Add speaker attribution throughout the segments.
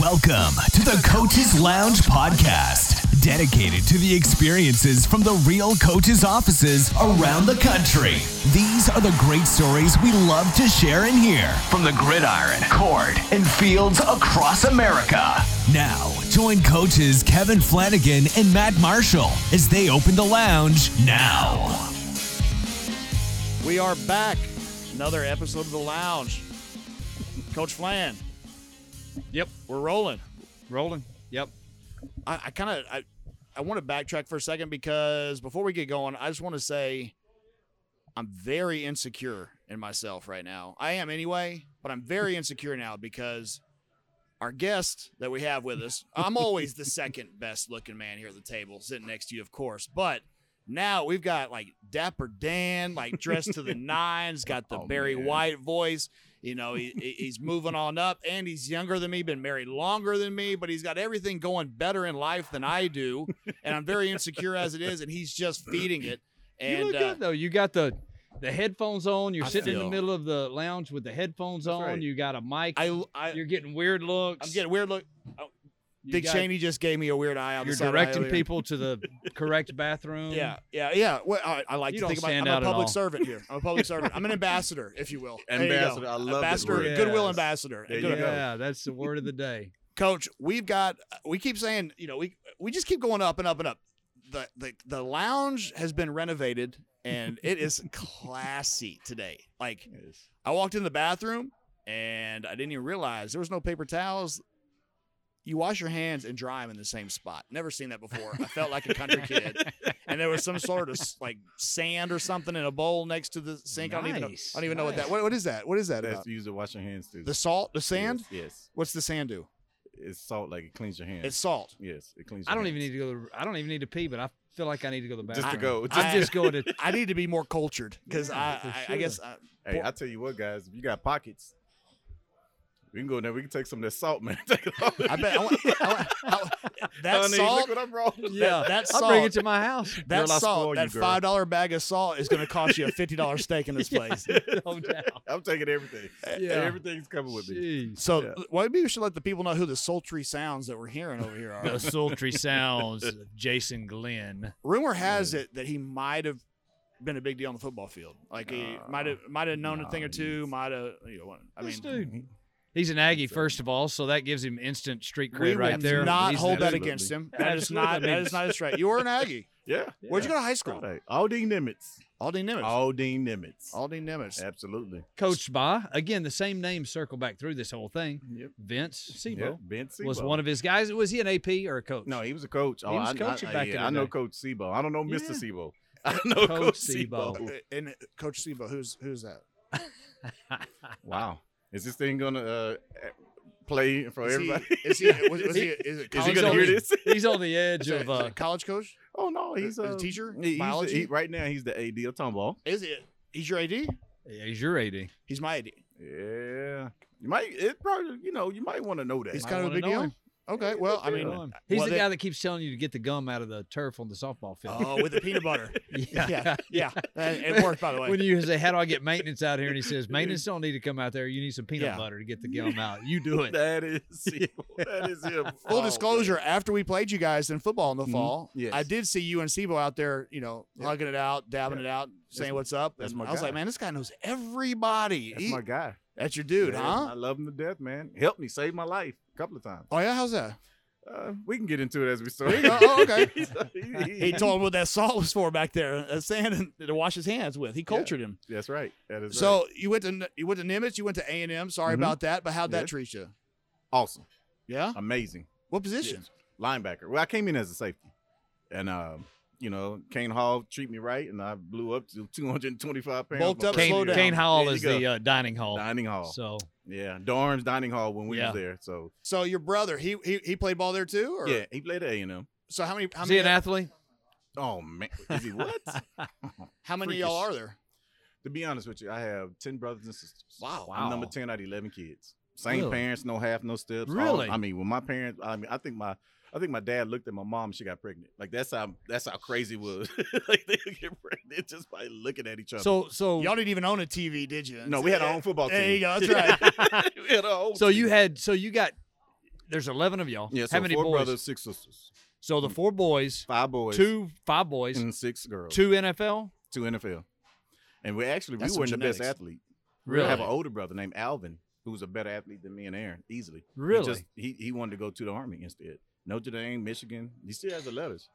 Speaker 1: Welcome to the Coaches Lounge podcast, dedicated to the experiences from the real coaches' offices around the country. These are the great stories we love to share and hear from the gridiron, court, and fields across America. Now, join coaches Kevin Flanagan and Matt Marshall as they open the lounge now.
Speaker 2: We are back. Another episode of The Lounge. Coach Flan,
Speaker 3: Yep,
Speaker 2: we're rolling.
Speaker 3: rolling. Yep.
Speaker 2: I, I kind of I, I want to backtrack for a second because before we get going, I just want to say I'm very insecure in myself right now. I am anyway, but I'm very insecure now because our guest that we have with us, I'm always the second best looking man here at the table, sitting next to you, of course, but. Now we've got like Dapper Dan, like dressed to the nines, got the
Speaker 3: Oh,
Speaker 2: Barry
Speaker 3: man.
Speaker 2: White voice. You know, he, he- he's moving on up and he's younger than me, been married longer than me, but he's got everything going better in life than I do. And I'm very insecure as it is, and he's just feeding it.
Speaker 3: you
Speaker 2: And
Speaker 3: look
Speaker 2: uh,
Speaker 3: good though. You got the the headphones on. You're
Speaker 2: I
Speaker 3: sitting in
Speaker 2: feel-
Speaker 3: the middle of the lounge with the headphones on.
Speaker 4: right.
Speaker 3: You got a mic.
Speaker 2: I, I,
Speaker 3: you're getting weird looks.
Speaker 2: I'm getting a weird look.
Speaker 3: You
Speaker 2: Dick
Speaker 3: got-
Speaker 2: Cheney just gave me a weird eye. On
Speaker 3: You're
Speaker 2: the side of my
Speaker 3: directing
Speaker 2: ear.
Speaker 3: people to the correct bathroom.
Speaker 2: Yeah, yeah, yeah. Well, I, I like
Speaker 3: You
Speaker 2: to
Speaker 3: don't
Speaker 2: think about.
Speaker 3: stand
Speaker 2: I'm
Speaker 3: out
Speaker 2: a
Speaker 3: at all.
Speaker 2: public servant here. I'm a public servant. I'm an ambassador, if you will. There you go.
Speaker 4: Ambassador. I love that
Speaker 2: ambassador,
Speaker 3: word.
Speaker 2: goodwill
Speaker 4: Yes.
Speaker 2: ambassador.
Speaker 4: There
Speaker 2: Good-
Speaker 4: you go.
Speaker 3: Yeah, that's the word of the day.
Speaker 2: coach we've got we keep saying you know we we just keep going up and up and up the the, the lounge has been renovated and it is classy today like i walked in the bathroom and i didn't even realize there was no paper towels you wash your hands and dry them in the same spot never seen that before i felt like a country kid and there was some sort of like sand or something in a bowl next to the sink i don't even know
Speaker 3: Nice,
Speaker 2: i don't even know what
Speaker 3: nice.
Speaker 2: that what, what is that what is that
Speaker 4: That's
Speaker 2: about?
Speaker 4: used to wash your hands too.
Speaker 2: uh, the salt the sand
Speaker 4: Yes,
Speaker 2: what's the sand do
Speaker 4: yes. It's salt, like it cleans your hands.
Speaker 2: it's salt
Speaker 4: yes, it cleans. Your
Speaker 3: I don't
Speaker 4: hands.
Speaker 3: even need to go. To, I don't even need to pee, but I feel like I need to go to the
Speaker 4: Just
Speaker 3: bathroom.
Speaker 4: to go,
Speaker 3: I'm
Speaker 2: just-
Speaker 3: just going to.
Speaker 2: I need to be more cultured because
Speaker 3: Yeah,
Speaker 2: I,
Speaker 3: for
Speaker 2: I, I guess uh, I,
Speaker 4: Hey, I tell you what, guys, if you got pockets, we can go in there. We can take some of that salt, man. take it off.
Speaker 2: I bet I want, I want, I want- that
Speaker 4: Honey,
Speaker 2: salt.
Speaker 4: Look what I'm rolling.
Speaker 3: Yeah,
Speaker 2: that
Speaker 3: I'll bring
Speaker 2: salt-
Speaker 3: it to my house.
Speaker 2: That
Speaker 4: Girl, I spoil
Speaker 2: salt,
Speaker 4: you,
Speaker 2: that
Speaker 4: girl.
Speaker 2: five dollar bag of salt is going to cost you a fifty dollar steak in this place.
Speaker 3: No doubt.
Speaker 4: I'm taking everything.
Speaker 3: Yeah.
Speaker 4: Everything's coming with me.
Speaker 3: Jeez.
Speaker 2: So,
Speaker 4: Yeah.
Speaker 2: well, maybe we should let the people know who the sultry sounds that we're hearing over here are.
Speaker 5: the sultry sounds of Jason Glenn.
Speaker 2: Rumor has it that he might have been a big deal on the football field. Like he might have might have known a thing or two. Might have, you know,
Speaker 3: Uh,
Speaker 2: I mean,
Speaker 3: This dude. He's an Aggie, first of all, so that gives him instant street
Speaker 2: we
Speaker 3: cred
Speaker 2: will
Speaker 3: right there.
Speaker 2: not
Speaker 3: He's
Speaker 2: hold that
Speaker 4: absolutely.
Speaker 2: against him. That is not that is not a straight. You were an Aggie.
Speaker 4: Yeah.
Speaker 2: Where'd you
Speaker 4: yeah.
Speaker 2: go to high school?
Speaker 4: Right. Aldine Nimitz.
Speaker 2: Aldine Nimitz.
Speaker 4: Aldine Nimitz.
Speaker 2: Aldine Nimitz.
Speaker 4: Absolutely.
Speaker 3: coached by again the same name circle back through this whole thing.
Speaker 4: Yep.
Speaker 3: Vince
Speaker 4: Yeah.
Speaker 3: Sebo
Speaker 4: Ben
Speaker 3: was
Speaker 4: Sebo.
Speaker 3: one of his guys. Was he an AP or a coach?
Speaker 4: No, he was a coach. Oh,
Speaker 3: was
Speaker 4: I,
Speaker 3: coaching
Speaker 4: I,
Speaker 3: back
Speaker 4: yeah,
Speaker 3: in the
Speaker 4: I know
Speaker 3: day.
Speaker 4: Coach Sebo. I don't know Mr.
Speaker 3: Yeah.
Speaker 4: Sebo. I know
Speaker 3: Coach
Speaker 4: Coach
Speaker 3: Sebo.
Speaker 4: Sebo.
Speaker 2: Uh, And Coach Sebo, who's who's that?
Speaker 4: Wow. Is this thing gonna uh, play for
Speaker 2: Is he-
Speaker 4: Oh, everybody?
Speaker 2: Is he? Was, was he? Is it
Speaker 4: Is he
Speaker 2: college
Speaker 3: College
Speaker 4: gonna
Speaker 2: coach?
Speaker 4: hear
Speaker 3: only?
Speaker 4: this?
Speaker 3: He's on the edge
Speaker 2: Is it-
Speaker 3: of
Speaker 2: is it
Speaker 3: uh,
Speaker 2: a college coach?
Speaker 4: Oh no, he's
Speaker 2: Is a
Speaker 4: uh,
Speaker 2: teacher?
Speaker 4: he- he's the-
Speaker 2: Biology?
Speaker 4: he- right now, he's the AD of Tomball.
Speaker 2: Is it? He's your AD?
Speaker 3: yeah, he's your AD.
Speaker 2: He's my AD.
Speaker 4: Yeah. You might. It probably. You know. You might want to know that.
Speaker 2: He's
Speaker 3: Might
Speaker 2: kind of a
Speaker 3: wanna
Speaker 2: big
Speaker 3: know
Speaker 2: deal.
Speaker 3: him.
Speaker 2: Okay. Well, I
Speaker 4: Yeah.
Speaker 2: mean,
Speaker 4: Well,
Speaker 3: He's
Speaker 2: well,
Speaker 3: the
Speaker 2: they-
Speaker 3: guy that keeps telling you to get the gum out of the turf on the softball field.
Speaker 2: Oh, with the peanut butter. Yeah, yeah. And It worked, by the way.
Speaker 3: When you say, "How do I get maintenance out here?" and he says, "Maintenance don't need to come out there. You need some peanut
Speaker 2: Yeah.
Speaker 3: butter to get the gum out. You do it."
Speaker 4: That is. him. that is him.
Speaker 2: Full
Speaker 4: Oh, man.
Speaker 2: disclosure: After we played you guys in football in the
Speaker 3: Mm-hmm.
Speaker 4: Mhm.
Speaker 2: fall,
Speaker 4: Yes.
Speaker 2: I did see you and Sebo out there, you know,
Speaker 4: Yeah.
Speaker 2: hugging it out, dabbing
Speaker 4: Yeah.
Speaker 2: it out, saying
Speaker 4: my-
Speaker 2: what's up.
Speaker 4: that's
Speaker 2: and
Speaker 4: my
Speaker 2: I was
Speaker 4: guy.
Speaker 2: like, man, this guy knows everybody.
Speaker 4: That's
Speaker 2: He-
Speaker 4: my guy,
Speaker 2: that's your dude,
Speaker 4: Yeah,
Speaker 2: huh?
Speaker 4: I love him to death, man. Helped me save my life a couple of times.
Speaker 2: Oh yeah, how's that?
Speaker 4: Uh, we can get into it as we start.
Speaker 2: There you go. Oh, okay.
Speaker 4: He-
Speaker 2: He told him what that salt was for back there, uh, sand to wash his hands with. He cultured him.
Speaker 4: That's right. That is right.
Speaker 2: So you went to N- you went to Nimitz, you went to A and M. Sorry
Speaker 4: Mhm.
Speaker 2: about that, but how'd that
Speaker 4: Yes.
Speaker 2: treat you?
Speaker 4: awesome,
Speaker 2: Yeah.
Speaker 4: amazing.
Speaker 2: What position?
Speaker 4: linebacker. Well, I came in as a safety, and um, you know, Kane Hall treat me right, and I blew up to 225 pounds.
Speaker 2: Bulked
Speaker 4: my
Speaker 2: up,
Speaker 4: first
Speaker 2: slow
Speaker 3: Kane,
Speaker 4: year.
Speaker 2: down.
Speaker 3: Kane Hall
Speaker 4: There
Speaker 3: is
Speaker 4: you go.
Speaker 3: the uh, dining hall.
Speaker 4: dining hall.
Speaker 3: So
Speaker 4: yeah, Dorms dining hall when we
Speaker 3: Yeah.
Speaker 4: was there. So
Speaker 2: So your brother, he he, he played ball there too, or
Speaker 4: yeah, he played at A and M.
Speaker 2: So how many how
Speaker 3: is he
Speaker 2: many
Speaker 3: an athlete?
Speaker 4: Oh man, is he what?
Speaker 2: how many
Speaker 4: freakish?
Speaker 2: of y'all are there?
Speaker 4: to be honest with you, I have 10 brothers and sisters.
Speaker 2: Wow.
Speaker 4: I'm number 10 out of 11 kids. Same
Speaker 3: Really?
Speaker 4: parents, no half, no steps. all-
Speaker 3: Really?
Speaker 4: I mean, when my parents, I mean, I think my. I think my dad looked at my mom. She got pregnant. Like that's how that's how crazy it was. like they would get pregnant just by looking at each other.
Speaker 3: So so
Speaker 2: Y'all didn't even own a TV, did you?
Speaker 4: No, we had our own football team.
Speaker 2: There you go. That's right.
Speaker 4: we had our own
Speaker 3: So you
Speaker 4: team.
Speaker 3: had so you got
Speaker 5: there's 11 of y'all.
Speaker 4: Yeah, so
Speaker 5: How many
Speaker 4: four
Speaker 5: boys?
Speaker 4: brothers, six sisters,
Speaker 5: So the four boys,
Speaker 4: five boys,
Speaker 5: two five boys,
Speaker 4: and six girls,
Speaker 5: two NFL.
Speaker 4: two NFL. And we actually
Speaker 2: That's
Speaker 4: we
Speaker 2: some
Speaker 4: weren't the best
Speaker 2: genetics.
Speaker 4: athlete.
Speaker 5: Really?
Speaker 4: I have an older brother named Alvin who's a better athlete than me and Aaron easily.
Speaker 5: Really?
Speaker 4: He, just, he he wanted to go to the army instead. Notre Dame, Michigan. He still has the letters.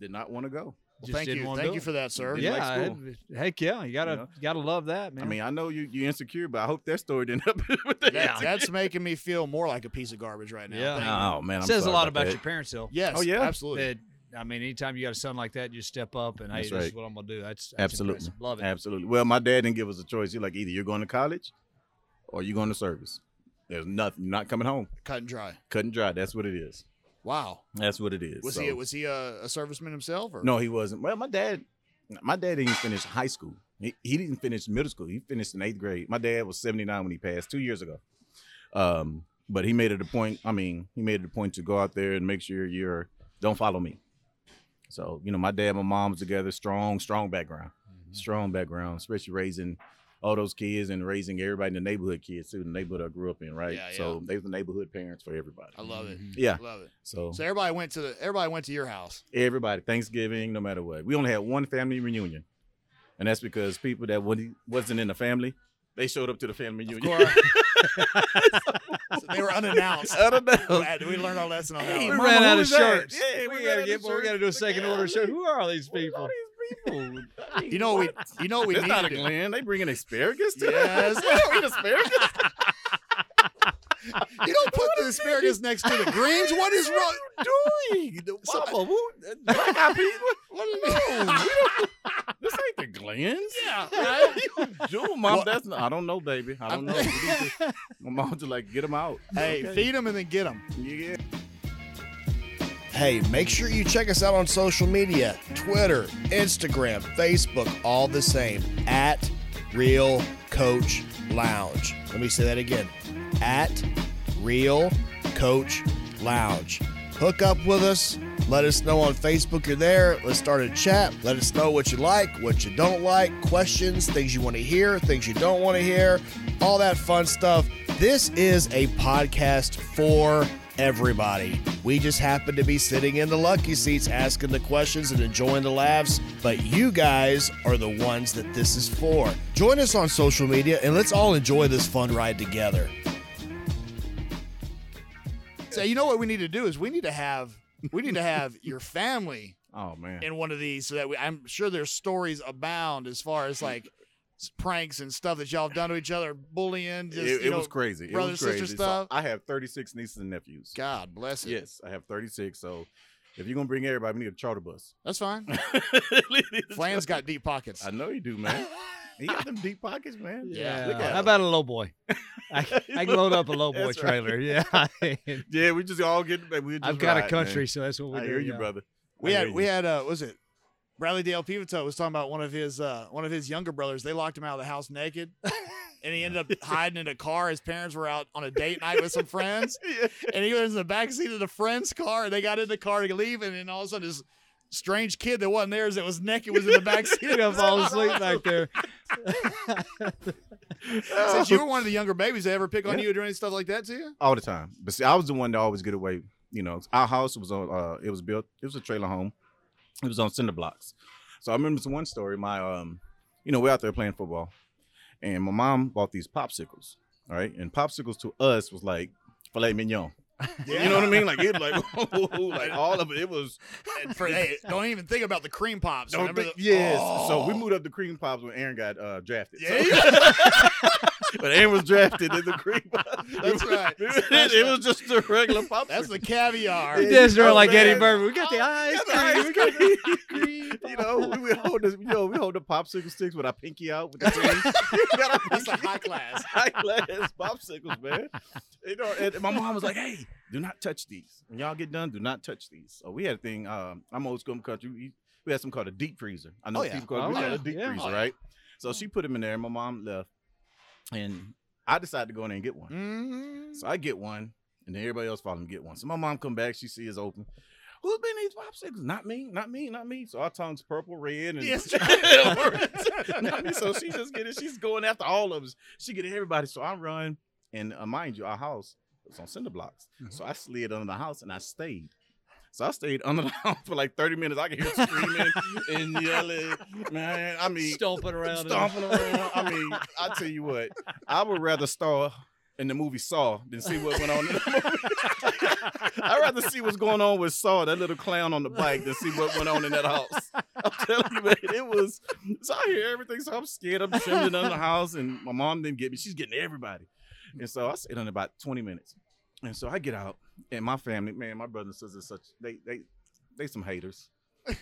Speaker 4: Did not want to go.
Speaker 2: Well,
Speaker 5: Just
Speaker 2: thank
Speaker 5: didn't
Speaker 2: you,
Speaker 5: wanna
Speaker 2: thank
Speaker 5: do
Speaker 2: you
Speaker 5: it.
Speaker 2: for that, sir.
Speaker 4: Didn't
Speaker 5: yeah.
Speaker 4: like school.
Speaker 5: I- heck yeah. You gotta
Speaker 4: You know?
Speaker 5: gotta love that, man.
Speaker 4: I mean, I know you you insecure, but I hope that story didn't happen. with that.
Speaker 2: That- that's making me feel more like a piece of garbage right now.
Speaker 5: Yeah.
Speaker 2: Thank you.
Speaker 4: Oh man, I'm
Speaker 5: says a
Speaker 4: sorry
Speaker 5: lot about
Speaker 4: that.
Speaker 5: your parents, though.
Speaker 2: Yes.
Speaker 4: Oh, yeah?
Speaker 2: Absolutely.
Speaker 5: That I mean, anytime you got a son like that, you step up and hey,
Speaker 4: That's
Speaker 5: this is
Speaker 4: right.
Speaker 5: what I'm gonna do. That's, that's
Speaker 4: Absolutely,
Speaker 5: impressive. love it.
Speaker 4: absolutely. Well, my dad didn't give us a choice. He like either you're going to college, or you're going to service. There's nothing. You're not coming home.
Speaker 2: Cut and dry.
Speaker 4: Cut and dry. That's what it is.
Speaker 2: Wow.
Speaker 4: That's what it is.
Speaker 2: Was
Speaker 4: So-
Speaker 2: he was he a, a serviceman himself? Or?
Speaker 4: No, he wasn't. Well, my dad, my dad didn't finish high school. He, he didn't finish middle school. He finished in eighth grade. My dad was seventy nine when he passed two years ago. Um, but he made it a point. I mean, he made it a point to go out there and make sure you're don't follow me. So you know, my dad, and my mom's together. Strong, strong background,
Speaker 2: Mm-hmm.
Speaker 4: strong background, especially raising all those kids and raising everybody in the neighborhood kids too. The neighborhood I grew up in, right?
Speaker 2: Yeah, yeah.
Speaker 4: So they was the neighborhood parents for everybody.
Speaker 2: I love it.
Speaker 4: Mm-hmm. Yeah.
Speaker 2: Love it.
Speaker 4: So
Speaker 2: So everybody went to the everybody went to your house.
Speaker 4: everybody Thanksgiving, no matter what. We only had one family reunion, and that's because people that wouldn't- wasn't in the family, they showed up to the family
Speaker 2: Of
Speaker 4: reunion.
Speaker 2: course. So they were unannounced.
Speaker 4: I don't know.
Speaker 2: Glad we learned our lesson on that.
Speaker 4: Hey,
Speaker 2: one.
Speaker 5: We
Speaker 4: Mama,
Speaker 5: ran out
Speaker 4: who
Speaker 5: of
Speaker 4: was that?
Speaker 5: shirts.
Speaker 4: Yeah,
Speaker 5: we,
Speaker 4: we ran out
Speaker 5: gotta
Speaker 4: of
Speaker 5: get more. We
Speaker 4: shirts.
Speaker 5: gotta do a second order shirt. Who are all these people?
Speaker 2: You know what we you know what we
Speaker 4: That's
Speaker 2: needed.
Speaker 4: not a Glenn. They bringing asparagus to
Speaker 2: Yes.
Speaker 4: us. They don't eat asparagus.
Speaker 2: You don't put the asparagus next to the greens. What is wrong?
Speaker 4: doing? Mama, who? Black eyed peas? What- What? No, we don't- This ain't the Glens.
Speaker 2: Yeah,
Speaker 4: What you doing, mom?
Speaker 2: Well-
Speaker 4: that's not, I don't know, baby. I don't know. We need to- My mom just like get them out.
Speaker 2: Hey,
Speaker 4: Okay.
Speaker 2: feed them and then get them.
Speaker 4: Yeah.
Speaker 6: Hey, make sure you check us out on social media Twitter, Instagram, Facebook, all the same at Real Coach Lounge. Let me say that again at Real Coach Lounge. Hook up with us. Let us know on Facebook you're there. Let's start a chat. Let us know what you like, what you don't like, questions, things you want to hear, things you don't want to hear, all that fun stuff. This is a podcast for everybody. We just happen to be sitting in the lucky seats asking the questions and enjoying the laughs, but you guys are the ones that this is for. Join us on social media and let's all enjoy this fun ride together.
Speaker 2: So you know what we need to do is we need to have we need to have your family
Speaker 4: Oh man.
Speaker 2: in one of these so that we, I'm sure there's stories abound as far as like s- pranks and stuff that y'all have done to each other, bullying. Just,
Speaker 4: it,
Speaker 2: you
Speaker 4: it
Speaker 2: know,
Speaker 4: was crazy. It
Speaker 2: brother,
Speaker 4: was
Speaker 2: sister
Speaker 4: crazy. So
Speaker 2: stuff.
Speaker 4: I have 36 nieces and nephews.
Speaker 2: God bless it.
Speaker 4: Yes, I have 36. So if you're gonna bring everybody, we need a charter bus.
Speaker 2: That's fine. Flan's got deep pockets.
Speaker 4: I know you do, man. he got them deep pockets, man.
Speaker 2: Yeah.
Speaker 4: Look at
Speaker 5: How
Speaker 4: him.
Speaker 5: about a low boy? I, I can load up a low boy
Speaker 4: That's right.
Speaker 5: trailer. Yeah.
Speaker 4: Yeah, we just all get. We just
Speaker 5: I've got
Speaker 4: ride,
Speaker 5: a country,
Speaker 4: Man.
Speaker 5: so that's what we
Speaker 4: I
Speaker 5: do.
Speaker 4: hear you,
Speaker 5: yeah.
Speaker 4: brother.
Speaker 2: We
Speaker 4: I
Speaker 2: had
Speaker 4: hear
Speaker 2: we
Speaker 4: you.
Speaker 2: had uh what was it Bradley Dale Pivato was talking about one of his uh one of his younger brothers. They locked him out of the house naked, and he ended up hiding in a car. His parents were out on a date night with some friends,
Speaker 4: Yeah.
Speaker 2: and he was in the backseat of the friend's car. And they got in the car to leave, and then all of a sudden this strange kid that wasn't theirs that was naked was in the backseat.
Speaker 5: You're gonna fall asleep back there.
Speaker 2: Since you were one of the younger babies, they ever pick on you or do any stuff like that to you?
Speaker 4: all the time. But see, I was the one to always get away. You know, our house was on. Uh, it was built. It was a trailer home. It was on cinder blocks. So I remember this one story. My, um, you know, we're out there playing football, and my mom bought these popsicles. All right, and popsicles to us was like filet mignon. You know what I mean? Like it, like, like all of it. It was
Speaker 2: And for, hey, don't even think about the cream pops.
Speaker 4: don't
Speaker 2: Remember
Speaker 4: think-
Speaker 2: the-
Speaker 4: yes. So we
Speaker 2: Oh.
Speaker 4: moved up the cream pops when Aaron got uh, drafted. So-
Speaker 2: Yeah,
Speaker 4: but Aaron was drafted in the cream pops.
Speaker 2: That's right.
Speaker 4: it, it was just a regular popsicle.
Speaker 2: that's the caviar.
Speaker 5: He does
Speaker 4: Oh,
Speaker 5: like
Speaker 4: man.
Speaker 5: Eddie Murphy. We got the
Speaker 2: Oh,
Speaker 5: eyes.
Speaker 4: Yeah, the ice cream. you know, we, we hold this, you know, we hold the popsicle sticks with our pinky out with the thing. You got our
Speaker 2: That's a
Speaker 4: pinky-
Speaker 2: high class.
Speaker 4: high glass popsicles, man. You know, and my mom was like, "Hey, do not touch these. When y'all get done, do not touch these." So we had a thing. Um, I'm old school in the country. We, we had something called a deep freezer. I know
Speaker 2: Oh, yeah.
Speaker 4: people call it, we
Speaker 5: Oh,
Speaker 4: call it
Speaker 5: yeah.
Speaker 4: a deep
Speaker 5: Yeah.
Speaker 4: freezer,
Speaker 2: Oh, yeah.
Speaker 4: right? So she put them in there, and my mom left, and I decided to go in there and get one.
Speaker 5: Mm-hmm.
Speaker 2: Mm.
Speaker 4: So I get one, and then everybody else follow me get one. So my mom come back, she sees open. Who's been these popsicles? Not me, not me, not me. So our tongue's purple, red, and
Speaker 2: Yes.
Speaker 4: Not me. So she just getting, she's going after all of us. She get everybody. So I run, and uh, mind you, our house was on cinder blocks. So I slid under the house and I stayed. So I stayed under the house for like 30 minutes. I could hear screaming and yelling. Man, I mean,
Speaker 5: stomping around.
Speaker 4: stomping around. I mean, I tell you what, I would rather star in the movie Saw than see what went on in the movie. I'd rather see what's going on with Saw, that little clown on the bike, than see what went on in that house. I'm telling you, man, it was. So I hear everything, so I'm scared. I'm trembling under the house, and my mom didn't get me. She's getting everybody. And so I stayed on about 20 minutes. And so I get out, and my family, man, my brothers and sisters, such they they they some haters.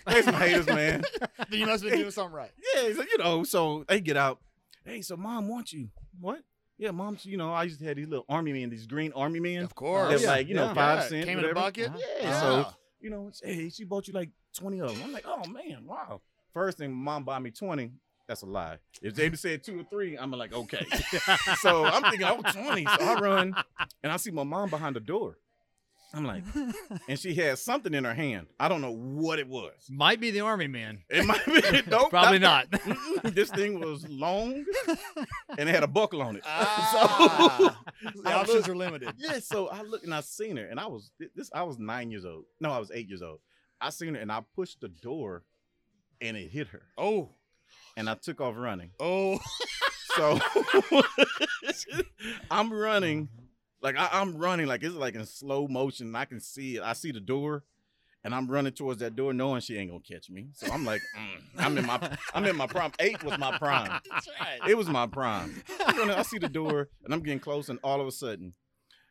Speaker 4: They some haters, man.
Speaker 2: you must be doing something right.
Speaker 4: Yeah, so, you know, so they get out. Hey, so mom wants you. What? Yeah, mom, you know, I used to have these little army men, these green army men.
Speaker 6: Of course.
Speaker 4: They're like, you know,
Speaker 5: yeah.
Speaker 4: five cents.
Speaker 2: Came in a
Speaker 4: whatever.
Speaker 2: bucket.
Speaker 4: Yeah. So, you know, it's, hey, she bought you like 20 of them. I'm like, oh man, wow. First thing, mom bought me 20. That's a lie. If they said two or three, I'm like, okay. so I'm thinking, oh, 20. So I run and I see my mom behind the door. I'm like, and she had something in her hand. I don't know what it was.
Speaker 5: Might be the army man.
Speaker 4: It might be, nope,
Speaker 5: Probably
Speaker 4: not.
Speaker 5: not.
Speaker 4: Oh, Mm-mm, this thing was long and it had a buckle on it.
Speaker 2: Ah,
Speaker 4: So
Speaker 2: the
Speaker 4: I
Speaker 2: options
Speaker 4: looked,
Speaker 2: are limited.
Speaker 4: yeah, so I looked and I seen her, and I was thi- this. I was nine years old. No, I was eight years old. I seen her, and I pushed the door, and it hit her,
Speaker 2: Oh,
Speaker 4: and I took off running.
Speaker 2: oh,
Speaker 4: So I'm running,
Speaker 2: Mm-hmm.
Speaker 4: like I, I'm running, like it's like in slow motion. And I can see it. I see the door, and I'm running towards that door, knowing she ain't gonna catch me. So I'm like, mm, I'm in my, I'm in my prime. Eight was my prime.
Speaker 2: that's right.
Speaker 4: It was my prime. I'm running- I see the door and I'm getting close, and all of a sudden,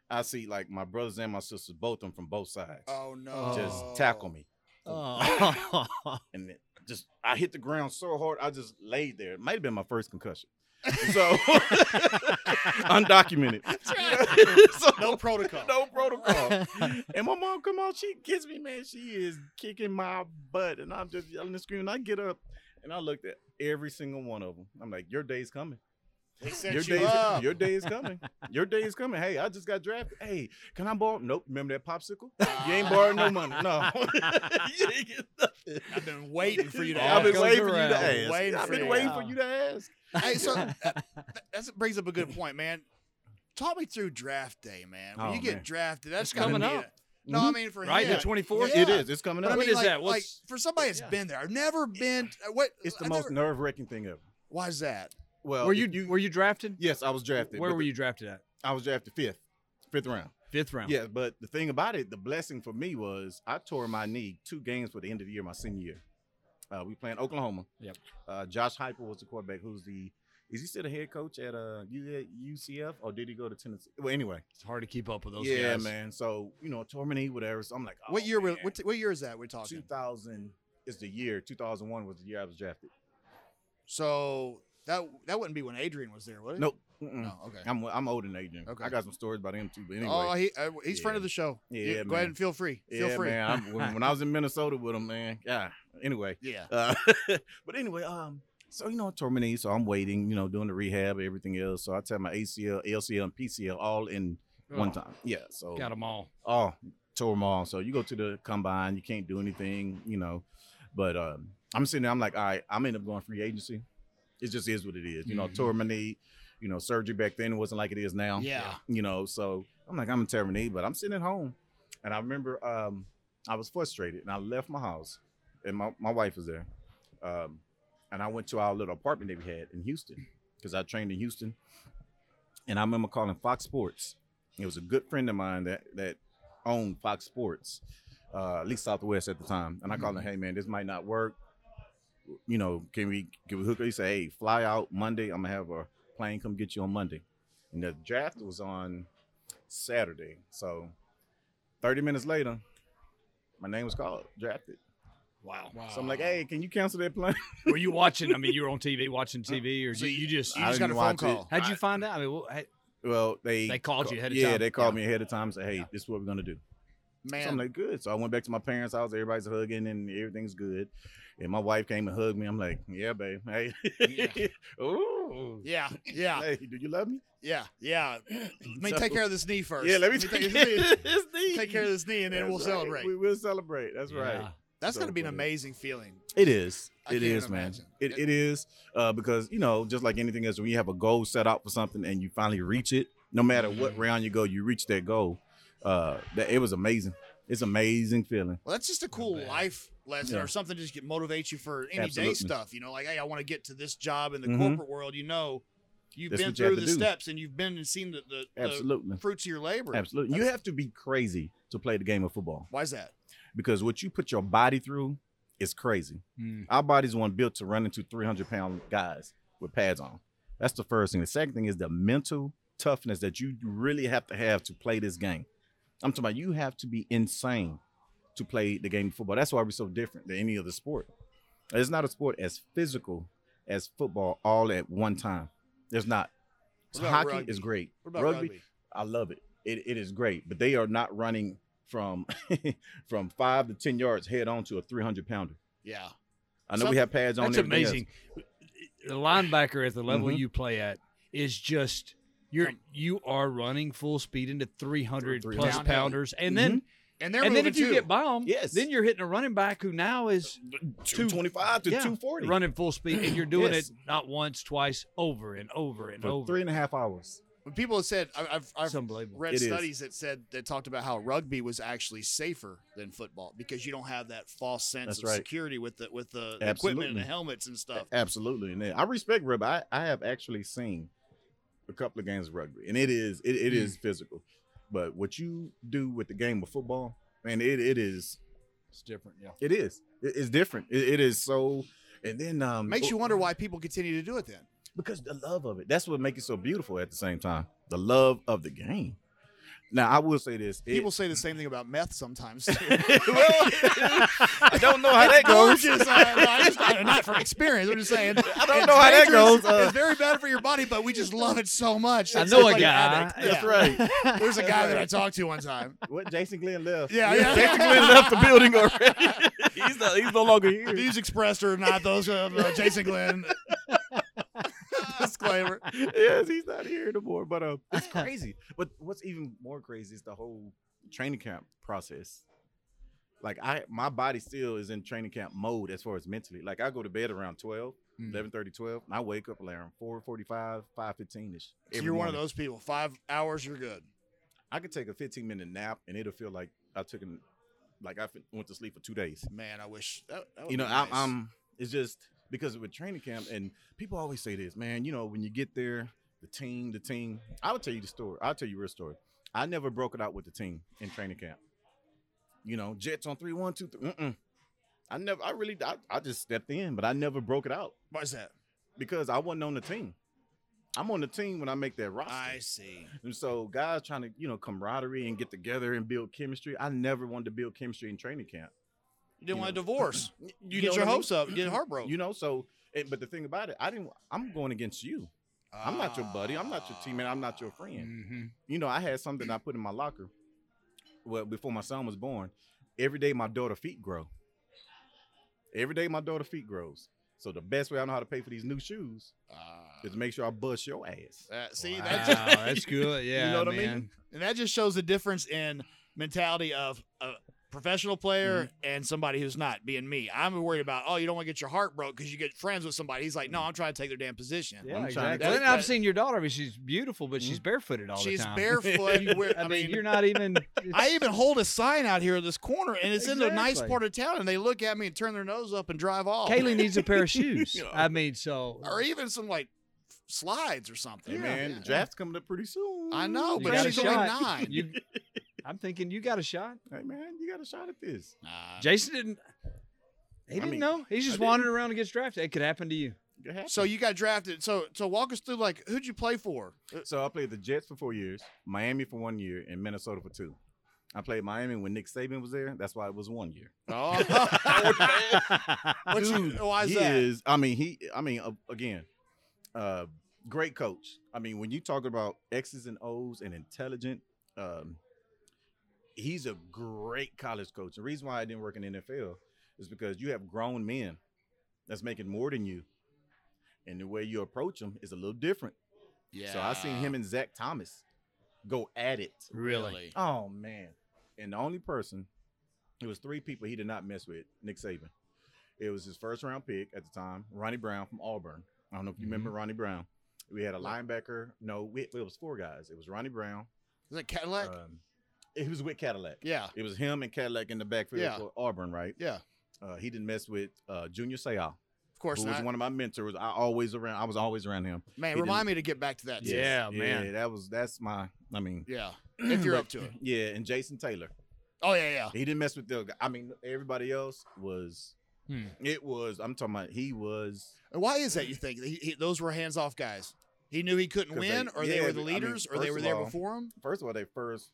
Speaker 4: I see like my brothers and my sisters, both of them from both sides,
Speaker 2: Oh no.
Speaker 4: just tackle me.
Speaker 5: Oh.
Speaker 4: And it just, I hit the ground so hard, I just laid there. It might have been my first concussion. So, undocumented. so,
Speaker 2: No protocol.
Speaker 4: no protocol. and my mom come out, she gets me, man. She is kicking my butt, and I'm just yelling and screaming. I get up, and I looked at every single one of them. I'm like, "Your day's coming.
Speaker 2: They
Speaker 4: Your
Speaker 2: set you
Speaker 4: day,
Speaker 2: up.
Speaker 4: is, your day is coming. Your day is coming. Hey, I just got drafted. Hey, can I borrow? Nope. Remember that popsicle? You ain't borrowing no money. No. You ain't get nothing.
Speaker 2: I've been waiting for you to.
Speaker 4: I've
Speaker 2: ask.
Speaker 4: been
Speaker 5: goes
Speaker 4: waiting for you
Speaker 5: around.
Speaker 4: to ask.
Speaker 2: Waiting
Speaker 4: I've
Speaker 2: for
Speaker 4: been
Speaker 2: you.
Speaker 4: waiting for you to ask.
Speaker 2: Hey, so uh, that that brings up a good point, man. Talk me through draft day, man. When
Speaker 4: Oh,
Speaker 2: you get
Speaker 4: man.
Speaker 2: drafted, that's
Speaker 4: It's
Speaker 2: gotta
Speaker 4: coming
Speaker 2: be
Speaker 4: up. Mm-hmm.
Speaker 2: a- no, I mean for
Speaker 5: Right,
Speaker 2: him,
Speaker 5: the twenty fourth.
Speaker 2: Yeah.
Speaker 4: It is. It's coming
Speaker 2: But
Speaker 4: up.
Speaker 2: I mean,
Speaker 5: is
Speaker 2: like,
Speaker 5: that?
Speaker 2: like,
Speaker 5: What's-
Speaker 2: for somebody that's
Speaker 5: yeah.
Speaker 2: been there, I've never been. uh, What?
Speaker 4: it's the
Speaker 2: I've
Speaker 4: most
Speaker 2: Never,
Speaker 4: nerve wracking thing ever.
Speaker 2: why is that?
Speaker 4: Well,
Speaker 5: were
Speaker 4: if
Speaker 5: you, were you drafted?
Speaker 4: Yes, I was drafted.
Speaker 5: Where
Speaker 4: but
Speaker 5: were
Speaker 4: the-
Speaker 5: you drafted at?
Speaker 4: I was drafted fifth, fifth round.
Speaker 5: Fifth round.
Speaker 4: Yeah, but the thing about it, the blessing for me was I tore my knee two games for the end of the year, my senior year. Uh, we playing Oklahoma.
Speaker 5: Yep.
Speaker 4: Uh, Josh Heupel was the quarterback. Who's the? Is he still the head coach at uh U- UCF or did he go to Tennessee? Well, anyway.
Speaker 5: It's hard to keep up with those
Speaker 4: yeah,
Speaker 5: guys.
Speaker 4: man. So you know, tore my knee, whatever. So I'm like,
Speaker 2: what
Speaker 4: oh,
Speaker 2: year? were-
Speaker 4: man.
Speaker 2: What, what year is that? We're talking.
Speaker 4: 2000 is the year. 2001 was the year I was drafted.
Speaker 2: So that that wouldn't be when Adrian was there, would it?
Speaker 4: Nope. Mm-mm.
Speaker 2: No. Oh, Okay.
Speaker 4: I'm I'm older than Adrian.
Speaker 2: Okay.
Speaker 4: I got some stories about him too. But anyway.
Speaker 2: Oh, he, uh, he's friend
Speaker 4: Yeah.
Speaker 2: of the show. You-
Speaker 4: Yeah,
Speaker 2: Go
Speaker 4: man.
Speaker 2: ahead and feel free. Feel
Speaker 4: yeah,
Speaker 2: free.
Speaker 4: man. I'm, when, when I was in Minnesota with him, man. Yeah. Anyway.
Speaker 2: Yeah.
Speaker 4: Uh, but anyway, um, so you know, I tore my knee, so I'm waiting, you know, doing the rehab, everything else. So I tore my ACL, LCL, and PCL all in one
Speaker 5: Oh,
Speaker 4: time. Yeah. So
Speaker 5: Got them all.
Speaker 4: oh, tore them all. So you go to the combine, you can't do anything, you know. But um, I'm sitting there, I'm like, all right, I'm end up going free agency. It just is what it is, you know.
Speaker 5: Mhm.
Speaker 4: Tore my knee, you know, surgery back then wasn't like it is now
Speaker 2: Yeah.
Speaker 4: you know. So I'm like, I'm in tearing knee, but I'm sitting at home, and I remember um, I was frustrated, and I left my house, and my, my wife was there, um, and I went to our little apartment that we had in Houston because I trained in Houston, and I remember calling Fox Sports. It was a good friend of mine that that owned Fox Sports, uh, at least Southwest at the time, and I called him, hey man, this might not work. You know, can we can we hook up? He said, hey, fly out Monday. I'm gonna have a plane come get you on Monday. And the draft was on Saturday. So 30 minutes later, my name was called, drafted.
Speaker 5: Wow.
Speaker 4: So I'm like, hey, can you cancel that plane?
Speaker 5: Were you watching? I mean, you were on TV watching TV, or
Speaker 2: So
Speaker 5: did you, just?
Speaker 2: You
Speaker 4: Uh, I
Speaker 2: just got a
Speaker 4: didn't
Speaker 2: phone
Speaker 4: watch it.
Speaker 2: call.
Speaker 5: how'd you find out? I mean, wh-
Speaker 4: Well, they
Speaker 5: They called
Speaker 4: ca-
Speaker 5: you ahead of
Speaker 4: yeah,
Speaker 5: time.
Speaker 4: they called
Speaker 5: Yeah.
Speaker 4: me ahead of time. Said, hey, this is what we're gonna do.
Speaker 2: Man.
Speaker 4: So I'm like, good. So I went back to my parents' house. Everybody's hugging and everything's good. And my wife came and hugged me. I'm like, yeah, babe. Hey, ooh,
Speaker 2: yeah.
Speaker 5: Ah.
Speaker 2: Yeah.
Speaker 4: hey, do you love me?
Speaker 2: Yeah. Yeah. Let me
Speaker 4: So-
Speaker 2: take care of this knee first.
Speaker 4: Yeah, let me take
Speaker 2: this knee.
Speaker 4: this knee.
Speaker 2: Take care of this knee, and then
Speaker 4: That's
Speaker 2: we'll
Speaker 4: right.
Speaker 2: celebrate.
Speaker 4: We will celebrate. That's right.
Speaker 5: Yeah.
Speaker 2: That's
Speaker 4: So
Speaker 2: gonna be an
Speaker 4: what it-
Speaker 2: amazing feeling.
Speaker 4: It is.
Speaker 2: I
Speaker 4: It
Speaker 2: can't
Speaker 4: is,
Speaker 2: imagine.
Speaker 4: man. It, it is uh, because you know, just like anything else, when you have a goal set out for something and you finally reach it, no matter what
Speaker 2: Mm-hmm.
Speaker 4: round you go, you reach that goal. Uh, that it was amazing. It's amazing feeling.
Speaker 2: Well, that's just a cool life lesson
Speaker 4: Yeah.
Speaker 2: or something to just get motivates you for any day
Speaker 4: Absolutely.
Speaker 2: stuff. You know, like hey, I want to get to this job in the
Speaker 4: Mhm.
Speaker 2: corporate world. You know, you've
Speaker 4: That's
Speaker 2: been
Speaker 4: what you have
Speaker 2: through
Speaker 4: to
Speaker 2: the
Speaker 4: do.
Speaker 2: steps and you've been and seen the, the, the
Speaker 4: Absolutely,
Speaker 2: fruits of your labor.
Speaker 4: absolutely. You have to be crazy to play the game of football.
Speaker 2: Why is that?
Speaker 4: because what you put your body through is crazy.
Speaker 5: Hmm.
Speaker 4: Our bodies weren't built to run into 300 pound guys with pads on. That's the first thing. The second thing is the mental toughness that you really have to have to play this game. I'm talking about you have to be insane to play the game of football. That's why we're so different than any other sport. It's not a sport as physical as football all at one time. There's not.
Speaker 2: What about
Speaker 4: hockey
Speaker 2: rugby?
Speaker 4: is great.
Speaker 2: What about
Speaker 4: Rugby,
Speaker 2: rugby?
Speaker 4: I love it. It it is great, but they are not running from from five to ten yards head on to a three hundred pounder.
Speaker 2: Yeah,
Speaker 4: I know
Speaker 5: Some-
Speaker 4: we have pads on.
Speaker 5: That's
Speaker 4: and everything
Speaker 5: amazing. The linebacker at the level
Speaker 4: Mhm.
Speaker 5: you play at is just you're you are running full speed into 300
Speaker 4: Three- Mm-hmm.
Speaker 5: plus
Speaker 2: downhill.
Speaker 5: pounders, and then
Speaker 2: and they're
Speaker 5: and then
Speaker 2: moving
Speaker 5: if you
Speaker 2: too.
Speaker 5: get by them,
Speaker 4: Yes.
Speaker 5: then you're hitting a running back who now is
Speaker 4: else. Two twenty five to
Speaker 5: yeah,
Speaker 4: two forty.
Speaker 5: running full speed, and you're doing
Speaker 4: Yes.
Speaker 5: it not once, twice, over and over and
Speaker 4: for
Speaker 5: over.
Speaker 4: three and a half hours.
Speaker 2: when people have said I- I've, I've
Speaker 5: It's unbelievable.
Speaker 2: read
Speaker 4: It is.
Speaker 2: studies that said that talked about how rugby was actually safer than football because you don't have that false sense
Speaker 4: That's
Speaker 2: of
Speaker 4: right.
Speaker 2: security with the with the equipment and
Speaker 4: Absolutely.
Speaker 2: the helmets and
Speaker 5: Oh.
Speaker 2: stuff.
Speaker 4: Absolutely, and then- I respect rugby. I, I have actually seen a couple of games of rugby, and it is it,
Speaker 5: Hmm.
Speaker 4: it is physical. But what you do with the game of football, man, it it is
Speaker 5: It's different, yeah.
Speaker 4: it is It- it's different. It, it is so. And then um,
Speaker 2: Makes you
Speaker 4: oh,
Speaker 2: wonder why people continue to do it then.
Speaker 4: because the love of it that's what makes it so beautiful at the same time the love of the game now i will say this it-
Speaker 2: People say the same thing about meth sometimes. too.
Speaker 4: well, i don't know how that goes
Speaker 2: Gorgeous, uh, no, I just- I- not from experience. I'm just saying.
Speaker 4: i don't know how that goes
Speaker 2: it's
Speaker 4: Uh,
Speaker 2: very bad for your body, but we just love it so much.
Speaker 5: I
Speaker 2: It's
Speaker 5: know
Speaker 2: just
Speaker 5: a
Speaker 2: like an
Speaker 5: guy.
Speaker 2: addict.
Speaker 4: that's
Speaker 2: Yeah.
Speaker 4: right
Speaker 2: There's a guy that I talked to one time.
Speaker 4: what jason glenn left
Speaker 2: Yeah, yeah.
Speaker 4: jason glenn left the building already he's, not, he's no longer here
Speaker 2: Views expressed or not, those of uh, Jason Glenn. Disclaimer.
Speaker 4: yes he's not here anymore but uh, it's crazy but what's even more crazy is the whole training camp process like i my body still is in training camp mode as far as mentally like i go to bed around 12
Speaker 2: Mm.
Speaker 4: 11 12 and i wake up around 4 45 5 15 ish
Speaker 2: You're one of those people. Five hours, you're good.
Speaker 4: i could take a 15 minute nap and it'll feel like i took an like i fin- went to sleep for two days
Speaker 2: Man, I wish. That, that would
Speaker 4: you know
Speaker 2: be nice.
Speaker 4: I'm, I'm it's just because with training camp and people always say this man you know when you get there the team the team i will tell you the story i'll tell you a real story i never broke it out with the team in training camp you know jets on three one two three mm-mm. i never i really I, I just stepped in but i never broke it out
Speaker 2: Why is that?
Speaker 4: because i wasn't on the team i'm on the team when i make that roster
Speaker 2: I see.
Speaker 4: and so guys trying to you know camaraderie and get together and build chemistry i never wanted to build chemistry in training camp
Speaker 2: You didn't
Speaker 4: You
Speaker 2: want a
Speaker 4: know.
Speaker 2: divorce.
Speaker 4: you, know
Speaker 2: You, get your
Speaker 4: what I mean?
Speaker 2: hopes up. You get heartbroken.
Speaker 4: You know, so it, but the thing about it, I didn't. I'm going against you. I'm not your buddy. I'm not your
Speaker 2: Ah.
Speaker 4: teammate. I'm not your friend.
Speaker 2: Mm-hmm.
Speaker 4: You know, I had something I put in my locker. Well, before my son was born, every day my daughter feet grow. Every day my daughter feet grows. So the best way I know how to pay for these new shoes
Speaker 2: Ah.
Speaker 4: is to make sure I bust your ass.
Speaker 2: Uh, see,
Speaker 5: Wow,
Speaker 2: that just,
Speaker 5: that's good. Yeah,
Speaker 4: you know what
Speaker 5: man.
Speaker 4: I mean?
Speaker 2: and that just shows the difference in mentality of a professional player
Speaker 4: Mm-hmm.
Speaker 2: and somebody who's not. Being me, I'm worried about. Oh, you don't want to get your heart broke because you get friends with somebody. He's like, no, I'm trying to take their damn position.
Speaker 5: Yeah,
Speaker 4: I'm trying to
Speaker 5: exactly.
Speaker 2: take
Speaker 5: And I've
Speaker 2: that-
Speaker 5: seen your daughter. I mean, she's beautiful, but
Speaker 4: Mm-hmm.
Speaker 5: she's barefooted all
Speaker 2: She's
Speaker 5: the time.
Speaker 2: barefoot. you wear-
Speaker 5: I, mean, you're not even.
Speaker 2: I even hold a sign out here in this corner, and it's in a nice
Speaker 5: Exactly.
Speaker 2: part of town, and they look at me and turn their nose up and drive off.
Speaker 5: Kaylee needs a pair of shoes. I mean, so
Speaker 2: or even some like slides or something.
Speaker 4: Hey man, the draft's coming up pretty soon.
Speaker 2: I know,
Speaker 5: You
Speaker 2: but
Speaker 5: got a
Speaker 2: she's only
Speaker 5: shot.
Speaker 2: nine.
Speaker 5: you, I'm thinking you got a shot.
Speaker 4: Hey man, you got a shot at this.
Speaker 2: Nah.
Speaker 5: Jason didn't. He didn't
Speaker 4: mean,
Speaker 5: know.
Speaker 4: I
Speaker 5: He's just
Speaker 4: didn't.
Speaker 5: wandering around and gets drafted. It could happen to you.
Speaker 4: It happened.
Speaker 2: So you got drafted. So so walk us through like who'd you play for? Uh,
Speaker 4: So I played the Jets for four years, Miami for one year, and Minnesota for two. I played Miami when Nick Saban was there. That's why it was one year.
Speaker 2: What's your- why
Speaker 4: Oh.
Speaker 2: is
Speaker 4: he
Speaker 2: that?
Speaker 4: is- I mean, he. I mean, uh, again, uh, great coach. I mean, when you talk about X's and O's and intelligent, um, he's a great college coach. The reason why I didn't work in NFL is because you have grown men that's making more than you, and the way you approach them is a little different.
Speaker 2: yeah.
Speaker 4: So I seen him and Zach Thomas go at it.
Speaker 5: really?
Speaker 4: Oh man! And the only person, it was three people he did not mess with. Nick Saban.
Speaker 2: Mm-hmm.
Speaker 4: It was his first round pick at the time, Ronnie Brown from Auburn. I don't know if you remember Ronnie Brown. We had a linebacker. No, we, it was four guys. It was Ronnie Brown.
Speaker 2: Is it Cadillac?
Speaker 4: Um, it was with Cadillac.
Speaker 2: yeah.
Speaker 4: It was him and Cadillac in the backfield
Speaker 2: Yeah.
Speaker 4: for Auburn, right?
Speaker 2: Yeah.
Speaker 4: Uh, he didn't mess with uh, Junior Seau,
Speaker 2: Of course
Speaker 4: who was
Speaker 2: not.
Speaker 4: one of my mentors. I always around. I was always around him.
Speaker 2: Man,
Speaker 4: he
Speaker 2: remind me to get back to that. Yeah.
Speaker 5: Yeah, man.
Speaker 4: Yeah, that was that's my. I mean,
Speaker 2: Yeah. If you're
Speaker 4: But-
Speaker 2: up to it.
Speaker 4: yeah, and Jason Taylor.
Speaker 2: Oh yeah, yeah.
Speaker 4: He didn't mess with the. I mean, everybody else was.
Speaker 5: Hmm.
Speaker 4: It was. I'm talking about. He was.
Speaker 2: And Why is that? You think he, he, those were hands off guys? He knew he couldn't
Speaker 4: 'Cause
Speaker 2: win,
Speaker 4: they-
Speaker 2: or they
Speaker 4: yeah,
Speaker 2: were the
Speaker 4: I mean,
Speaker 2: leaders, or they
Speaker 4: first
Speaker 2: were
Speaker 4: of
Speaker 2: there
Speaker 4: all-
Speaker 2: before him.
Speaker 4: First of all, they first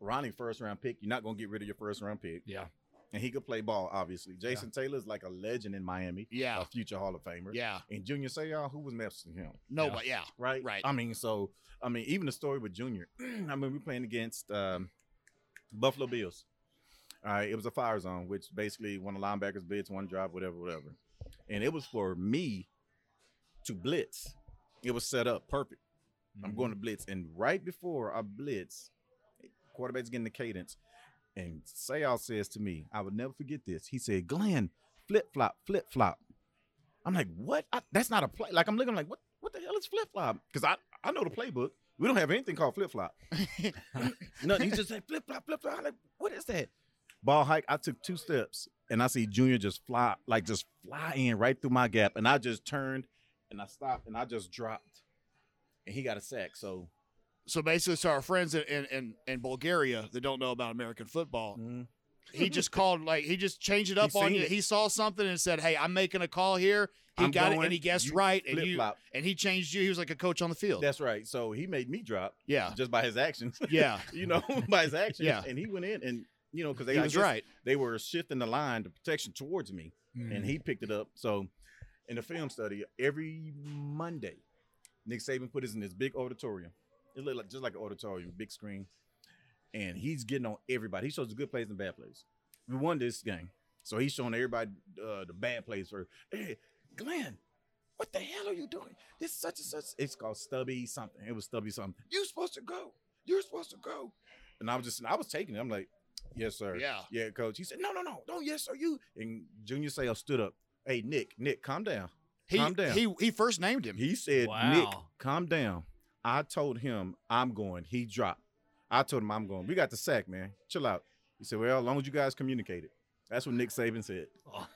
Speaker 4: Ronnie first round pick. You're not gonna get rid of your first round pick.
Speaker 5: Yeah.
Speaker 4: And he could play ball, obviously. Jason Taylor's like a legend in Miami,
Speaker 2: Yeah,
Speaker 4: a future Hall of Famer.
Speaker 2: yeah.
Speaker 4: And Junior Seau, who was messing him,
Speaker 2: No, but yeah,
Speaker 4: right?
Speaker 2: Right.
Speaker 4: I mean, so I mean, even the story with Junior. I mean, we playing against um, Buffalo Bills. All right, it was a fire zone, which basically one of the linebackers blitz, one drive, whatever, whatever. And it was for me to blitz. It was set up perfect. I'm going to blitz. And right before I blitz, quarterback's getting the cadence. And Sayal says to me, I will never forget this. He said, Glenn, flip flop, flip flop. I'm like, what? I- that's not a play. Like, I'm looking like, what What the hell is flip flop? Because I, I know the playbook. We don't have anything called flip flop. Nothing. He just said flip flop, flip flop. I'm like, what is that? Ball hike. I took two steps and I see Junior just fly, like just fly in right through my gap. And I just turned and I stopped and I just dropped. And he got a sack. So
Speaker 2: So basically, to our friends in, in, in, in Bulgaria that don't know about American football,
Speaker 4: Mm-hmm.
Speaker 2: he just called like he just changed it up
Speaker 4: He
Speaker 2: on
Speaker 4: seen
Speaker 2: you.
Speaker 4: it.
Speaker 2: He saw something and said, "Hey, I'm making a call here." He
Speaker 4: I'm
Speaker 2: got it
Speaker 4: going,
Speaker 2: and he guessed
Speaker 4: you
Speaker 2: right, and
Speaker 4: flip
Speaker 2: you
Speaker 4: flop.
Speaker 2: and he changed you. He was like a coach on the field.
Speaker 4: That's right. So he made me drop
Speaker 2: yeah,
Speaker 4: just by his actions.
Speaker 2: yeah.
Speaker 4: you know, by his actions.
Speaker 2: Yeah.
Speaker 4: And he went in and you know, because they
Speaker 2: he
Speaker 4: I
Speaker 2: was
Speaker 4: guess
Speaker 2: right.
Speaker 4: they were shifting the line, the protection towards me, and he picked it up. So in the film study, every Monday, Nick Saban put us in this big auditorium. It looked like just like an auditorium, big screen. And he's getting on everybody. He shows the good plays and bad plays. We won this game. So he's showing everybody uh, the bad plays for hey, Glenn, what the hell are you doing? This such and such. It's called stubby something. It was stubby something. You're supposed to go. You're supposed to go. And I was just I was taking it. I'm like, yes, sir.
Speaker 2: Yeah.
Speaker 4: Yeah, coach. He said, no, no, no, no, yes, sir, you. And Junior Sale stood up. Hey, Nick, Nick, calm down.
Speaker 2: He
Speaker 4: Calm down.
Speaker 2: he he first named him.
Speaker 4: He said, Nick,
Speaker 5: Wow.
Speaker 4: calm down. I told him I'm going. He dropped. I told him I'm going. We got the sack, man. Chill out. He said, well, as long as you guys communicated. That's what Nick Saban said.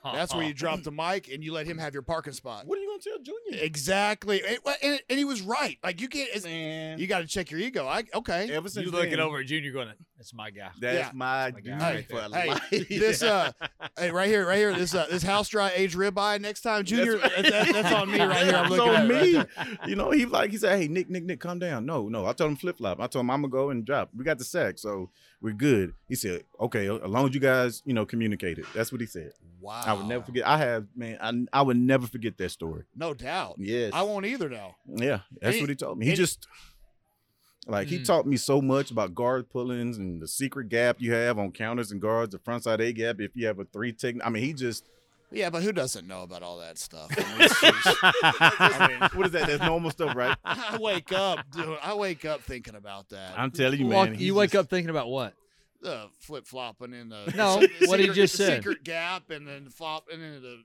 Speaker 2: That's where you dropped the mic and you let him have your parking spot.
Speaker 4: What are you going to tell Junior?
Speaker 2: Exactly, and, and, and he was right. Like you can't, it's-
Speaker 4: Man.
Speaker 2: you got to check your ego. I okay.
Speaker 4: Ever since
Speaker 5: You looking
Speaker 4: then,
Speaker 5: over at Junior going, that's my guy.
Speaker 4: That's
Speaker 2: Yeah.
Speaker 4: my
Speaker 5: my
Speaker 4: dude
Speaker 5: guy
Speaker 2: right
Speaker 4: for
Speaker 2: Hey,
Speaker 4: life.
Speaker 2: this uh, hey, right here, right here, this uh, this house dry aged ribeye. Next time, Junior, that- that- that's on me right here.
Speaker 4: That's
Speaker 2: I'm looking at
Speaker 4: on
Speaker 2: it right
Speaker 4: me.
Speaker 2: there.
Speaker 4: you know, he like he said, "Hey, Nick, Nick, Nick, calm down." No, no, I told him flip flop. I told him I'm gonna go and drop. We got the sack, so we're good. He said, "Okay, as long as you guys, you know, communicated." That's what he said.
Speaker 2: Wow,
Speaker 4: I would never forget. I have, man, I, I would never forget that story.
Speaker 2: No doubt.
Speaker 4: Yes,
Speaker 2: I won't either now.
Speaker 4: yeah, that's
Speaker 2: Any-
Speaker 4: what he told me. He
Speaker 2: any-
Speaker 4: just like he
Speaker 5: Mm.
Speaker 4: taught me so much about guard pullings and the secret gap you have on counters and guards, the front side A gap if you have a three tick. I mean, he just
Speaker 2: Yeah, but who doesn't know about all that stuff? I mean, it's just- I
Speaker 4: what is that? That's normal stuff, right?
Speaker 2: mean, I wake up, dude. I wake up thinking about that.
Speaker 4: I'm telling you,
Speaker 5: Walk-
Speaker 4: man.
Speaker 5: you wake up thinking about what?
Speaker 2: The flip flopping in the
Speaker 5: No,
Speaker 2: the se- the
Speaker 5: what he
Speaker 2: secret-
Speaker 5: just
Speaker 2: the
Speaker 5: said.
Speaker 2: Secret gap, and then flopping into the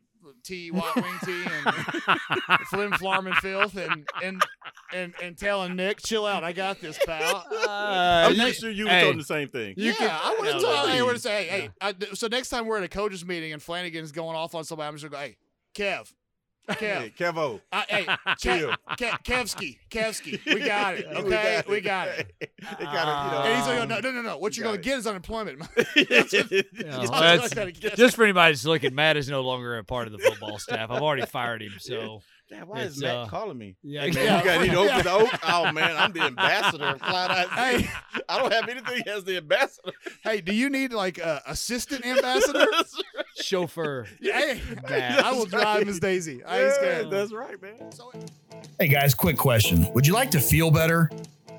Speaker 2: tea, white wing tea, and flim flam and filth, and and and and telling Nick, chill out. I got this, pal.
Speaker 5: Uh,
Speaker 4: I'm
Speaker 5: you-
Speaker 4: pretty sure you were
Speaker 5: hey.
Speaker 4: told the same thing.
Speaker 2: yeah, I would have
Speaker 5: no,
Speaker 2: told
Speaker 5: no.
Speaker 2: him. I would say, hey, hey. I d so next time we're at a coaches meeting and Flanagan's going off on somebody, I'm just gonna go, hey, Kev, Kev,
Speaker 4: Hey, Kevo.
Speaker 2: I, hey,
Speaker 4: Chill.
Speaker 2: Ke- Ke- Kevsky, Kevsky, we got it,
Speaker 4: We
Speaker 2: okay, we got it.
Speaker 4: They got
Speaker 2: And
Speaker 4: it,
Speaker 2: he's like,
Speaker 5: Um,
Speaker 2: no, no, no, no. What
Speaker 4: you
Speaker 2: you're gonna
Speaker 4: got it.
Speaker 2: get is unemployment.
Speaker 4: you know.
Speaker 5: No,
Speaker 2: I'll
Speaker 5: Oh, that's-
Speaker 2: look at it again.
Speaker 5: just for anybody that's looking, Matt is no longer a part of the football staff. I've already fired him, so
Speaker 4: Damn, why is
Speaker 5: It's,
Speaker 4: Matt
Speaker 5: uh,
Speaker 4: calling me?
Speaker 5: yeah,
Speaker 4: Hey, man,
Speaker 2: yeah.
Speaker 4: you got any open the oak? Oh man, I'm the ambassador. Flat out.
Speaker 2: Hey.
Speaker 4: I don't have anything as the ambassador.
Speaker 2: hey, do you need like a assistant ambassador?
Speaker 5: chauffeur.
Speaker 2: hey,
Speaker 5: Matt.
Speaker 2: I will drive Miss Daisy. I ain't scared.
Speaker 4: that's right, man.
Speaker 2: So-
Speaker 1: Hey guys, quick question. Would you like to feel better?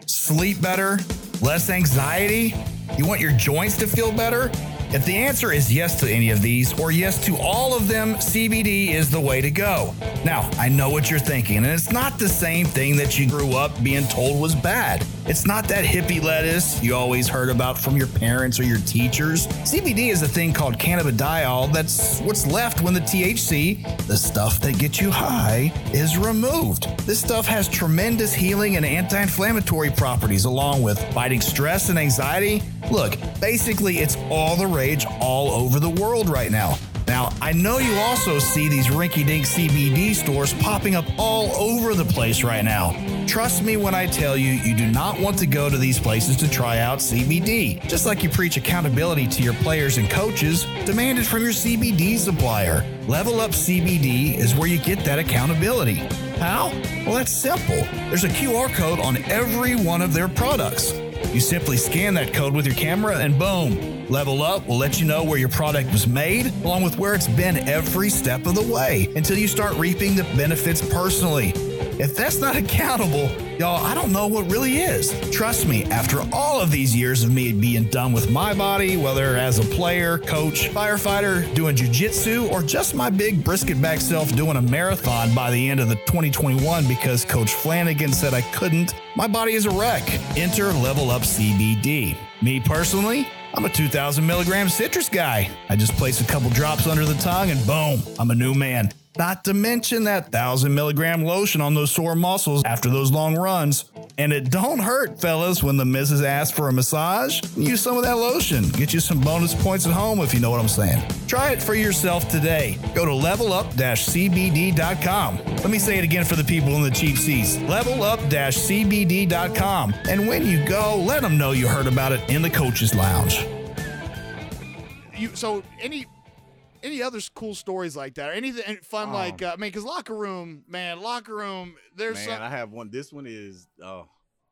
Speaker 1: Sleep better? Less anxiety? You want your joints to feel better? If the answer is yes to any of these or yes to all of them, CBD is the way to go. Now, I know what you're thinking, and it's not the same thing that you grew up being told was bad.
Speaker 7: It's not that hippie lettuce you always heard about from your parents or your teachers. CBD is a thing called cannabidiol that's what's left when the THC, the stuff that gets you high, is removed. This stuff has tremendous healing and anti inflammatory properties, along with fighting stress and anxiety. Look, basically, it's all the rage all over the world right now. Now, I know you also see these rinky dink CBD stores popping up all over the place right now. Trust me when I tell you, you do not want to go to these places to try out CBD. Just like you preach accountability to your players and coaches, demand it from your CBD supplier. Level Up CBD is where you get that accountability. How? Well, that's simple. There's a QR code on every one of their products. You simply scan that code with your camera and boom, Level Up will let you know where your product was made, along with where it's been every step of the way until you start reaping the benefits personally. If that's not accountable, y'all, I don't know what really is. Trust me, after all of these years of me being done with my body, whether as a player, coach, firefighter, doing jujitsu, or just my big brisket back self doing a marathon by the end of the 2021 because Coach Flanagan said I couldn't, my body is a wreck. Enter Level Up CBD. Me personally, I'm a 2,000 milligram citrus guy. I just place a couple drops under the tongue and boom, I'm a new man. Not to mention that 1,000 milligram lotion on those sore muscles after those long runs. And it don't hurt, fellas, when the missus asks for a massage. Use some of that lotion. Get you some bonus points at home if you know what I'm saying. Try it for yourself today. Go to levelup-cbd.com. Let me say it again for the people in the cheap seats. Levelup-cbd.com. And when you go, let them know you heard about it in the coaches lounge.
Speaker 2: you so any any other s- cool stories like that or anything and
Speaker 4: Um.
Speaker 2: fun like uh, I mean because locker room man locker room there's
Speaker 4: Man, I have one. This one is oh,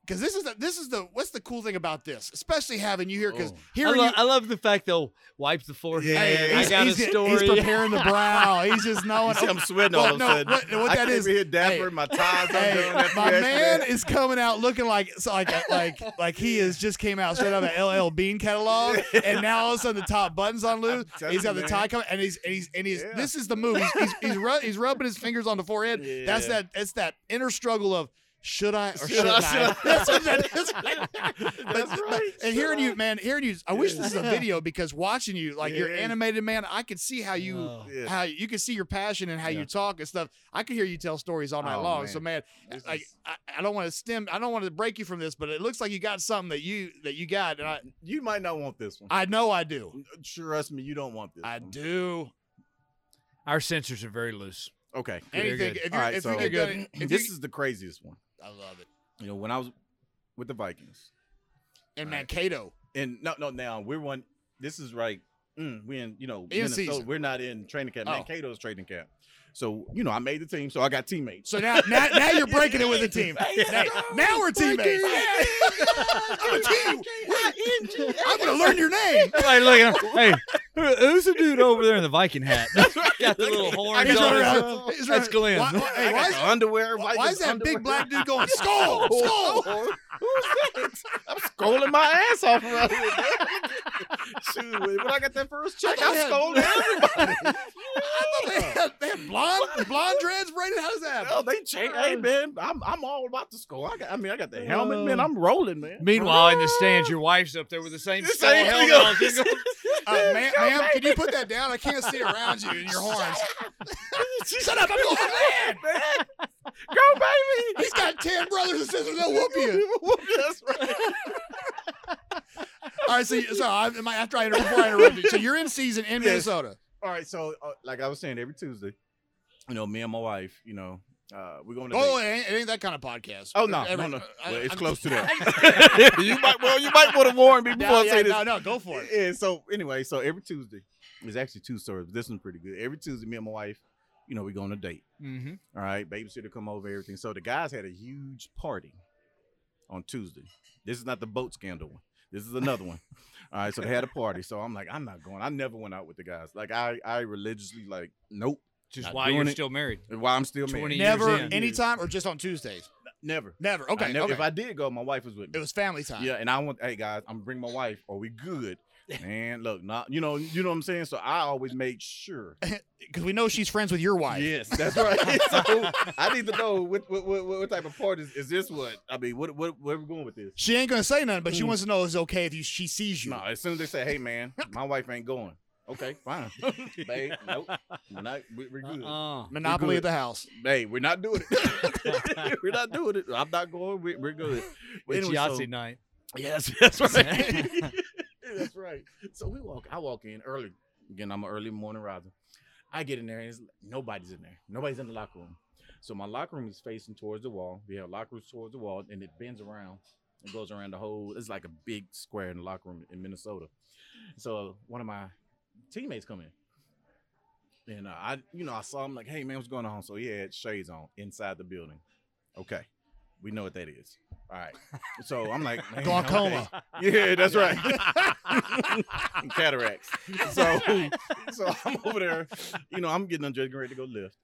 Speaker 2: because this is the, this is the what's the cool thing about this especially having you here because
Speaker 4: Oh.
Speaker 2: here
Speaker 5: I,
Speaker 2: you,
Speaker 5: lo- I love the fact they'll wipe the floor.
Speaker 4: Yeah,
Speaker 5: Hey,
Speaker 4: yeah,
Speaker 5: I
Speaker 4: he's-
Speaker 5: got
Speaker 2: he's,
Speaker 5: a
Speaker 2: get-
Speaker 5: story.
Speaker 2: he's preparing the brow he's just knowing
Speaker 4: you see, I'm sweating
Speaker 2: Well,
Speaker 4: all of
Speaker 2: Oh, no,
Speaker 4: a sudden.
Speaker 2: what- what
Speaker 4: I
Speaker 2: that
Speaker 4: came
Speaker 2: is-
Speaker 4: in here dapper,
Speaker 2: hey,
Speaker 4: my ties
Speaker 2: Hey,
Speaker 4: undone. after
Speaker 2: my
Speaker 4: you asked me
Speaker 2: man
Speaker 4: that.
Speaker 2: is coming out looking like so like uh, like like he is just came out straight out of an LL Bean catalog, and now all of a sudden the top buttons on loose.
Speaker 4: telling
Speaker 2: He's got
Speaker 4: you,
Speaker 2: the
Speaker 4: man.
Speaker 2: tie coming, and he's and he's and he's
Speaker 4: Yeah.
Speaker 2: this is the move. He's he's he's, ru- he's rubbing his fingers on the forehead. That's
Speaker 4: Yeah.
Speaker 2: that. It's that inner struggle of. Should I or
Speaker 4: Should
Speaker 2: should
Speaker 4: I,
Speaker 2: I?
Speaker 4: should I?
Speaker 2: That's what that is. right there.
Speaker 4: That's
Speaker 2: But-
Speaker 4: right.
Speaker 2: And hearing you, man, hearing you. I wish this is a video because watching you, like you're
Speaker 4: Yeah.
Speaker 2: animated, man. I could see how you,
Speaker 5: Oh.
Speaker 4: Yeah.
Speaker 2: how you can see your passion and how
Speaker 4: Yeah.
Speaker 2: you talk and stuff. I could hear you tell stories all night
Speaker 4: Oh,
Speaker 2: long.
Speaker 4: man.
Speaker 2: So, man,
Speaker 4: This
Speaker 2: like
Speaker 4: is-
Speaker 2: I, I don't want to stem I don't want to break you from this, but it looks like you got something that you that you got, and I
Speaker 4: you might not want this one.
Speaker 2: I know I do.
Speaker 4: Trust me, you don't want this.
Speaker 2: I
Speaker 4: one.
Speaker 2: do.
Speaker 5: Our sensors are very loose.
Speaker 4: Okay.
Speaker 5: They're
Speaker 2: Anything
Speaker 5: good.
Speaker 2: if you
Speaker 4: All right,
Speaker 2: if
Speaker 4: so-
Speaker 2: you could
Speaker 4: They're
Speaker 2: done it- if
Speaker 4: this
Speaker 2: you,
Speaker 4: is the craziest one.
Speaker 2: I love it.
Speaker 4: You know, when I was with the Vikings,
Speaker 2: And
Speaker 4: All right.
Speaker 2: Mankato.
Speaker 4: and no, no, now we're one. This is right. Mm, we in you know
Speaker 2: In
Speaker 4: Minnesota.
Speaker 2: season.
Speaker 4: We're not in training camp.
Speaker 2: Oh.
Speaker 4: Mankato's training camp. So you know, I made the team, so I got teammates.
Speaker 2: So now now, now you're breaking it with the team. Hey, now we're teammates. I'm a team. We're- I'm gonna learn your name.
Speaker 5: Like, look at him. Hey, who- who's the dude over there in the Viking hat? Got the little horns
Speaker 2: He's running
Speaker 5: on.
Speaker 2: around- he's
Speaker 5: That's
Speaker 2: running-
Speaker 5: Glenn.
Speaker 2: Why, why- hey,
Speaker 4: I
Speaker 2: why
Speaker 4: got
Speaker 2: is,
Speaker 4: the underwear.
Speaker 2: why,
Speaker 4: Vikings
Speaker 2: is that
Speaker 4: underwear.
Speaker 2: big black dude going skull skull?
Speaker 4: I'm scolding my ass off around here. Shoot, when I got that first check,
Speaker 2: thought
Speaker 4: I
Speaker 2: they had-
Speaker 4: scolded everybody.
Speaker 2: I thought they had, they had blonde blonde dreads braided. How does that happen?
Speaker 4: No, Oh, they changed. Hey man, I'm I'm all about to score. I got, I mean, I got the helmet, man. I'm rolling, man.
Speaker 5: Meanwhile, in the stands, your wife's up there with the same
Speaker 4: This
Speaker 5: skull
Speaker 4: ain't
Speaker 5: helmet
Speaker 4: legal.
Speaker 5: on. She's going,
Speaker 2: Uh, ma'am, ma'am, can you put that down? I can't see around you and your horns. Shut up! I'm going to land.
Speaker 4: Go, baby.
Speaker 2: He's got ten brothers and sisters. They'll whoop you.
Speaker 4: That's right.
Speaker 2: All right, so so I, am I- after I inter- before I interrupted, so you're in season in
Speaker 4: Yes.
Speaker 2: Minnesota.
Speaker 4: All right, so uh, like I was saying, every Tuesday, you know, me and my wife, you know, uh, we're going to.
Speaker 2: Oh,
Speaker 4: date.
Speaker 2: it ain't, it ain't that kind of podcast.
Speaker 4: oh no,
Speaker 2: Every-
Speaker 4: no, no.
Speaker 2: I-
Speaker 4: well, it's
Speaker 2: I'm-
Speaker 4: close to that. you might, well, you might want to warn me before
Speaker 2: No,
Speaker 4: I
Speaker 2: yeah,
Speaker 4: say this.
Speaker 2: no, no, go for it.
Speaker 4: Yeah, so anyway, so every Tuesday, it's actually two stories. But this one's pretty good. Every Tuesday, me and my wife, you know, we go on a date.
Speaker 5: Mhm.
Speaker 4: All right, babysitter come over, everything. So the guys had a huge party on Tuesday. This is not the boat scandal one. This is another one. All right, so they had a party. So I'm like, I'm not going. I never went out with the guys. Like I, I religiously like, nope.
Speaker 5: Just
Speaker 4: Not
Speaker 5: why
Speaker 4: doing
Speaker 5: you're
Speaker 4: it.
Speaker 5: still married.
Speaker 4: Why I'm still married?
Speaker 5: 20 years
Speaker 2: Never,
Speaker 5: in.
Speaker 2: anytime, or just on Tuesdays.
Speaker 4: never.
Speaker 2: Never.
Speaker 4: I
Speaker 2: Okay,
Speaker 4: never-
Speaker 2: okay.
Speaker 4: If I did go, my wife was with me.
Speaker 2: it was family time.
Speaker 4: Yeah, and I want, hey guys, I'm gonna bring my wife. Are we good? man, look, not you know, you know what I'm saying. So I always made sure.
Speaker 2: because we know she's friends with your wife.
Speaker 4: Yes, that's right. so I need to know what what, what, what type of part is, is this? What I mean, what what where we going with this?
Speaker 2: She ain't gonna say nothing, but she wants to know is it okay if you she sees you.
Speaker 4: No, as soon as they say, "Hey, man, my wife ain't going." Okay, fine, babe. Nope, we're not. we- We're good.
Speaker 5: Uh-uh.
Speaker 2: Monopoly
Speaker 4: You're
Speaker 2: at the house.
Speaker 4: Hey, we're not doing it. we're not doing it. I'm not going. We're, we're good. But
Speaker 5: It's
Speaker 4: anyway, so-
Speaker 5: Yahtzee night.
Speaker 4: Yes, that's right. that's right. So we walk. I walk in early. Again, I'm an early morning riser. I get in there and it's, nobody's in there. Nobody's in the locker room. So my locker room is facing towards the wall. We have locker rooms towards the wall, and it bends around. It goes around the whole. It's like a big square in the locker room in Minnesota. So one of my teammates come in, and uh, I, you know, I saw him like, "Hey man, what's going on?" So he had shades on inside the building. Okay, we know what that is. All right. So I'm like, "Man,
Speaker 2: Glaucoma.
Speaker 4: okay." Yeah, that's right. Cataracts. So, so I'm over there. You know, I'm getting undressed, getting ready to go lift.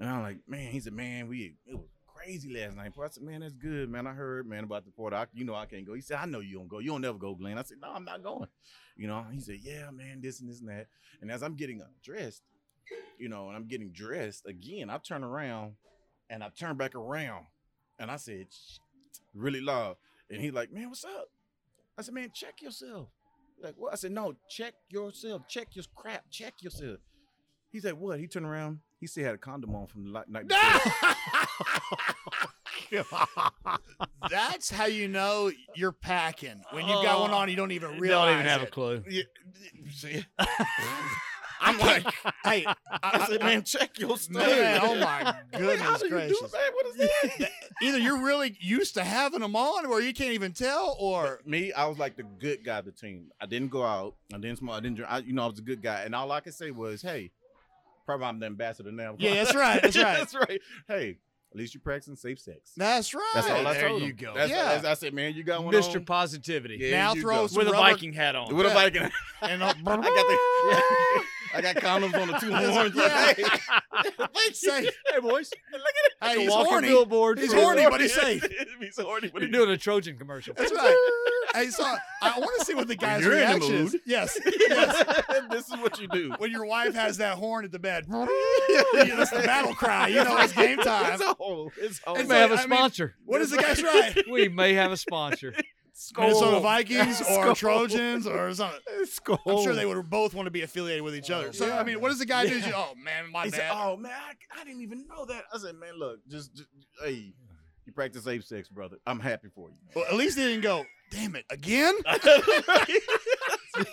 Speaker 4: And I'm like, man, he said, man, we it was crazy last night. Bro. I said, man, that's good, man. I heard, man, about the port. I, you know, I can't go. He said, I know you don't go. You don't never go, Glenn. I said, no, I'm not going. You know, he said, yeah, man, this and this and that. And as I'm getting undressed, you know, and I'm getting dressed again, I turn around and I turn back around and I said, "Shit," really loud. And he like, man, what's up? I said, man, check yourself. He Like, what? I said, no, check yourself. Check your crap. Check yourself. He said, what? He turned around. He still had a condom on from the li- night before.
Speaker 2: That's how you know you're packing when you've got one on. You don't even realize.
Speaker 5: Don't even have a
Speaker 2: it.
Speaker 5: clue.
Speaker 2: I'm like, hey, I,
Speaker 4: I said,
Speaker 2: I-
Speaker 4: man, check your stuff.
Speaker 2: man, oh my
Speaker 4: How
Speaker 2: goodness
Speaker 4: do you do,
Speaker 2: gracious!
Speaker 4: man? What is this?
Speaker 2: Either you're really used to having them on, or you can't even tell, or
Speaker 4: Me, I was like the good guy of the team. I didn't go out. I didn't smoke. I didn't drink. I, you know, I was a good guy. And all I could say was, hey, probably I'm the ambassador now.
Speaker 2: Yeah, that's right, that's right.
Speaker 4: that's right. Hey, at least you're practicing safe sex.
Speaker 2: that's right.
Speaker 4: That's all I
Speaker 2: There
Speaker 4: told
Speaker 2: you
Speaker 4: him.
Speaker 2: go.
Speaker 4: That's,
Speaker 2: yeah,
Speaker 4: that's- I said, man, you got one
Speaker 5: Mr.
Speaker 4: on?
Speaker 5: Positivity.
Speaker 4: Yeah,
Speaker 2: Now
Speaker 4: you
Speaker 2: throw
Speaker 4: go.
Speaker 2: some
Speaker 5: With a
Speaker 2: rubber-
Speaker 5: Viking hat on.
Speaker 4: What a Viking.
Speaker 2: and a,
Speaker 4: I got the, I got condoms on the two horns.
Speaker 2: Yeah.
Speaker 4: Like, hey,
Speaker 2: say,
Speaker 5: Hey, boys.
Speaker 2: hey, he's
Speaker 5: walking
Speaker 2: horny.
Speaker 5: billboard.
Speaker 2: He's
Speaker 5: for-
Speaker 2: horny, but he's safe.
Speaker 4: he's horny. What
Speaker 5: You're doing a Trojan commercial.
Speaker 2: That's right. Hey, so I want to see what the guy's
Speaker 4: you're in the
Speaker 2: reaction is.
Speaker 4: mood.
Speaker 2: Yes,
Speaker 4: this is what you do.
Speaker 2: when your wife has that horn at the bed, that's the battle cry. You know it's game time.
Speaker 4: It's all. It's all.
Speaker 5: We
Speaker 2: It's
Speaker 5: may have a
Speaker 2: like, I mean-
Speaker 5: sponsor.
Speaker 2: What is the guy's right?
Speaker 5: we may have a sponsor.
Speaker 2: Minnesota Vikings or
Speaker 4: Skull.
Speaker 2: Trojans or something.
Speaker 4: Skull.
Speaker 2: I'm sure they would both want to be affiliated with each other. So I mean, what does the guy do? He's just, Oh man, my
Speaker 4: He said,
Speaker 2: bad.
Speaker 4: "Oh man, I, I didn't even know that." I said, "Man, look, just, just hey, you practice safe sex, brother. I'm happy for you."
Speaker 2: Well, at least they didn't go. Damn it again.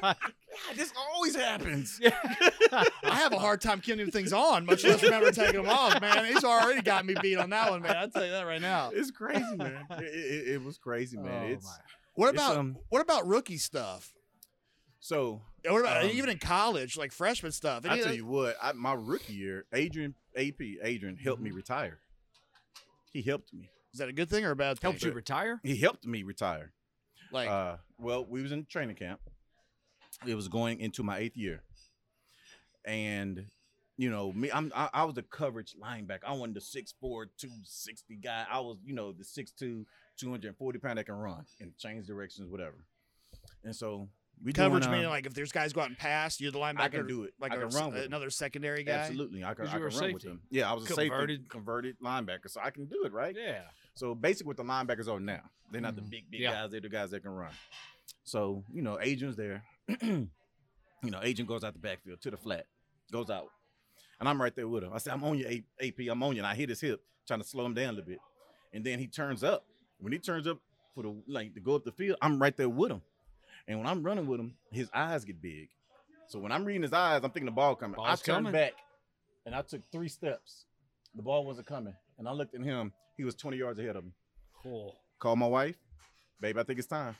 Speaker 4: God, this always happens.
Speaker 2: I have a hard time keeping things on, much less remember taking them off. Man, he's already got me beat on that one, man. I'll tell you that right now.
Speaker 4: It's crazy, man. It, it- it was crazy, man.
Speaker 5: Oh,
Speaker 4: it's
Speaker 5: my.
Speaker 2: What
Speaker 4: It's,
Speaker 2: about
Speaker 4: um,
Speaker 2: what about rookie stuff?
Speaker 4: so.
Speaker 2: And What about
Speaker 4: Um,
Speaker 2: even in college, like freshman stuff?
Speaker 4: I
Speaker 2: Any of
Speaker 4: tell
Speaker 2: that-
Speaker 4: you what, I, my rookie year, Adrian AP Adrian helped me retire. He helped me.
Speaker 2: is that a good thing or a bad thing?
Speaker 5: Helped you retire?
Speaker 4: He helped me retire.
Speaker 2: Like,
Speaker 4: Uh, well, we was in training camp. It was going into my eighth year, and you know me, I'm I, I was the coverage linebacker. I wanted the 6'4", 260 guy. I was you know the 6'2", 240 pound that can run and change directions, whatever. And so we doing,
Speaker 2: coverage
Speaker 4: uh,
Speaker 2: meaning like if there's guys go out and pass, you're the linebacker.
Speaker 4: I can do it.
Speaker 2: Like
Speaker 4: I can
Speaker 2: a-
Speaker 4: run with it.
Speaker 2: another secondary guy.
Speaker 4: absolutely. I could,
Speaker 5: 'Cause
Speaker 4: I
Speaker 5: you
Speaker 4: could
Speaker 5: were
Speaker 4: run
Speaker 5: a
Speaker 4: with
Speaker 5: safety.
Speaker 4: him. Yeah, I was a safety
Speaker 5: Converted.
Speaker 4: converted linebacker, so I can do it right.
Speaker 5: Yeah.
Speaker 4: So basically, what the linebackers are now, they're not the big, big
Speaker 5: Yeah.
Speaker 4: guys. They're the guys that can run. So you know, agent's there. you know, agent goes out the backfield to the flat, goes out, and I'm right there with him. I said, "I'm on you, A- AP. I'm on you." And I hit his hip, trying to slow him down a little bit. And then he turns up. When he turns up for the like to go up the field, I'm right there with him. And when I'm running with him, his eyes get big. So when I'm reading his eyes, I'm thinking the ball coming. I
Speaker 5: Ball's
Speaker 4: turned
Speaker 5: coming.
Speaker 4: back, and I took three steps. The ball wasn't coming, and I looked at him. He was 20 yards ahead of me
Speaker 5: Cool.
Speaker 4: call my wife. Babe, I think it's time.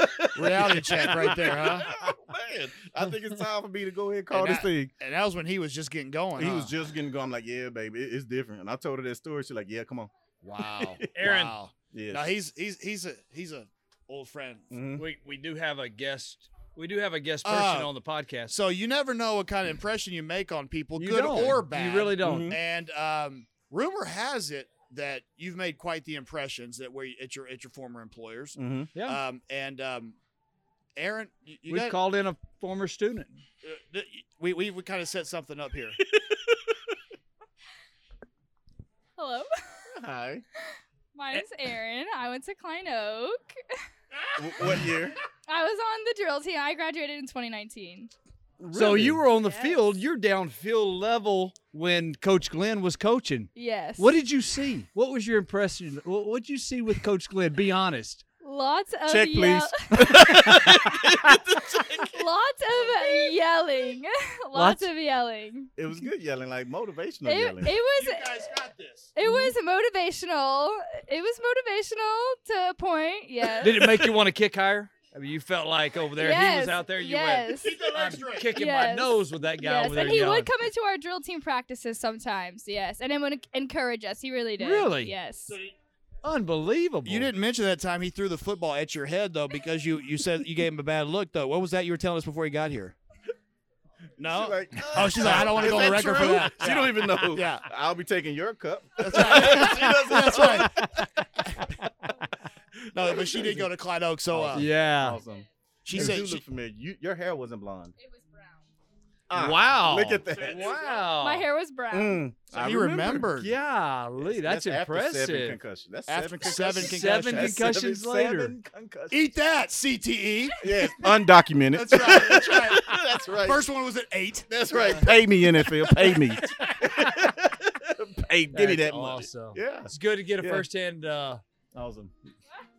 Speaker 2: Reality check right there, huh?
Speaker 4: Oh, Man, I think it's time for me to go ahead and call
Speaker 2: And
Speaker 4: this
Speaker 2: I-
Speaker 4: thing.
Speaker 2: And that was when he was just getting going.
Speaker 4: he
Speaker 2: huh?
Speaker 4: was just getting to go. I'm like, yeah, babe, it- it's different. And I told her that story. She's like, yeah, come on.
Speaker 2: wow,
Speaker 5: Aaron.
Speaker 2: Wow.
Speaker 4: Yeah.
Speaker 2: No, he's he's he's a he's a old friend.
Speaker 4: Mhm.
Speaker 5: We we do have a guest. We do have a guest
Speaker 2: Uh,
Speaker 5: person on the podcast.
Speaker 2: So you never know what kind of impression you make on people,
Speaker 5: You
Speaker 2: good
Speaker 5: don't.
Speaker 2: or bad.
Speaker 5: You really don't.
Speaker 2: And um, rumor has it that you've made
Speaker 4: Mm-hmm.
Speaker 5: Mm-hmm. Uh,
Speaker 2: quite the impressions that where you, at your at your former employers.
Speaker 4: Mhm.
Speaker 5: Yeah.
Speaker 2: Um, and um, Aaron, you, you
Speaker 5: we
Speaker 2: got-
Speaker 5: called in a former student.
Speaker 2: uh, th- we we, we kind of set something up here.
Speaker 8: Hello.
Speaker 4: Hi.
Speaker 8: My name's Erin. I went to Klein Oak.
Speaker 4: what year?
Speaker 8: I was on the drill team. I graduated in 2019.
Speaker 5: So you were on the
Speaker 8: Yes.
Speaker 5: field. You're downfield level when Coach Glenn was coaching.
Speaker 8: Yes.
Speaker 5: What did you see? What was your impression? What did you see with Coach Glenn? Be honest.
Speaker 8: Lots of
Speaker 4: Check,
Speaker 8: yell- Lots of yelling. Lots
Speaker 5: Lots?
Speaker 8: of yelling.
Speaker 4: It was good yelling, like motivational
Speaker 8: It,
Speaker 4: yelling.
Speaker 8: it was
Speaker 2: guys got this.
Speaker 8: it was motivational. It was motivational to a point. Yes.
Speaker 5: Did it make you want to kick higher? I mean, you felt like over there he
Speaker 8: Yes,
Speaker 5: was out there. You went
Speaker 8: yes.
Speaker 5: I'm kicking
Speaker 8: Yes.
Speaker 5: my nose with that guy
Speaker 8: Yes,
Speaker 5: over there.
Speaker 8: and he
Speaker 5: yelling.
Speaker 8: would come into our drill team practices sometimes. Yes, and then would encourage us. He really did.
Speaker 5: Really?
Speaker 8: Yes.
Speaker 5: Unbelievable.
Speaker 2: You didn't mention that time he threw the football at your head though, because you you said you gave him a bad look though. What was that you were telling us before he got here? No.
Speaker 4: "Ah,
Speaker 2: oh, she's like, I don't want to go on the record for that.
Speaker 4: She don't even know.
Speaker 2: Yeah.
Speaker 4: I'll be taking your cup.
Speaker 2: That's right. She doesn't- That's right. no, but she did go to Clyde Oak, so uh,
Speaker 5: Yeah.
Speaker 4: Awesome.
Speaker 2: she
Speaker 4: Hey, you
Speaker 2: said
Speaker 4: look
Speaker 2: she,
Speaker 4: familiar. You, your hair wasn't blonde.
Speaker 8: It was brown.
Speaker 4: Ah,
Speaker 5: wow.
Speaker 4: Look at that.
Speaker 5: Wow.
Speaker 8: My hair was brown.
Speaker 4: Mm, I
Speaker 2: you remembered.
Speaker 5: Golly, that's,
Speaker 4: After seven
Speaker 5: impressive.
Speaker 4: concussion. That's
Speaker 2: After
Speaker 4: seven
Speaker 2: seven
Speaker 4: concussions.
Speaker 2: concussions.
Speaker 5: Seven
Speaker 4: That's
Speaker 5: concussions
Speaker 4: seven-
Speaker 5: later.
Speaker 4: Seven concussions.
Speaker 2: Eat that, E. CTE.
Speaker 4: Yes, undocumented.
Speaker 2: That's right. That's right.
Speaker 4: That's right.
Speaker 2: First one was at eight. Uh,
Speaker 4: that's right. Pay me NFL. Pay me. Pay. Give me
Speaker 5: That's
Speaker 4: that money.
Speaker 5: awesome.
Speaker 4: Yeah.
Speaker 5: It's good to get a
Speaker 4: Yeah.
Speaker 5: firsthand. Uh,
Speaker 4: Awesome.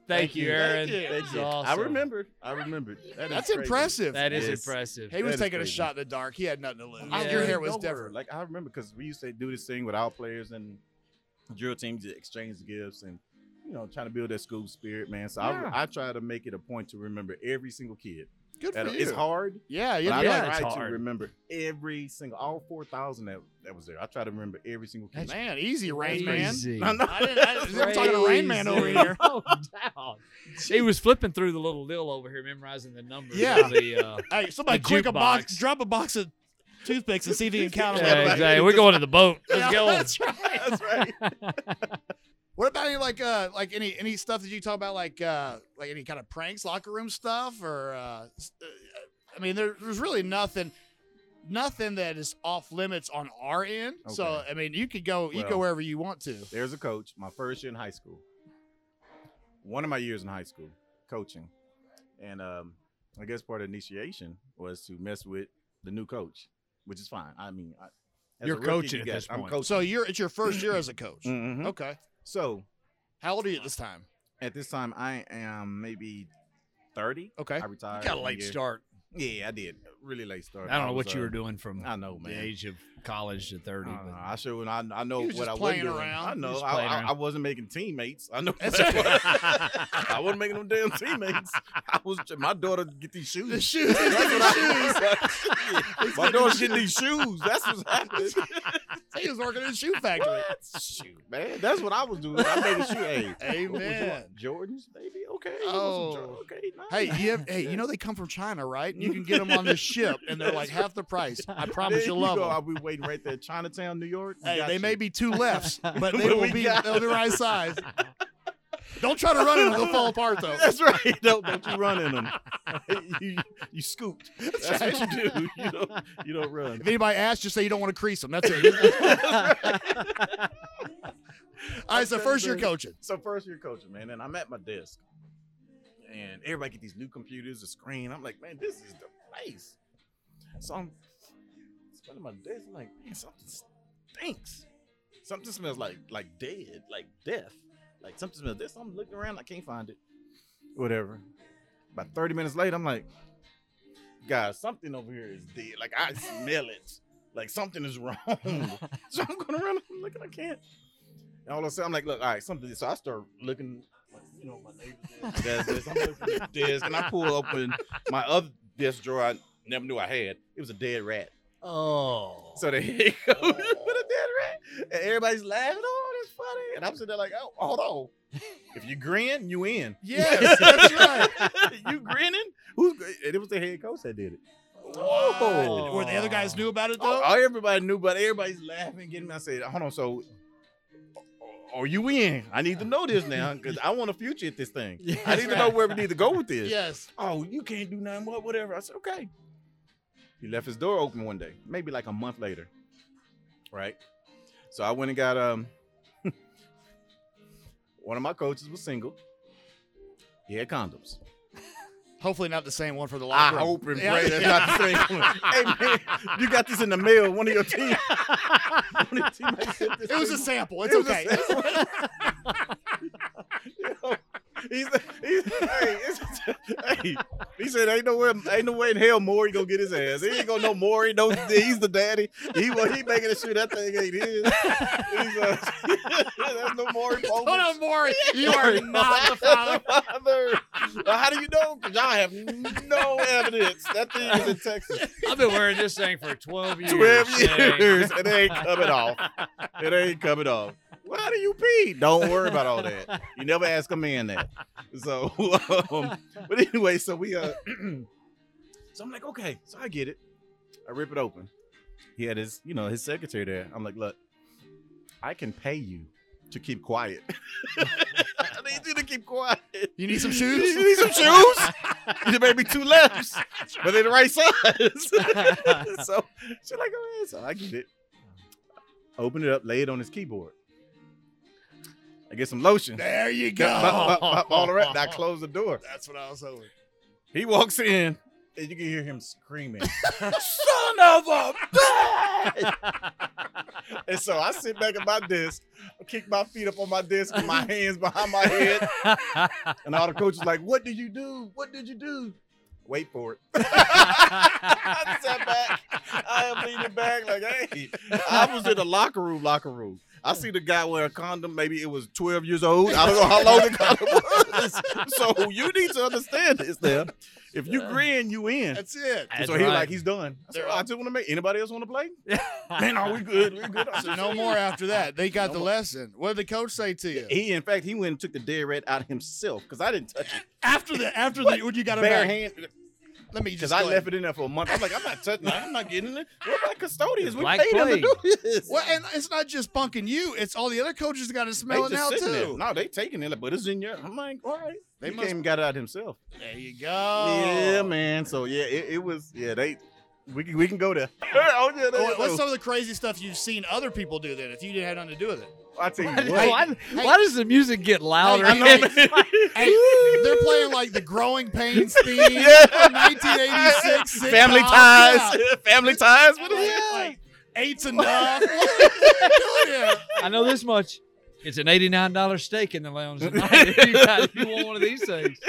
Speaker 5: thank, you, Aaron.
Speaker 2: Thank you.
Speaker 5: That's
Speaker 4: Thank you. I
Speaker 5: awesome.
Speaker 4: remembered. I remembered. That is
Speaker 2: That's
Speaker 4: crazy.
Speaker 2: impressive.
Speaker 5: That is
Speaker 4: Yes.
Speaker 5: impressive.
Speaker 2: he was
Speaker 4: that is
Speaker 2: taking a
Speaker 4: crazy.
Speaker 2: shot in the dark. He had nothing to lose.
Speaker 5: Yeah.
Speaker 2: Your hair was
Speaker 4: Nowhere.
Speaker 2: different.
Speaker 4: Like I remember because we used to do this thing with our players and drill teams to exchange gifts and you know trying to build that school spirit, man. So
Speaker 5: Yeah.
Speaker 4: I, I try to make it a point to remember every single kid.
Speaker 2: Good for
Speaker 4: That-
Speaker 2: you.
Speaker 4: It's hard,
Speaker 2: Yeah,
Speaker 4: but
Speaker 2: yeah.
Speaker 4: I
Speaker 5: yeah,
Speaker 4: try
Speaker 5: it's
Speaker 4: to
Speaker 5: hard.
Speaker 4: remember every single all four thousand that that was there. I try to remember every single kid.
Speaker 2: man, easy, Rain Man.
Speaker 5: Crazy.
Speaker 4: I know.
Speaker 2: I didn't, I didn't, I'm talking to Rain Man over
Speaker 5: Crazy.
Speaker 2: here.
Speaker 5: No doubt. He was flipping through the little lil over here, memorizing the numbers.
Speaker 2: Yeah.
Speaker 5: of the, uh,
Speaker 2: Hey, somebody
Speaker 5: The
Speaker 2: click a box,
Speaker 5: jukebox.
Speaker 2: drop a box of toothpicks and see if you can count them.
Speaker 5: yeah, exactly. We're going to the boat.
Speaker 2: Yeah,
Speaker 5: Let's go.
Speaker 2: That's right.
Speaker 4: That's right.
Speaker 2: What about any like uh like any any stuff that you talk about like uh like any kind of pranks, locker room stuff, or uh s- uh, I mean there, there's really nothing nothing that is off limits on our end. So
Speaker 4: Okay.
Speaker 2: I mean you could go you go
Speaker 4: Well.
Speaker 2: wherever you want to.
Speaker 4: There's a coach, my first year in high school. One of my years in high school, coaching. And um, I guess part of initiation was to mess with the new coach, which is fine. I mean, I, as
Speaker 5: You're
Speaker 4: a rookie,
Speaker 5: coaching
Speaker 4: you
Speaker 5: at
Speaker 4: got-
Speaker 5: this
Speaker 4: I'm
Speaker 5: point.
Speaker 4: coaching.
Speaker 2: So you're it's your first year as a coach.
Speaker 4: Mhm.
Speaker 2: Okay.
Speaker 4: So
Speaker 2: How old are you at this time?
Speaker 4: at this time, I am maybe 30.
Speaker 2: Okay.
Speaker 4: I retired.
Speaker 5: Got a
Speaker 4: one
Speaker 5: late
Speaker 4: year.
Speaker 5: start.
Speaker 4: Yeah, I did. Really late start.
Speaker 5: I don't know
Speaker 4: was,
Speaker 5: what you
Speaker 4: uh,
Speaker 5: were doing from
Speaker 4: I know,
Speaker 5: the
Speaker 4: man.
Speaker 5: age of college to
Speaker 4: I,
Speaker 5: 30.
Speaker 4: don't know.
Speaker 5: but-
Speaker 4: I sure. I, I know
Speaker 2: He was
Speaker 4: what
Speaker 2: just
Speaker 4: I was
Speaker 2: playing
Speaker 4: doing.
Speaker 2: around.
Speaker 4: I
Speaker 5: He was
Speaker 4: know.
Speaker 5: just
Speaker 4: I,
Speaker 5: playing
Speaker 4: I,
Speaker 5: around.
Speaker 4: I wasn't making teammates. I know.
Speaker 2: That's
Speaker 4: that.
Speaker 5: right.
Speaker 4: I wasn't making no damn teammates. I was. My daughter get these shoes.
Speaker 2: The shoes.
Speaker 4: That's what I- My daughter's getting these shoes. That's what's happening.
Speaker 2: he was working in a shoe factory.
Speaker 4: Shoot, man. That's what I was doing. I made a shoe. Hey, what would you
Speaker 2: Amen.
Speaker 4: want? Jordans, maybe. Okay. you
Speaker 2: Oh.
Speaker 4: want some Jordans? Okay. nice.
Speaker 2: Hey, you have, hey, you know they come from China, right? You can get them on the ship, and they're like half the price. I promise
Speaker 4: There
Speaker 2: you'll love
Speaker 4: go.
Speaker 2: them.
Speaker 4: I'll be waiting right there, Chinatown, New York. We
Speaker 2: Hey,
Speaker 4: got
Speaker 2: they
Speaker 4: you.
Speaker 2: may be two lefts, but they
Speaker 4: But
Speaker 2: will
Speaker 4: we
Speaker 2: be
Speaker 4: got-
Speaker 2: they'll be right size. Don't try to run them; they'll fall apart though.
Speaker 4: That's right. Don't, Oh. don't you run in them. you you scooped. That's what you do. You don't you don't run.
Speaker 2: If anybody asks, just say you don't want to crease them. That's it. All right, so first year coaching.
Speaker 4: So first year coaching, man, and I'm at my desk, and everybody get these new computers, a screen. I'm like, man, this is the place. So I'm smelling my desk, I'm like, man, something stinks. Something smells like like dead, like death, like something smells. This I'm looking around, I can't find it. Whatever. About 30 minutes later, I'm like, guys, something over here is dead. Like I smell it. Like something is wrong. so I'm going around, I'm looking, I can't. And all of a sudden, I'm like, look, all right, something. So I start looking, like, you know, my neighbor's desk, desk, desk. I'm looking at the desk, and I pull open my other desk drawer. I never knew I had. It was a dead rat.
Speaker 5: oh.
Speaker 4: So the head coach with a dead rat, and everybody's laughing. Oh, that's funny. And I'm sitting there like, oh, hold on. If you grin, you in.
Speaker 2: Yes, that's right.
Speaker 4: you grinning? Who's? And it was the head coach that did it.
Speaker 2: Whoa. Were the other guys knew about it
Speaker 4: Oh,
Speaker 2: though?
Speaker 4: everybody knew, but everybody's laughing, getting me. I said, hold on, so are you in? I need to know this now because I want a future at this thing. I need to know where we need to go with this.
Speaker 2: Yes.
Speaker 4: Oh, you can't do nothing, what, whatever. I said, okay. He left his door open one day, maybe like a month later. Right? So I went and got um one of my coaches was single. He had condoms.
Speaker 2: Hopefully not the same one for the
Speaker 4: I
Speaker 2: locker room.
Speaker 4: hope and pray
Speaker 2: Yeah.
Speaker 4: that's not the same one. hey man, you got this in the mail. One of your team. one of your teammates sent this
Speaker 2: It was
Speaker 4: to
Speaker 2: a
Speaker 4: you.
Speaker 2: sample. It's
Speaker 4: It was a
Speaker 2: okay.
Speaker 4: Yo, he's, he's, hey, it's, hey, he said, ain't no way, ain't no way in hell Maury gonna get his ass. He ain't gonna know Maury. No, he's the daddy. He wa- he making sure that thing ain't his. He's, uh, that's no Maury.
Speaker 2: Hold
Speaker 4: Povich.
Speaker 2: on, Maury. You are not the father.
Speaker 4: Father. Well, how do you know? Because y'all have no evidence. That thing is in Texas.
Speaker 5: I've been wearing this thing for 12 years.
Speaker 4: 12
Speaker 5: Shane.
Speaker 4: years. It ain't coming off. It ain't coming off. Why do you pee? Don't worry about all that. You never ask a man that. So, um, but anyway, so we, uh, so I'm like, okay, so I get it. I rip it open. He had his, you know, his secretary there. I'm like, look, I can pay you to keep quiet. I need you to keep quiet.
Speaker 2: You need some
Speaker 4: You
Speaker 2: shoes?
Speaker 4: need some shoes. there may be two left, but they're the right size. so she's like, go ahead. So I get it. Open it up, lay it on his keyboard. I get some lotion.
Speaker 2: There you
Speaker 4: Bop, bop, bop, all around. I close the door.
Speaker 2: That's what I was hoping.
Speaker 4: He walks in, and you can hear him screaming, "Son of a bitch!" and so I sit back at my desk, I kick my feet up on my desk, with my hands behind my head, and all the coaches like, "What did you do? What did you do?" Wait for it. I sat back. I am leaning back like, "Hey, I was in the locker room, locker room." I see the guy wear a condom. Maybe it was 12 years old. I don't know how long the condom was. So you need to understand this, now. If you grin, you in.
Speaker 2: That's it.
Speaker 4: And so he like he's done. I said,
Speaker 2: They're
Speaker 4: "Oh, I
Speaker 2: out.
Speaker 4: just want to make anybody else want to play. Man, are we good? We good. I said,
Speaker 2: No more after that. They got the lesson. What did the coach say to you?
Speaker 4: He, in fact, he went and took the dead rat out himself because I didn't touch it.
Speaker 2: After the after the when you got it
Speaker 4: Bare
Speaker 2: back.
Speaker 4: hand
Speaker 2: Let me
Speaker 4: because
Speaker 2: just
Speaker 4: I
Speaker 2: go
Speaker 4: left
Speaker 2: ahead.
Speaker 4: it in there for a month. I'm like, I'm not touching. it. I'm not getting it. What my custodians? We
Speaker 5: Black
Speaker 4: paid them to
Speaker 5: plague.
Speaker 4: do this.
Speaker 2: Well, and it's not just bunking you, it's all the other coaches got to
Speaker 4: They
Speaker 2: smell it
Speaker 4: just
Speaker 2: now
Speaker 4: sitting there.
Speaker 2: too.
Speaker 4: No, they taking it, but it's in your. I'm like, all right.
Speaker 2: They
Speaker 4: They Oh. he
Speaker 2: must-
Speaker 4: came and got it out himself.
Speaker 2: There you go.
Speaker 4: Yeah, man. So yeah, it, it was. Yeah, they. We can we can go there. oh yeah,
Speaker 2: What-
Speaker 4: that's
Speaker 2: What's some of the crazy stuff you've seen other people do then if you didn't have nothing to do with it?
Speaker 4: I tell you what.
Speaker 5: Why, why does the music get louder?
Speaker 2: I know,
Speaker 5: It's like-
Speaker 2: Hey, they're playing like the Growing Pains theme from 1986. sitcom.
Speaker 4: Family
Speaker 2: Yeah.
Speaker 4: ties. Family ties. What is
Speaker 2: Like,
Speaker 4: that?
Speaker 2: like eight's enough. What are you doing?
Speaker 5: I know this much. It's an eighty-nine dollar steak in the lounge tonight. if you, got- if you want one of these things?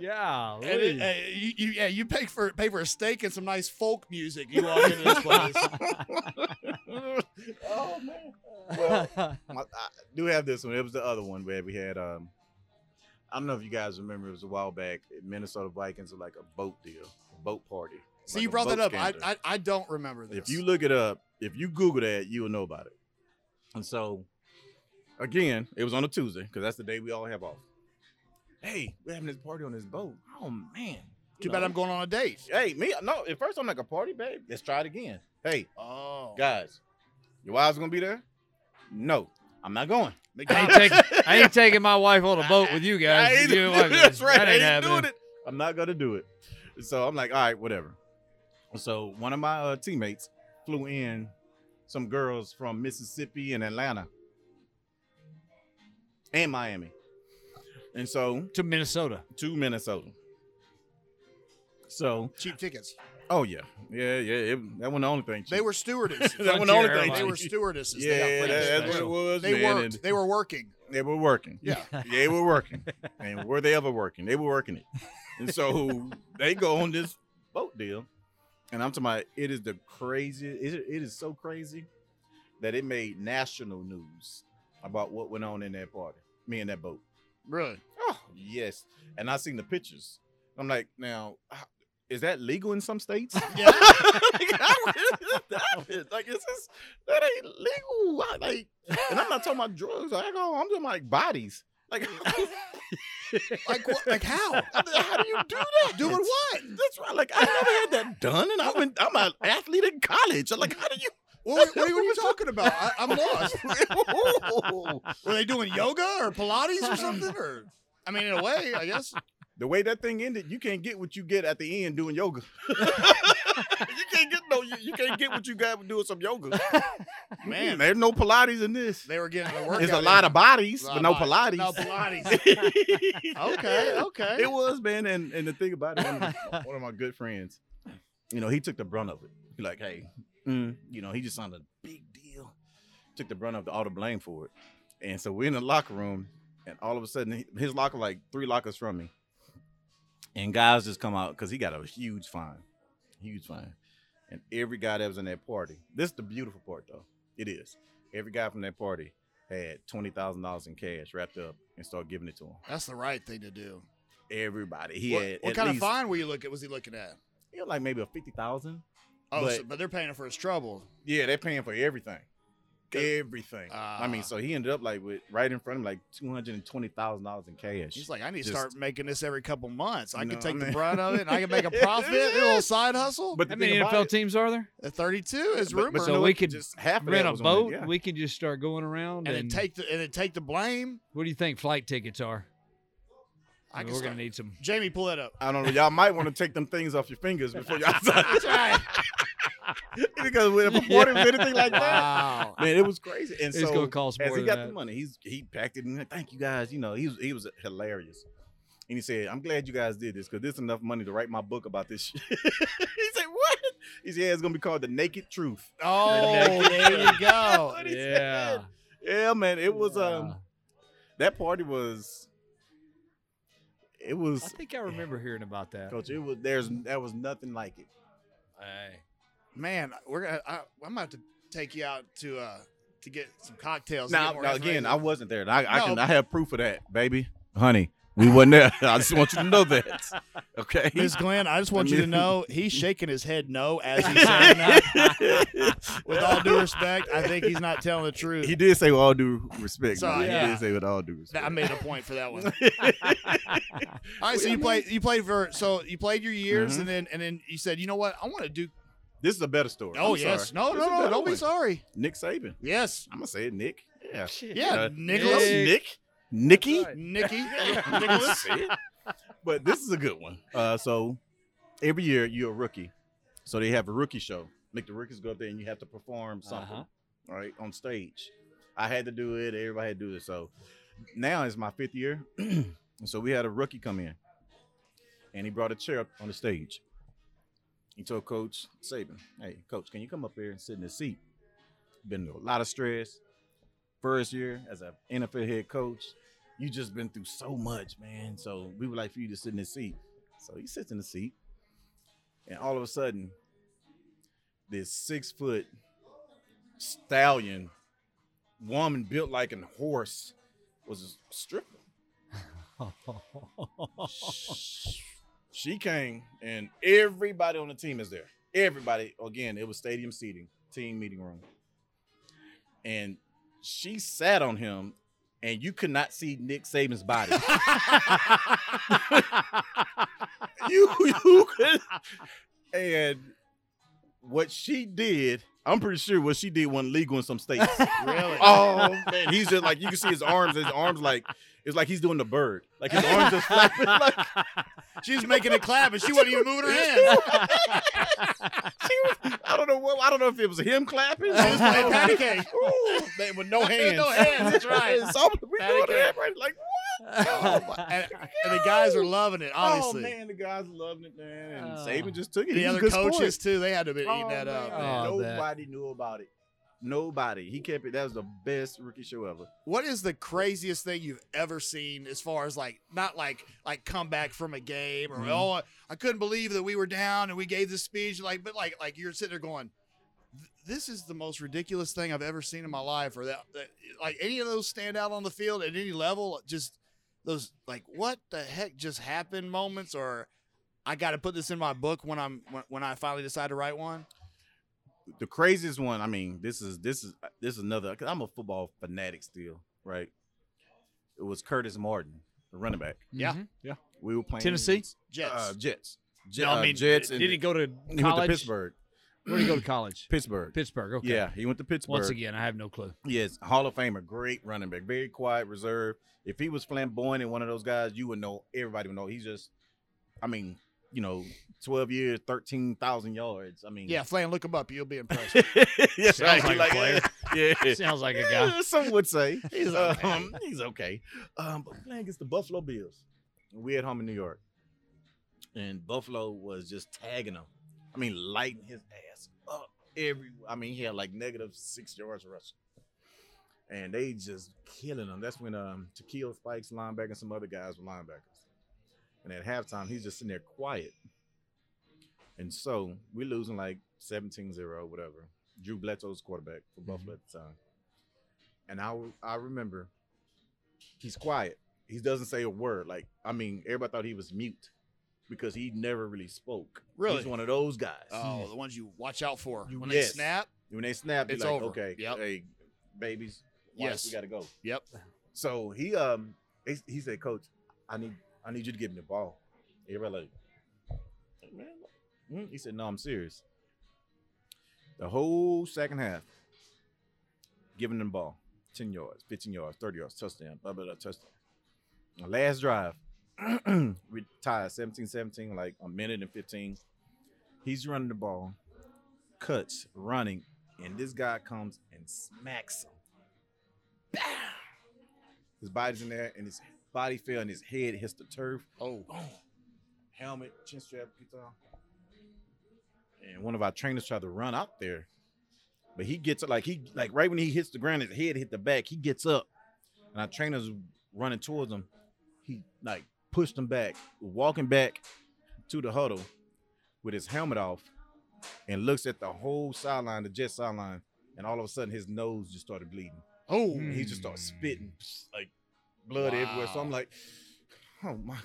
Speaker 5: Yeah.
Speaker 2: And it- uh, you, you, yeah, you pay for pay for a steak and some nice folk music. You walk into this place.
Speaker 4: oh man. Well, I, I do have this one. It was the other one where we had. um I don't know if you guys remember. It was a while back. Minnesota Vikings were like a boat deal, a boat party.
Speaker 2: So
Speaker 4: like
Speaker 2: you
Speaker 4: a
Speaker 2: brought
Speaker 4: boat
Speaker 2: that up. I,
Speaker 4: scandal.
Speaker 2: I I don't remember this.
Speaker 4: If you look it up, if you Google that, you will know about it. And so, again, it was on a Tuesday because that's the day we all have off. Hey, we're having this party on this boat. Oh man,
Speaker 2: too bad I'm going on a date.
Speaker 4: Hey, me no. At first, I'm like a party, babe. Let's try it again. Hey,
Speaker 2: Oh,
Speaker 4: guys, your wives gonna be there? No, I'm not going.
Speaker 5: I, ain't
Speaker 2: McDonald's.
Speaker 5: take, I ain't taking my wife on a boat with you guys.
Speaker 4: I ain't
Speaker 5: You
Speaker 4: doing-
Speaker 5: ain't-
Speaker 4: that's right.
Speaker 5: That
Speaker 4: I ain't
Speaker 5: ain't happening.
Speaker 4: doing it. I'm not gonna do it. So I'm like, all right, whatever. So one of my uh, teammates flew in some girls from Mississippi and Atlanta and Miami, and so
Speaker 5: To Minnesota.
Speaker 4: to Minnesota. So,
Speaker 2: cheap tickets.
Speaker 4: oh yeah, yeah, yeah. It, that wasn't the only thing.
Speaker 2: They were stewardesses.
Speaker 4: that wasn't the only thing.
Speaker 5: Frontier
Speaker 2: they were
Speaker 4: cheap.
Speaker 2: stewardesses.
Speaker 4: Yeah,
Speaker 2: they got
Speaker 4: that-
Speaker 2: French
Speaker 4: that's what
Speaker 2: special.
Speaker 4: it was.
Speaker 2: They
Speaker 4: man,
Speaker 2: worked.
Speaker 4: and-
Speaker 2: They were working.
Speaker 4: They were working.
Speaker 2: Yeah.
Speaker 4: They were working. and were they ever working? They were working it. And so they go on this boat deal. And I'm talking about it is the craziest. It, it is so crazy that it made national news about what went on in that party. Me and that boat.
Speaker 2: Really?
Speaker 4: Oh, yes. And I seen the pictures. I'm like, now, h- is that legal in some states?
Speaker 2: Yeah.
Speaker 4: like, how is that happened? Like, is this, that ain't legal. I- Like, and I'm not talking about drugs or alcohol. I'm talking about like bodies. Like,
Speaker 2: Like what? Like how?
Speaker 4: how do you do that?
Speaker 2: Doing
Speaker 4: what? That's right. Like, I never had that done, and I'm an, I'm an athlete in college. I'm like, how do you?
Speaker 2: What, what are you talking about? I, I'm lost. Were they doing yoga or Pilates or something? Or I mean, in a way, I guess.
Speaker 4: The way that thing ended, you can't get what you get at the end doing yoga. you can't get no. You, you can't get what you got doing some yoga. Man, there's no Pilates in this.
Speaker 2: They were getting a workout.
Speaker 4: There's a
Speaker 2: in.
Speaker 4: lot of bodies,
Speaker 2: Lot
Speaker 4: but
Speaker 2: of
Speaker 4: no
Speaker 2: bodies.
Speaker 4: Pilates.
Speaker 2: No Pilates. okay, okay.
Speaker 4: It was, man. And and the thing about it, one of, my, one of my good friends, you know, he took the brunt of it. He like, hey, mm, you know, he just signed a big deal. Took the brunt of the, all the blame for it. And so we're in the locker room, and all of a sudden, he- his locker like three lockers from me, and guys just come out because he got a huge fine, huge fine. And every guy that was in that party, this is the beautiful part though. It is. Every guy from that party had twenty thousand dollars in cash wrapped up and started giving it to him
Speaker 2: That's the right thing to do.
Speaker 4: everybody. He
Speaker 2: what
Speaker 4: had
Speaker 2: what
Speaker 4: at
Speaker 2: kind
Speaker 4: least-
Speaker 2: of fine were you looking? Was he looking at?
Speaker 4: It was like maybe a fifty thousand.
Speaker 2: Oh,
Speaker 4: But-
Speaker 2: so- but they're paying for his trouble.
Speaker 4: Yeah, they're paying for everything. Everything. I
Speaker 2: Ah.
Speaker 4: mean, so he ended up like with right in front of him, like two hundred and twenty thousand dollars in cash.
Speaker 2: He's like, I need to
Speaker 4: Just-
Speaker 2: start making this every couple months. I
Speaker 4: No,
Speaker 2: can take the
Speaker 4: man.
Speaker 2: brunt of it, and I can make a profit, a little side hustle.
Speaker 4: but
Speaker 5: How
Speaker 4: the
Speaker 5: many
Speaker 4: thing about
Speaker 5: NFL
Speaker 4: it-
Speaker 5: teams are there?
Speaker 2: At 32 is
Speaker 4: but-
Speaker 2: rumor,
Speaker 4: but you
Speaker 5: So
Speaker 4: know
Speaker 5: we
Speaker 4: what?
Speaker 5: could
Speaker 4: just half of
Speaker 5: Rent
Speaker 4: that
Speaker 5: a
Speaker 4: was
Speaker 5: boat.
Speaker 4: on it, yeah.
Speaker 5: We can just start going around
Speaker 2: and
Speaker 5: and,
Speaker 2: then take the and then take the blame.
Speaker 5: What do you think flight tickets are?
Speaker 2: I
Speaker 5: I
Speaker 2: can
Speaker 5: mean, we're
Speaker 2: start-
Speaker 5: gonna need some.
Speaker 2: Jamie, pull that up.
Speaker 4: I don't know. Y'all might want to take them things off your fingers before y'all start.
Speaker 2: That's right.
Speaker 4: because with a party with anything like that.
Speaker 2: Wow.
Speaker 4: Man, it was crazy. And
Speaker 5: It's
Speaker 4: so
Speaker 5: gonna cost
Speaker 4: as
Speaker 5: more
Speaker 4: he
Speaker 5: than
Speaker 4: got
Speaker 5: that.
Speaker 4: the money, he's he packed it in. Thank you guys. You know, he was he was hilarious. And he said, "I'm glad you guys did this because this is enough money to write my book about this." Shit. he said, "What?" He said, "Yeah, it's gonna be called the Naked Truth."
Speaker 2: Oh, there you go.
Speaker 4: What he
Speaker 5: Yeah,
Speaker 4: said. Yeah, man, it was um that party was it
Speaker 5: I
Speaker 4: was
Speaker 5: think I remember hearing about that.
Speaker 4: coach. It was there's there was nothing like it.
Speaker 5: Hey.
Speaker 2: Man, we're gonna. I, I'm about to take you out to uh to get some cocktails. to
Speaker 4: Now,
Speaker 2: get more
Speaker 4: now again,
Speaker 2: information.
Speaker 4: I wasn't there. I, I
Speaker 2: No.
Speaker 4: can I have proof of that, baby, honey. We wasn't there. I just want you to know that. Okay.
Speaker 2: Miss Glenn, I just want you to
Speaker 4: mean-
Speaker 2: know he's shaking his head no as he's saying that. With all due respect, I think he's not telling the truth.
Speaker 4: He did say with all due respect.
Speaker 2: So,
Speaker 4: man.
Speaker 2: yeah.
Speaker 4: He did say with all due respect.
Speaker 2: I made a point for that one. all right, so you played you played for so you played your years
Speaker 4: Mhm.
Speaker 2: and then and then you said, you know what, I want to do.
Speaker 4: this is a better story.
Speaker 2: Oh
Speaker 4: I'm
Speaker 2: yes,
Speaker 4: sorry.
Speaker 2: no
Speaker 4: This is a
Speaker 2: no no,
Speaker 4: better
Speaker 2: don't be
Speaker 4: one.
Speaker 2: sorry.
Speaker 4: Nick Saban.
Speaker 2: Yes,
Speaker 4: I'm gonna say it, Nick. Yeah.
Speaker 2: yeah,
Speaker 4: Uh,
Speaker 2: Nicholas,
Speaker 5: Nick.
Speaker 4: Nick. Nicky.
Speaker 2: Nicky, Nicholas.
Speaker 4: but this is a good one. Uh, so every year you're a rookie, so they have a rookie show. Make the rookies go up there and you have to perform something,
Speaker 5: Uh-huh.
Speaker 4: right, on stage. I had to do it. Everybody had to do it. So now it's my fifth year, and so we had a rookie come in, and he brought a chair up on the stage. He told Coach Saban, "Hey, Coach, can you come up here and sit in the seat? Been through a lot of stress. First year as a NFL head coach, you just been through so much, man. So we would like for you to sit in the seat. So he sits in the seat, and all of a sudden, this six foot stallion woman built like a horse was a stripper. she came, and everybody on the team is there. Everybody, again, it was stadium seating, team meeting room. And she sat on him, and you could not see Nick Saban's body. you, you could. And what she did, I'm pretty sure what she did wasn't legal in some states.
Speaker 2: Really?
Speaker 4: Oh man, he's just like you can see his arms. His arms like it's like he's doing the bird. Like his arms just flapping. Like,
Speaker 2: She was making a clap and she wasn't even moving her hand.
Speaker 4: I don't know what. I don't know if it was him clapping.
Speaker 2: She was playing patty cake.
Speaker 4: Ooh, man, with no hands.
Speaker 2: No hands, that's right.
Speaker 4: So we doing
Speaker 2: cake.
Speaker 4: that right? Like what? Oh, my-
Speaker 2: And, and the guys are loving it,
Speaker 4: oh,
Speaker 2: obviously.
Speaker 4: man, the guys loving it, man. And
Speaker 5: Oh.
Speaker 4: Saban just took it.
Speaker 2: The
Speaker 4: He's a
Speaker 2: other
Speaker 4: good
Speaker 2: coaches
Speaker 4: sport.
Speaker 2: too, they had to be eating
Speaker 4: Oh,
Speaker 2: that up.
Speaker 4: man.
Speaker 2: man.
Speaker 5: Oh, that-
Speaker 4: Nobody knew about it. Nobody. He kept it. That was the best rookie show ever.
Speaker 2: What is the craziest thing you've ever seen as far as like not like like comeback from a game or
Speaker 4: Mhm.
Speaker 2: oh I- I couldn't believe that we were down and we gave this speech like but like like you're sitting there going "Th- this is the most ridiculous thing I've ever seen in my life or that, that like any of those stand out on the field at any level just those like what the heck just happened moments or I got to put this in my book when I'm when, when I finally decide to write one.
Speaker 4: the craziest one. I mean, this is this is uh, this is another. Cause I'm a football fanatic still, right? It was Curtis Martin, the running back.
Speaker 2: Yeah.
Speaker 5: Mhm.
Speaker 4: We were playing
Speaker 5: Tennessee?
Speaker 4: against,
Speaker 2: Jets.
Speaker 4: uh, Jets, Je-
Speaker 5: No, I
Speaker 4: uh,
Speaker 5: mean,
Speaker 4: Jets,
Speaker 5: did
Speaker 4: and
Speaker 5: he go to
Speaker 4: he went to
Speaker 5: college?
Speaker 4: Pittsburgh.
Speaker 5: Where did he go to college?
Speaker 4: Pittsburgh.
Speaker 5: Pittsburgh. Okay.
Speaker 4: Yeah, he went to Pittsburgh.
Speaker 5: Once again, I have no clue.
Speaker 4: Yes, Hall of Famer, great running back, very quiet, reserved. If he was flamboyant and one of those guys, you would know. Everybody would know. He's just, I mean, you know, twelve years, thirteen thousand yards. I mean,
Speaker 2: Yeah, Flan, look him up. You'll be impressed.
Speaker 4: yes,
Speaker 5: Sounds
Speaker 4: right,
Speaker 5: like a
Speaker 4: Yeah, yeah.
Speaker 5: Sounds like a guy.
Speaker 4: Yeah, some would say he's
Speaker 2: okay.
Speaker 4: um, he's okay. Um, but playing against the Buffalo Bills, we at home in New York, and Buffalo was just tagging him. I mean, lighting his ass up every. I mean, he had like negative six yards rushing, and they just killing him. That's when um, Tequila Spikes linebacker and some other guys were linebackers, and at halftime he's just sitting there quiet. And so we're losing like 17-0, whatever. Drew Bledsoe's quarterback for Buffalo at the time. And I I remember he's quiet. He doesn't say a word. Like I mean, everybody thought he was mute because he never really spoke.
Speaker 2: Really?
Speaker 4: he's one of those guys.
Speaker 2: oh, the ones you watch out for.
Speaker 4: Hmm. You-
Speaker 2: when
Speaker 4: yes.
Speaker 2: they snap,
Speaker 4: when they snap, it's
Speaker 2: It's
Speaker 4: like,
Speaker 2: over.
Speaker 4: okay,
Speaker 2: Yep.
Speaker 4: hey, babies, wife,
Speaker 2: Yes.
Speaker 4: we gotta go.
Speaker 2: Yep.
Speaker 4: So he um he, he said, Coach, I need I need you to give me the ball. Everybody like, "Man, what?" Mm, he said, No, I'm serious. The whole second half, giving them the ball, ten yards, fifteen yards, thirty yards, touchdown, blah blah blah, touchdown. The last drive, we tied 17-17, like a minute and fifteen. He's running the ball, cuts, running, and this guy comes and smacks him. Bam! His body's in there, and his body fell, and his head hits the turf.
Speaker 2: Oh,
Speaker 4: Boom. Helmet, chin strap, gets on. And one of our trainers tried to run out there, but he gets like he like right when he hits the ground, his head hit the back. He gets up, and our trainer's running towards him. He like pushed him back, walking back to the huddle with his helmet off, and looks at the whole sideline, the jet sideline, and all of a sudden his nose just started bleeding.
Speaker 2: oh,
Speaker 4: And he just starts spitting pss, like blood everywhere. So I'm like, oh my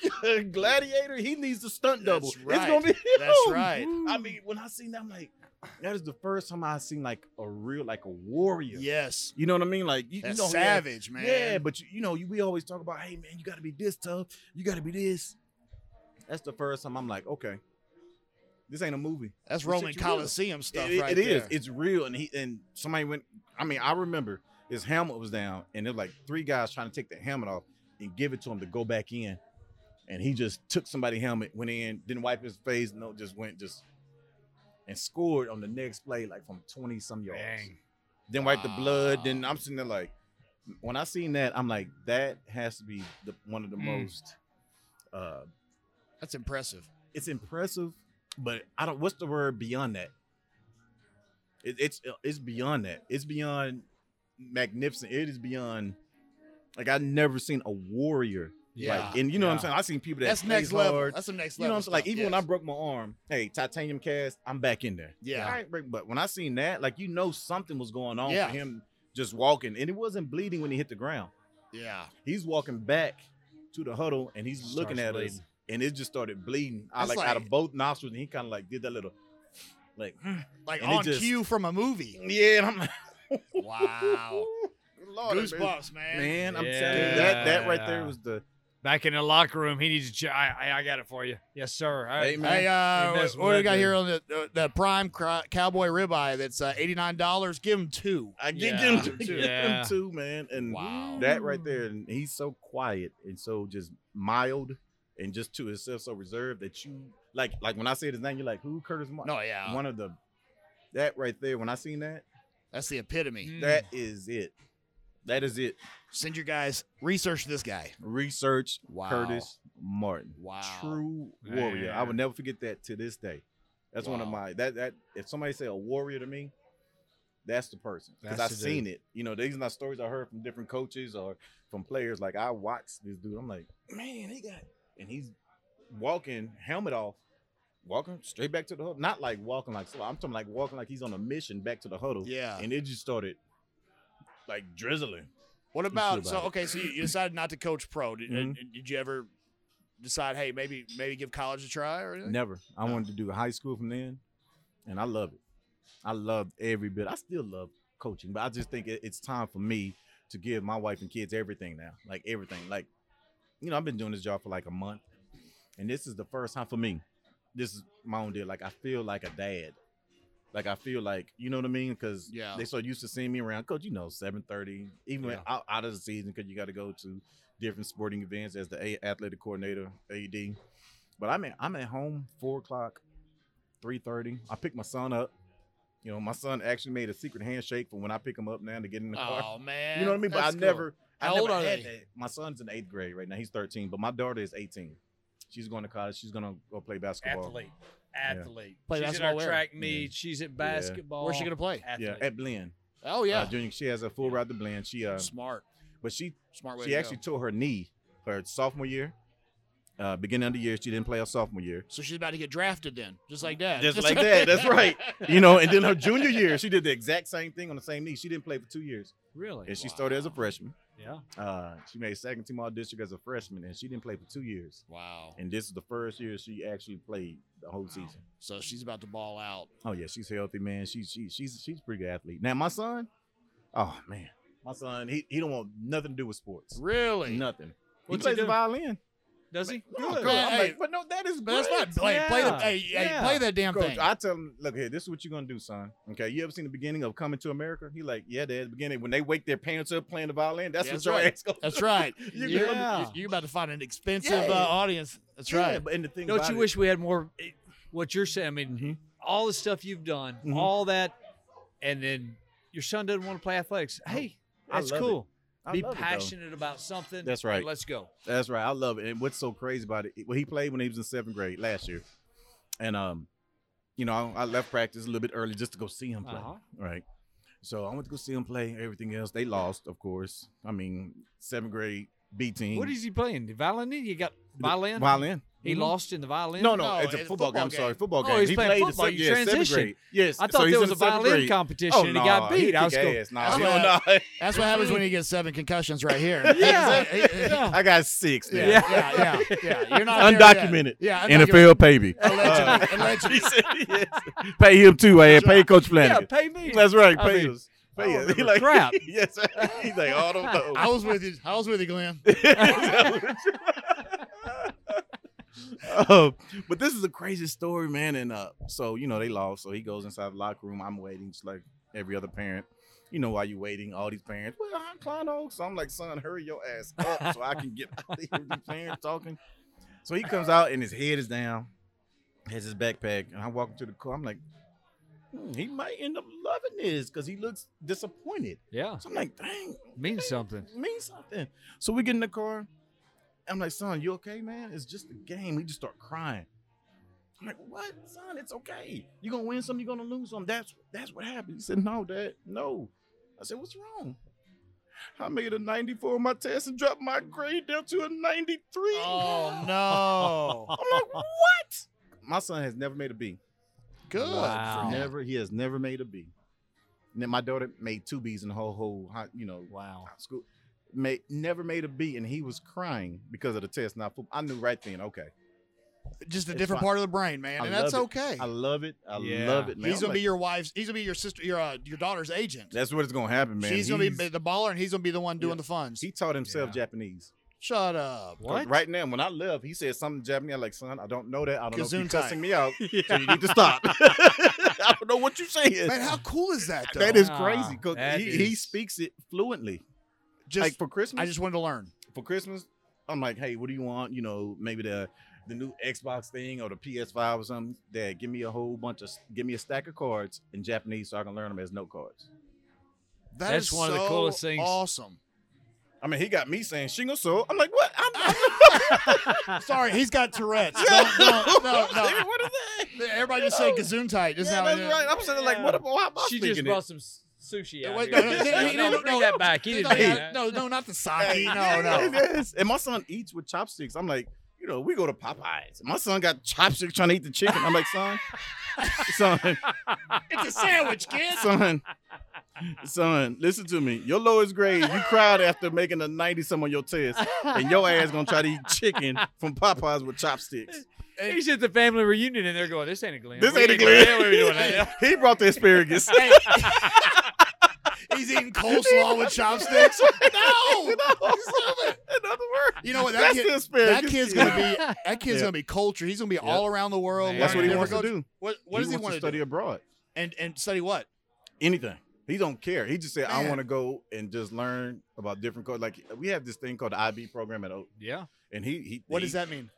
Speaker 4: God, gladiator, he needs a stunt double.
Speaker 2: That's right.
Speaker 4: It's gonna be him.
Speaker 2: That's right.
Speaker 4: I mean, when I seen that, I'm like, that is the first time I seen like a real like a warrior.
Speaker 2: yes,
Speaker 4: You know what I mean? Like you, you
Speaker 2: that's
Speaker 4: know, he had-
Speaker 2: savage, man.
Speaker 4: Yeah, but you, you know, you, we always talk about, hey man, you gotta be this tough, you gotta be this. That's the first time I'm like, okay, this ain't a movie.
Speaker 2: that's
Speaker 4: Well,
Speaker 2: Roman
Speaker 4: shit, you will.
Speaker 2: Coliseum stuff,
Speaker 4: It- it-
Speaker 2: right
Speaker 4: it is.
Speaker 2: there.
Speaker 4: It's real. And he and somebody went. I mean, I remember his helmet was down, and there's like three guys trying to take the helmet off and give it to him to go back in. And he just took somebody's helmet, went in, didn't wipe his face, no, just went just and scored on the next play, like from 20 some yards. Then wipe the blood. Then I'm sitting there like, when I seen that, I'm like, that has to be the, one of the most uh
Speaker 2: that's impressive.
Speaker 4: it's impressive, but I don't. What's the word beyond that? It, it's it's beyond that. It's beyond magnificent. It is beyond. Like I've never seen a warrior.
Speaker 2: Yeah,
Speaker 4: Like, and you know what I'm saying. I've seen people that
Speaker 2: that's
Speaker 4: plays
Speaker 2: next level.
Speaker 4: hard.
Speaker 2: That's some next
Speaker 4: you know
Speaker 2: level.
Speaker 4: what I'm saying. Like
Speaker 2: stuff,
Speaker 4: even when I
Speaker 2: yes.
Speaker 4: broke my arm, hey, titanium cast, I'm back in there.
Speaker 2: Yeah.
Speaker 4: I ain't break- but when I seen that, like you know something was going on
Speaker 2: Yeah.
Speaker 4: for him just walking, and it wasn't bleeding when he hit the ground.
Speaker 2: yeah,
Speaker 4: He's walking back to the huddle, and he's looking at
Speaker 5: Starts
Speaker 4: us
Speaker 5: bleeding.
Speaker 4: and it just started bleeding. I
Speaker 2: It's
Speaker 4: like, out
Speaker 2: like-
Speaker 4: of both nostrils, and he kind of like did that little, like
Speaker 2: like
Speaker 4: and it
Speaker 2: on
Speaker 4: just-
Speaker 2: cue from a movie.
Speaker 4: yeah, and I'm like,
Speaker 2: Wow,
Speaker 4: Lord,
Speaker 2: goosebumps, man.
Speaker 4: man, I'm
Speaker 5: Yeah.
Speaker 4: telling you, that that right there was the
Speaker 5: Back in the locker room, he needs to. Ch- I, I I got it for you. Yes, sir. All right.
Speaker 4: Hey, man.
Speaker 2: Hey, uh,
Speaker 5: Hey,
Speaker 2: what,
Speaker 5: that's
Speaker 2: what do we got
Speaker 5: legend.
Speaker 2: here on the uh, the prime cro- cowboy ribeye? That's uh, eighty nine dollars. Give him two.
Speaker 4: I get
Speaker 5: Yeah.
Speaker 4: him, get
Speaker 5: Yeah.
Speaker 4: him too, man, and
Speaker 2: Wow.
Speaker 4: Mm-hmm. that right there, and he's so quiet and so just mild and just to himself so reserved that you like like when I said his name, you're like, who Curtis Martin?
Speaker 2: No, yeah,
Speaker 4: One of the that right there. When I seen that,
Speaker 2: that's the epitome.
Speaker 5: Mm.
Speaker 4: that is it. That is it.
Speaker 2: Send your guys research this guy.
Speaker 4: Research
Speaker 2: Wow.
Speaker 4: Curtis Martin.
Speaker 2: Wow.
Speaker 4: True warrior. I
Speaker 5: Man.
Speaker 4: would never forget that to this day. That's one of
Speaker 2: Wow.
Speaker 4: my that that if somebody say a warrior to me, that's the person. Because I've
Speaker 5: That's the dude.
Speaker 4: seen it. You know, these are not stories I heard from different coaches or from players. Like I watched this dude. I'm like, man, he got and he's walking, helmet off, walking straight back to the huddle. Not like walking like slow. I'm talking like walking like he's on a mission back to the huddle.
Speaker 2: Yeah.
Speaker 4: And it just started like drizzling.
Speaker 2: What about
Speaker 4: about
Speaker 2: so?
Speaker 4: it.
Speaker 2: Okay, so you, you decided not to coach pro. Did,
Speaker 4: Mhm.
Speaker 2: did- did you ever decide? Hey, maybe maybe give college a try or anything?
Speaker 4: Never. I
Speaker 2: No.
Speaker 4: wanted to do high school from then, and I love it. I love every bit. I still love coaching, but I just think it, it's time for me to give my wife and kids everything now, like everything. Like, you know, I've been doing this job for like a month, and this is the first time for me. This is my own deal. Like, I feel like a dad. Like I feel like you know what I mean because
Speaker 2: Yeah.
Speaker 4: they so used to seeing me around coach. You know, seven thirty, even when out, out of the season because you got to go to different sporting events as the a- athletic coordinator AD. But I'm at, I'm at home four o'clock, three thirty. I pick my son up. You know, my son actually made a secret handshake for when I pick him up now to get in the car.
Speaker 2: Oh man,
Speaker 4: You know what I mean? But I
Speaker 2: that's cool.
Speaker 4: never.
Speaker 2: How
Speaker 4: I
Speaker 2: old
Speaker 4: never
Speaker 2: are
Speaker 4: had
Speaker 2: they?
Speaker 4: that. My son's in eighth grade right now. He's 13, but my daughter is 18. She's going to college. She's going to go play basketball.
Speaker 5: Athlete. Athlete.
Speaker 2: Play
Speaker 5: She's at
Speaker 2: basketball
Speaker 5: our
Speaker 2: where?
Speaker 5: track meet.
Speaker 4: Yeah.
Speaker 5: She's at basketball.
Speaker 2: Where's she gonna play?
Speaker 5: Athlete.
Speaker 4: Yeah, at Blinn.
Speaker 2: Oh yeah,
Speaker 4: Uh, junior. She has a full ride to Blinn. She uh,
Speaker 2: smart,
Speaker 4: but she
Speaker 2: smart way.
Speaker 4: she
Speaker 2: to
Speaker 4: actually
Speaker 2: go.
Speaker 4: tore her knee her sophomore year. Uh, beginning of the year, she didn't play her sophomore year.
Speaker 2: So she's about to get drafted then, just like that.
Speaker 4: Just like that. That's right. You know, and then her junior year, she did the exact same thing on the same knee. She didn't play for two years,
Speaker 5: Really?
Speaker 4: and she started as a freshman.
Speaker 5: Yeah.
Speaker 4: Uh, she made second team all district as a freshman, and she didn't play for two years.
Speaker 2: Wow.
Speaker 4: And this is the first year she actually played the whole season.
Speaker 2: So she's about to ball out.
Speaker 4: Oh yeah, she's healthy, man. She she she's she's a pretty good athlete. Now my son, oh man, my son, he he don't want nothing to do with sports.
Speaker 2: Really?
Speaker 4: Nothing.
Speaker 5: What's he
Speaker 4: he plays the
Speaker 5: doing?
Speaker 4: violin.
Speaker 5: Does he?
Speaker 4: No,
Speaker 2: Good.
Speaker 4: coach, I'm
Speaker 2: Hey,
Speaker 4: like, but no, that is
Speaker 2: But that's
Speaker 4: great.
Speaker 2: not play. Play the
Speaker 5: Yeah.
Speaker 2: hey, hey,
Speaker 5: Yeah.
Speaker 2: play that damn
Speaker 4: Coach,
Speaker 2: thing.
Speaker 4: I tell him, look here, this is what you're gonna do, son. Okay, you ever seen the beginning of Coming to America? He like, yeah, dad. The beginning when they wake their parents up playing the violin, that's
Speaker 2: Yeah,
Speaker 4: what
Speaker 2: that's
Speaker 4: your
Speaker 2: right.
Speaker 4: ass gonna
Speaker 2: that's right.
Speaker 4: You
Speaker 2: You're,
Speaker 5: Yeah.
Speaker 2: you're about to find an expensive
Speaker 4: Yeah.
Speaker 2: uh, audience. That's
Speaker 4: Yeah,
Speaker 2: right.
Speaker 4: But and the thing
Speaker 5: Don't
Speaker 4: about
Speaker 5: you
Speaker 4: it-
Speaker 5: wish we had more? eh, What you're saying, I mean,
Speaker 4: Mhm.
Speaker 5: all the stuff you've done,
Speaker 4: Mhm.
Speaker 5: all that, and then your son doesn't want to play athletics. Hey,
Speaker 4: I
Speaker 5: that's
Speaker 4: love it.
Speaker 5: cool.
Speaker 4: I
Speaker 5: Be
Speaker 4: love it, though.
Speaker 5: passionate about something.
Speaker 4: That's right.
Speaker 5: and let's go.
Speaker 4: That's right. I love it. And what's so crazy about it? Well, he played when he was in seventh grade last year, and um, you know, I, I left practice a little bit early just to go see him play.
Speaker 5: Uh-huh.
Speaker 4: Right. So I went to go see him play. Everything else, they lost, of course. I mean, seventh grade B team.
Speaker 5: What is he playing? The violin? You got
Speaker 4: The-
Speaker 5: violin?
Speaker 4: Violin.
Speaker 5: He
Speaker 4: Mhm.
Speaker 5: lost in the violin?
Speaker 4: No, no,
Speaker 2: No,
Speaker 4: it's a
Speaker 2: it's
Speaker 4: football, game. I'm
Speaker 2: football
Speaker 4: sorry,
Speaker 2: game.
Speaker 4: football
Speaker 5: Oh,
Speaker 4: game.
Speaker 5: he's
Speaker 4: he
Speaker 5: playing
Speaker 4: played
Speaker 5: football.
Speaker 4: in
Speaker 5: You
Speaker 4: seventh, yeah, seventh
Speaker 5: transitioned.
Speaker 4: grade. Yes,
Speaker 5: I thought
Speaker 4: so he's
Speaker 5: there
Speaker 4: in
Speaker 5: was a
Speaker 4: the seventh
Speaker 5: violin
Speaker 4: grade.
Speaker 5: competition
Speaker 4: Oh,
Speaker 5: and
Speaker 4: nah,
Speaker 5: he got beat. I was
Speaker 4: kick
Speaker 5: going,
Speaker 4: ass. Nah,
Speaker 2: That's
Speaker 4: he
Speaker 2: what-
Speaker 4: don't know.
Speaker 2: That's what happens when you get seven concussions right here.
Speaker 5: Yeah.
Speaker 2: Hey, hey, hey.
Speaker 4: I got six. Man.
Speaker 2: yeah, yeah, yeah, yeah. You're not There
Speaker 4: Undocumented.
Speaker 2: yet. Yeah, undocumented.
Speaker 4: NFL baby.
Speaker 2: Allegedly,
Speaker 4: He
Speaker 2: allegedly.
Speaker 4: said, yes. Pay him too, man. Pay Coach
Speaker 5: yeah,
Speaker 4: Flanagan.
Speaker 5: pay me.
Speaker 4: That's right.
Speaker 5: I
Speaker 4: Pay
Speaker 5: mean,
Speaker 4: us.
Speaker 5: I
Speaker 4: Pay us.
Speaker 5: don't
Speaker 4: He
Speaker 5: remember
Speaker 4: like
Speaker 5: crap.
Speaker 4: yes. sir. He's like all them
Speaker 2: I
Speaker 4: those.
Speaker 2: was with you. I was with you, Glenn.
Speaker 4: Um, but this is a crazy story, man. And uh, so you know they lost. So he goes inside the locker room. I'm waiting, just like every other parent. You know why you waiting? All these parents. Well, I'm Klein Oaks. So I'm like, son, hurry your ass up so I can get out of here. These parents talking. So he comes out and his head is down. Has his backpack, and I walk into the car. I'm like, "Hmm, he might end up loving this because he looks disappointed.
Speaker 5: Yeah,
Speaker 4: So I'm like, dang,
Speaker 5: means something.
Speaker 4: it means something. So we get in the car. I'm like, son, you okay, man? It's just a game. We just start crying. I'm like, what, son? It's okay. You're gonna win some, you're gonna lose some. That's that's what happened. He said, No, Dad, no. I said, What's wrong? I made a 94 on my test and dropped my grade down to a 93.
Speaker 2: Oh no!
Speaker 4: I'm like, what? My son has never made a B.
Speaker 2: Good.
Speaker 5: Wow.
Speaker 4: Never, he has never made a B. And then my daughter made two B's in the whole whole high- you know,
Speaker 5: Wow.
Speaker 4: out of school. Made, never made a B, and he was crying because of the test. Not football. I knew right then. Okay,
Speaker 2: Just a
Speaker 4: It's
Speaker 2: different
Speaker 4: fine.
Speaker 2: part of the brain, man,
Speaker 4: I
Speaker 2: and that's
Speaker 4: love it.
Speaker 2: okay.
Speaker 4: I love it. I
Speaker 5: Yeah.
Speaker 4: love it. Man.
Speaker 2: he's
Speaker 4: I'm
Speaker 2: gonna be
Speaker 4: like,
Speaker 2: your wife's. He's gonna be your sister. Your uh, your daughter's agent.
Speaker 4: That's what it's gonna happen, man.
Speaker 2: She's gonna be
Speaker 4: He's-
Speaker 2: the baller, and he's gonna be the one doing
Speaker 4: Yeah.
Speaker 2: the funds.
Speaker 4: He taught himself
Speaker 5: Yeah.
Speaker 4: Japanese.
Speaker 2: Shut up.
Speaker 5: What?
Speaker 4: Right now, when I left, he said something Japanese. I'm like, son, I don't know that. I don't know if you're
Speaker 2: Gesundheit.
Speaker 4: cussing me out. So you need to stop. I don't know what you're saying.
Speaker 2: Man, how cool is that? Though?
Speaker 4: that is
Speaker 5: Ah,
Speaker 4: crazy. 'cause
Speaker 5: that
Speaker 4: he, he
Speaker 5: is-
Speaker 4: speaks it fluently.
Speaker 2: just.
Speaker 4: like for Christmas,
Speaker 2: I just wanted to learn.
Speaker 4: for Christmas, I'm like, hey, what do you want? You know, maybe the the new Xbox thing or the PS5 or something. Dad, give me a whole bunch of give me a stack of cards in Japanese so I can learn them as note cards.
Speaker 2: That
Speaker 5: That's
Speaker 2: is
Speaker 5: one of the
Speaker 2: so
Speaker 5: coolest things.
Speaker 2: Awesome.
Speaker 4: I mean, he got me saying Shingo so. I'm like, what? I'm, I'm
Speaker 2: Sorry, he's got Tourette's. No, no, no, no.
Speaker 4: what is that?
Speaker 2: Everybody just say Gesundheit. Just
Speaker 4: yeah,
Speaker 2: now.
Speaker 4: that's right. I'm saying like, what about how am I
Speaker 5: She just
Speaker 4: speaking
Speaker 5: brought
Speaker 4: it?
Speaker 5: some s- sushi out.
Speaker 2: Wait,
Speaker 5: here.
Speaker 2: no, no, no,
Speaker 5: No,
Speaker 2: he
Speaker 5: no,
Speaker 2: didn't-
Speaker 5: bring
Speaker 2: no,
Speaker 5: that back. He didn't
Speaker 2: Like,
Speaker 5: do
Speaker 2: uh,
Speaker 5: that.
Speaker 2: no, no, not the sake.
Speaker 4: Yeah,
Speaker 2: No, no.
Speaker 4: yes. And my son eats with chopsticks. I'm like, you know, we go to Popeyes. My son got chopsticks trying to eat the chicken. I'm like, son, son,
Speaker 2: It's a sandwich, kid.
Speaker 4: son, son, listen to me. Your lowest grade, you cried after making a 90 some on your test, and your ass gonna try to eat chicken from Popeyes with chopsticks.
Speaker 5: He's at the family reunion and they're going, this ain't a Glenn.
Speaker 4: This
Speaker 5: We
Speaker 4: ain't a
Speaker 5: need to- yeah, we were doing
Speaker 4: Glenn.
Speaker 5: that.
Speaker 4: he brought the asparagus.
Speaker 2: He's eating coleslaw with chopsticks. No,
Speaker 4: In other words,
Speaker 2: you know what?
Speaker 4: that's
Speaker 2: That, kid,
Speaker 4: the
Speaker 2: that
Speaker 4: asparagus.
Speaker 2: kid's gonna be that kid's
Speaker 4: Yeah.
Speaker 2: gonna be culture. He's gonna be all around the world.
Speaker 5: Man.
Speaker 4: That's what he
Speaker 2: learning
Speaker 4: wants to
Speaker 2: different
Speaker 4: do.
Speaker 2: cultures. What, what does he
Speaker 4: wants
Speaker 2: want to
Speaker 4: study
Speaker 2: do?
Speaker 4: abroad?
Speaker 2: And and and study what?
Speaker 4: anything. He don't care. He just said, "I
Speaker 2: Man.
Speaker 4: want to go and just learn about different codes." Like we have this thing called the IB program at Oak,
Speaker 5: Yeah.
Speaker 4: and he he
Speaker 2: What
Speaker 4: he,
Speaker 2: does that mean?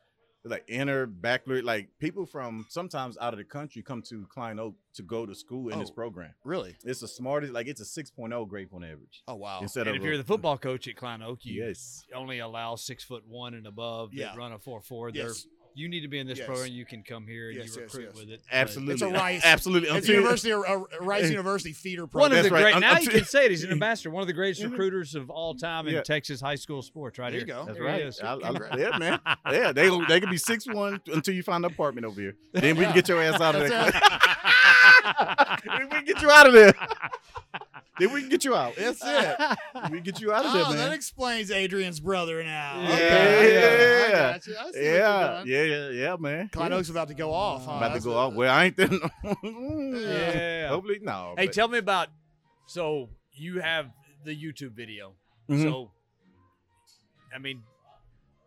Speaker 4: like inner backward like people from sometimes out of the country come to Klein Oak to go to school in this
Speaker 2: Oh.
Speaker 4: program.
Speaker 2: Really?
Speaker 4: It's the smartest like it's a 6.0 grade on average.
Speaker 2: Oh wow.
Speaker 4: Instead of
Speaker 5: And if
Speaker 4: a-
Speaker 5: you're the football coach at Klein Oak, you
Speaker 4: yes,
Speaker 5: only allow six foot one and above
Speaker 2: Yeah.
Speaker 5: that run a four four.
Speaker 2: Yes.
Speaker 5: You need to be in this
Speaker 2: Yes.
Speaker 5: program. You can come here and
Speaker 2: Yes,
Speaker 5: you
Speaker 2: yes,
Speaker 5: recruit
Speaker 2: yes.
Speaker 5: with it. but-
Speaker 4: absolutely,
Speaker 2: It's a Rice-
Speaker 4: absolutely.
Speaker 2: It's
Speaker 4: until-
Speaker 2: university, a, a Rice University feeder
Speaker 5: One
Speaker 2: program.
Speaker 5: of
Speaker 4: That's
Speaker 5: the
Speaker 4: right.
Speaker 5: great.
Speaker 4: Un-
Speaker 5: Now you
Speaker 4: until-
Speaker 5: can say it. He's an ambassador. One of the greatest recruiters of all time in
Speaker 4: Yeah.
Speaker 5: Texas high school sports. Right
Speaker 2: There you
Speaker 5: here.
Speaker 2: go.
Speaker 4: That's
Speaker 5: There
Speaker 4: right.
Speaker 5: it is.
Speaker 4: I- I- yeah, man. Yeah, they they could be six one until you find an apartment over here. Then we can get your ass out of there. we can get you out of there. then we can get you out. That's it. We can get you out of there,
Speaker 2: Oh,
Speaker 4: man.
Speaker 2: that explains Adrian's brother now.
Speaker 5: Yeah.
Speaker 2: Okay. I
Speaker 4: Yeah.
Speaker 2: got you. I see what you're
Speaker 4: yeah,
Speaker 2: doing.
Speaker 4: yeah, yeah, yeah, man.
Speaker 2: Klein
Speaker 4: Yeah.
Speaker 2: Oaks about to go off. Huh?
Speaker 4: about to
Speaker 2: That's
Speaker 4: go
Speaker 2: the-
Speaker 4: off. Well, I ain't then.
Speaker 5: Yeah.
Speaker 2: Oh,
Speaker 4: Hopefully, no.
Speaker 5: Hey,
Speaker 4: Oh, but-
Speaker 5: tell me about. So you have the YouTube video.
Speaker 4: Mhm.
Speaker 5: So, I mean,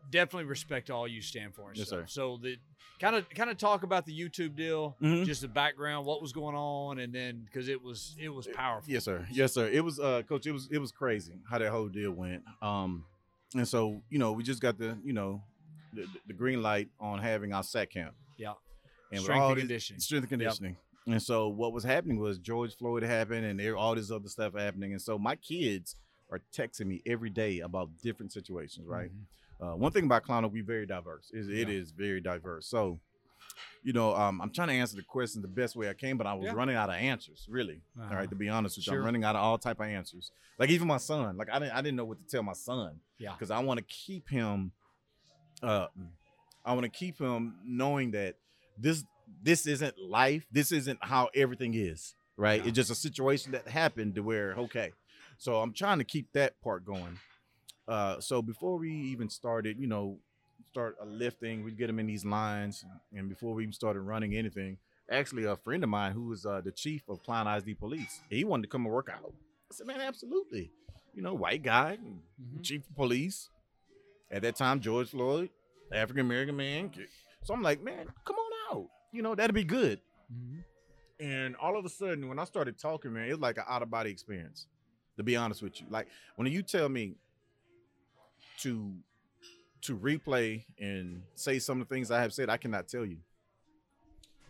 Speaker 5: definitely respect all you stand for. And
Speaker 4: Yes,
Speaker 5: stuff.
Speaker 4: sir.
Speaker 5: So the kind of kind of talk about the YouTube deal,
Speaker 4: Mhm.
Speaker 5: just the background, what was going on, and then because it was it was powerful.
Speaker 4: Yes, sir. Yes, sir. It was uh coach, it was it was crazy how that whole deal went. Um and so, you know, we just got the, you know, the, the green light on having our sack camp.
Speaker 5: Yeah.
Speaker 4: And with
Speaker 5: Strength
Speaker 4: all
Speaker 5: and
Speaker 4: this-
Speaker 5: conditioning.
Speaker 4: Strength and conditioning. And so what was happening was George Floyd happened and there all this other stuff happening. And so my kids are texting me every day about different situations, right? Uh, one thing about Clown, we very diverse. It, it is very diverse. So, you know, um, I'm trying to answer the question the best way I can, but I was
Speaker 5: Yeah.
Speaker 4: running out of answers, really. All
Speaker 5: Uh-huh.
Speaker 4: right, to be honest with you,
Speaker 5: Sure.
Speaker 4: I'm running out of all type of answers. Like even my son, like I didn't, I didn't know what to tell my son.
Speaker 5: Yeah.
Speaker 4: Because I want to keep him, uh, I want to keep him knowing that this this isn't life. This isn't how everything is. Right.
Speaker 5: Yeah.
Speaker 4: It's just a situation that happened to where okay. So I'm trying to keep that part going. Uh, so before we even started, you know, start uh, lifting, we'd get him in these lines, and before we even started running anything, actually a friend of mine who was uh, the chief of Klein ISD Police, he wanted to come and work out. I said, man, absolutely. You know, white guy, chief of police. At that time, George Floyd, African American man. So I'm like, man, come on out. You know, that'd be good. And all of a sudden, when I started talking, man, it was like an out of body experience. To be honest with you, like when you tell me to to replay and say some of the things I have said, I cannot tell you.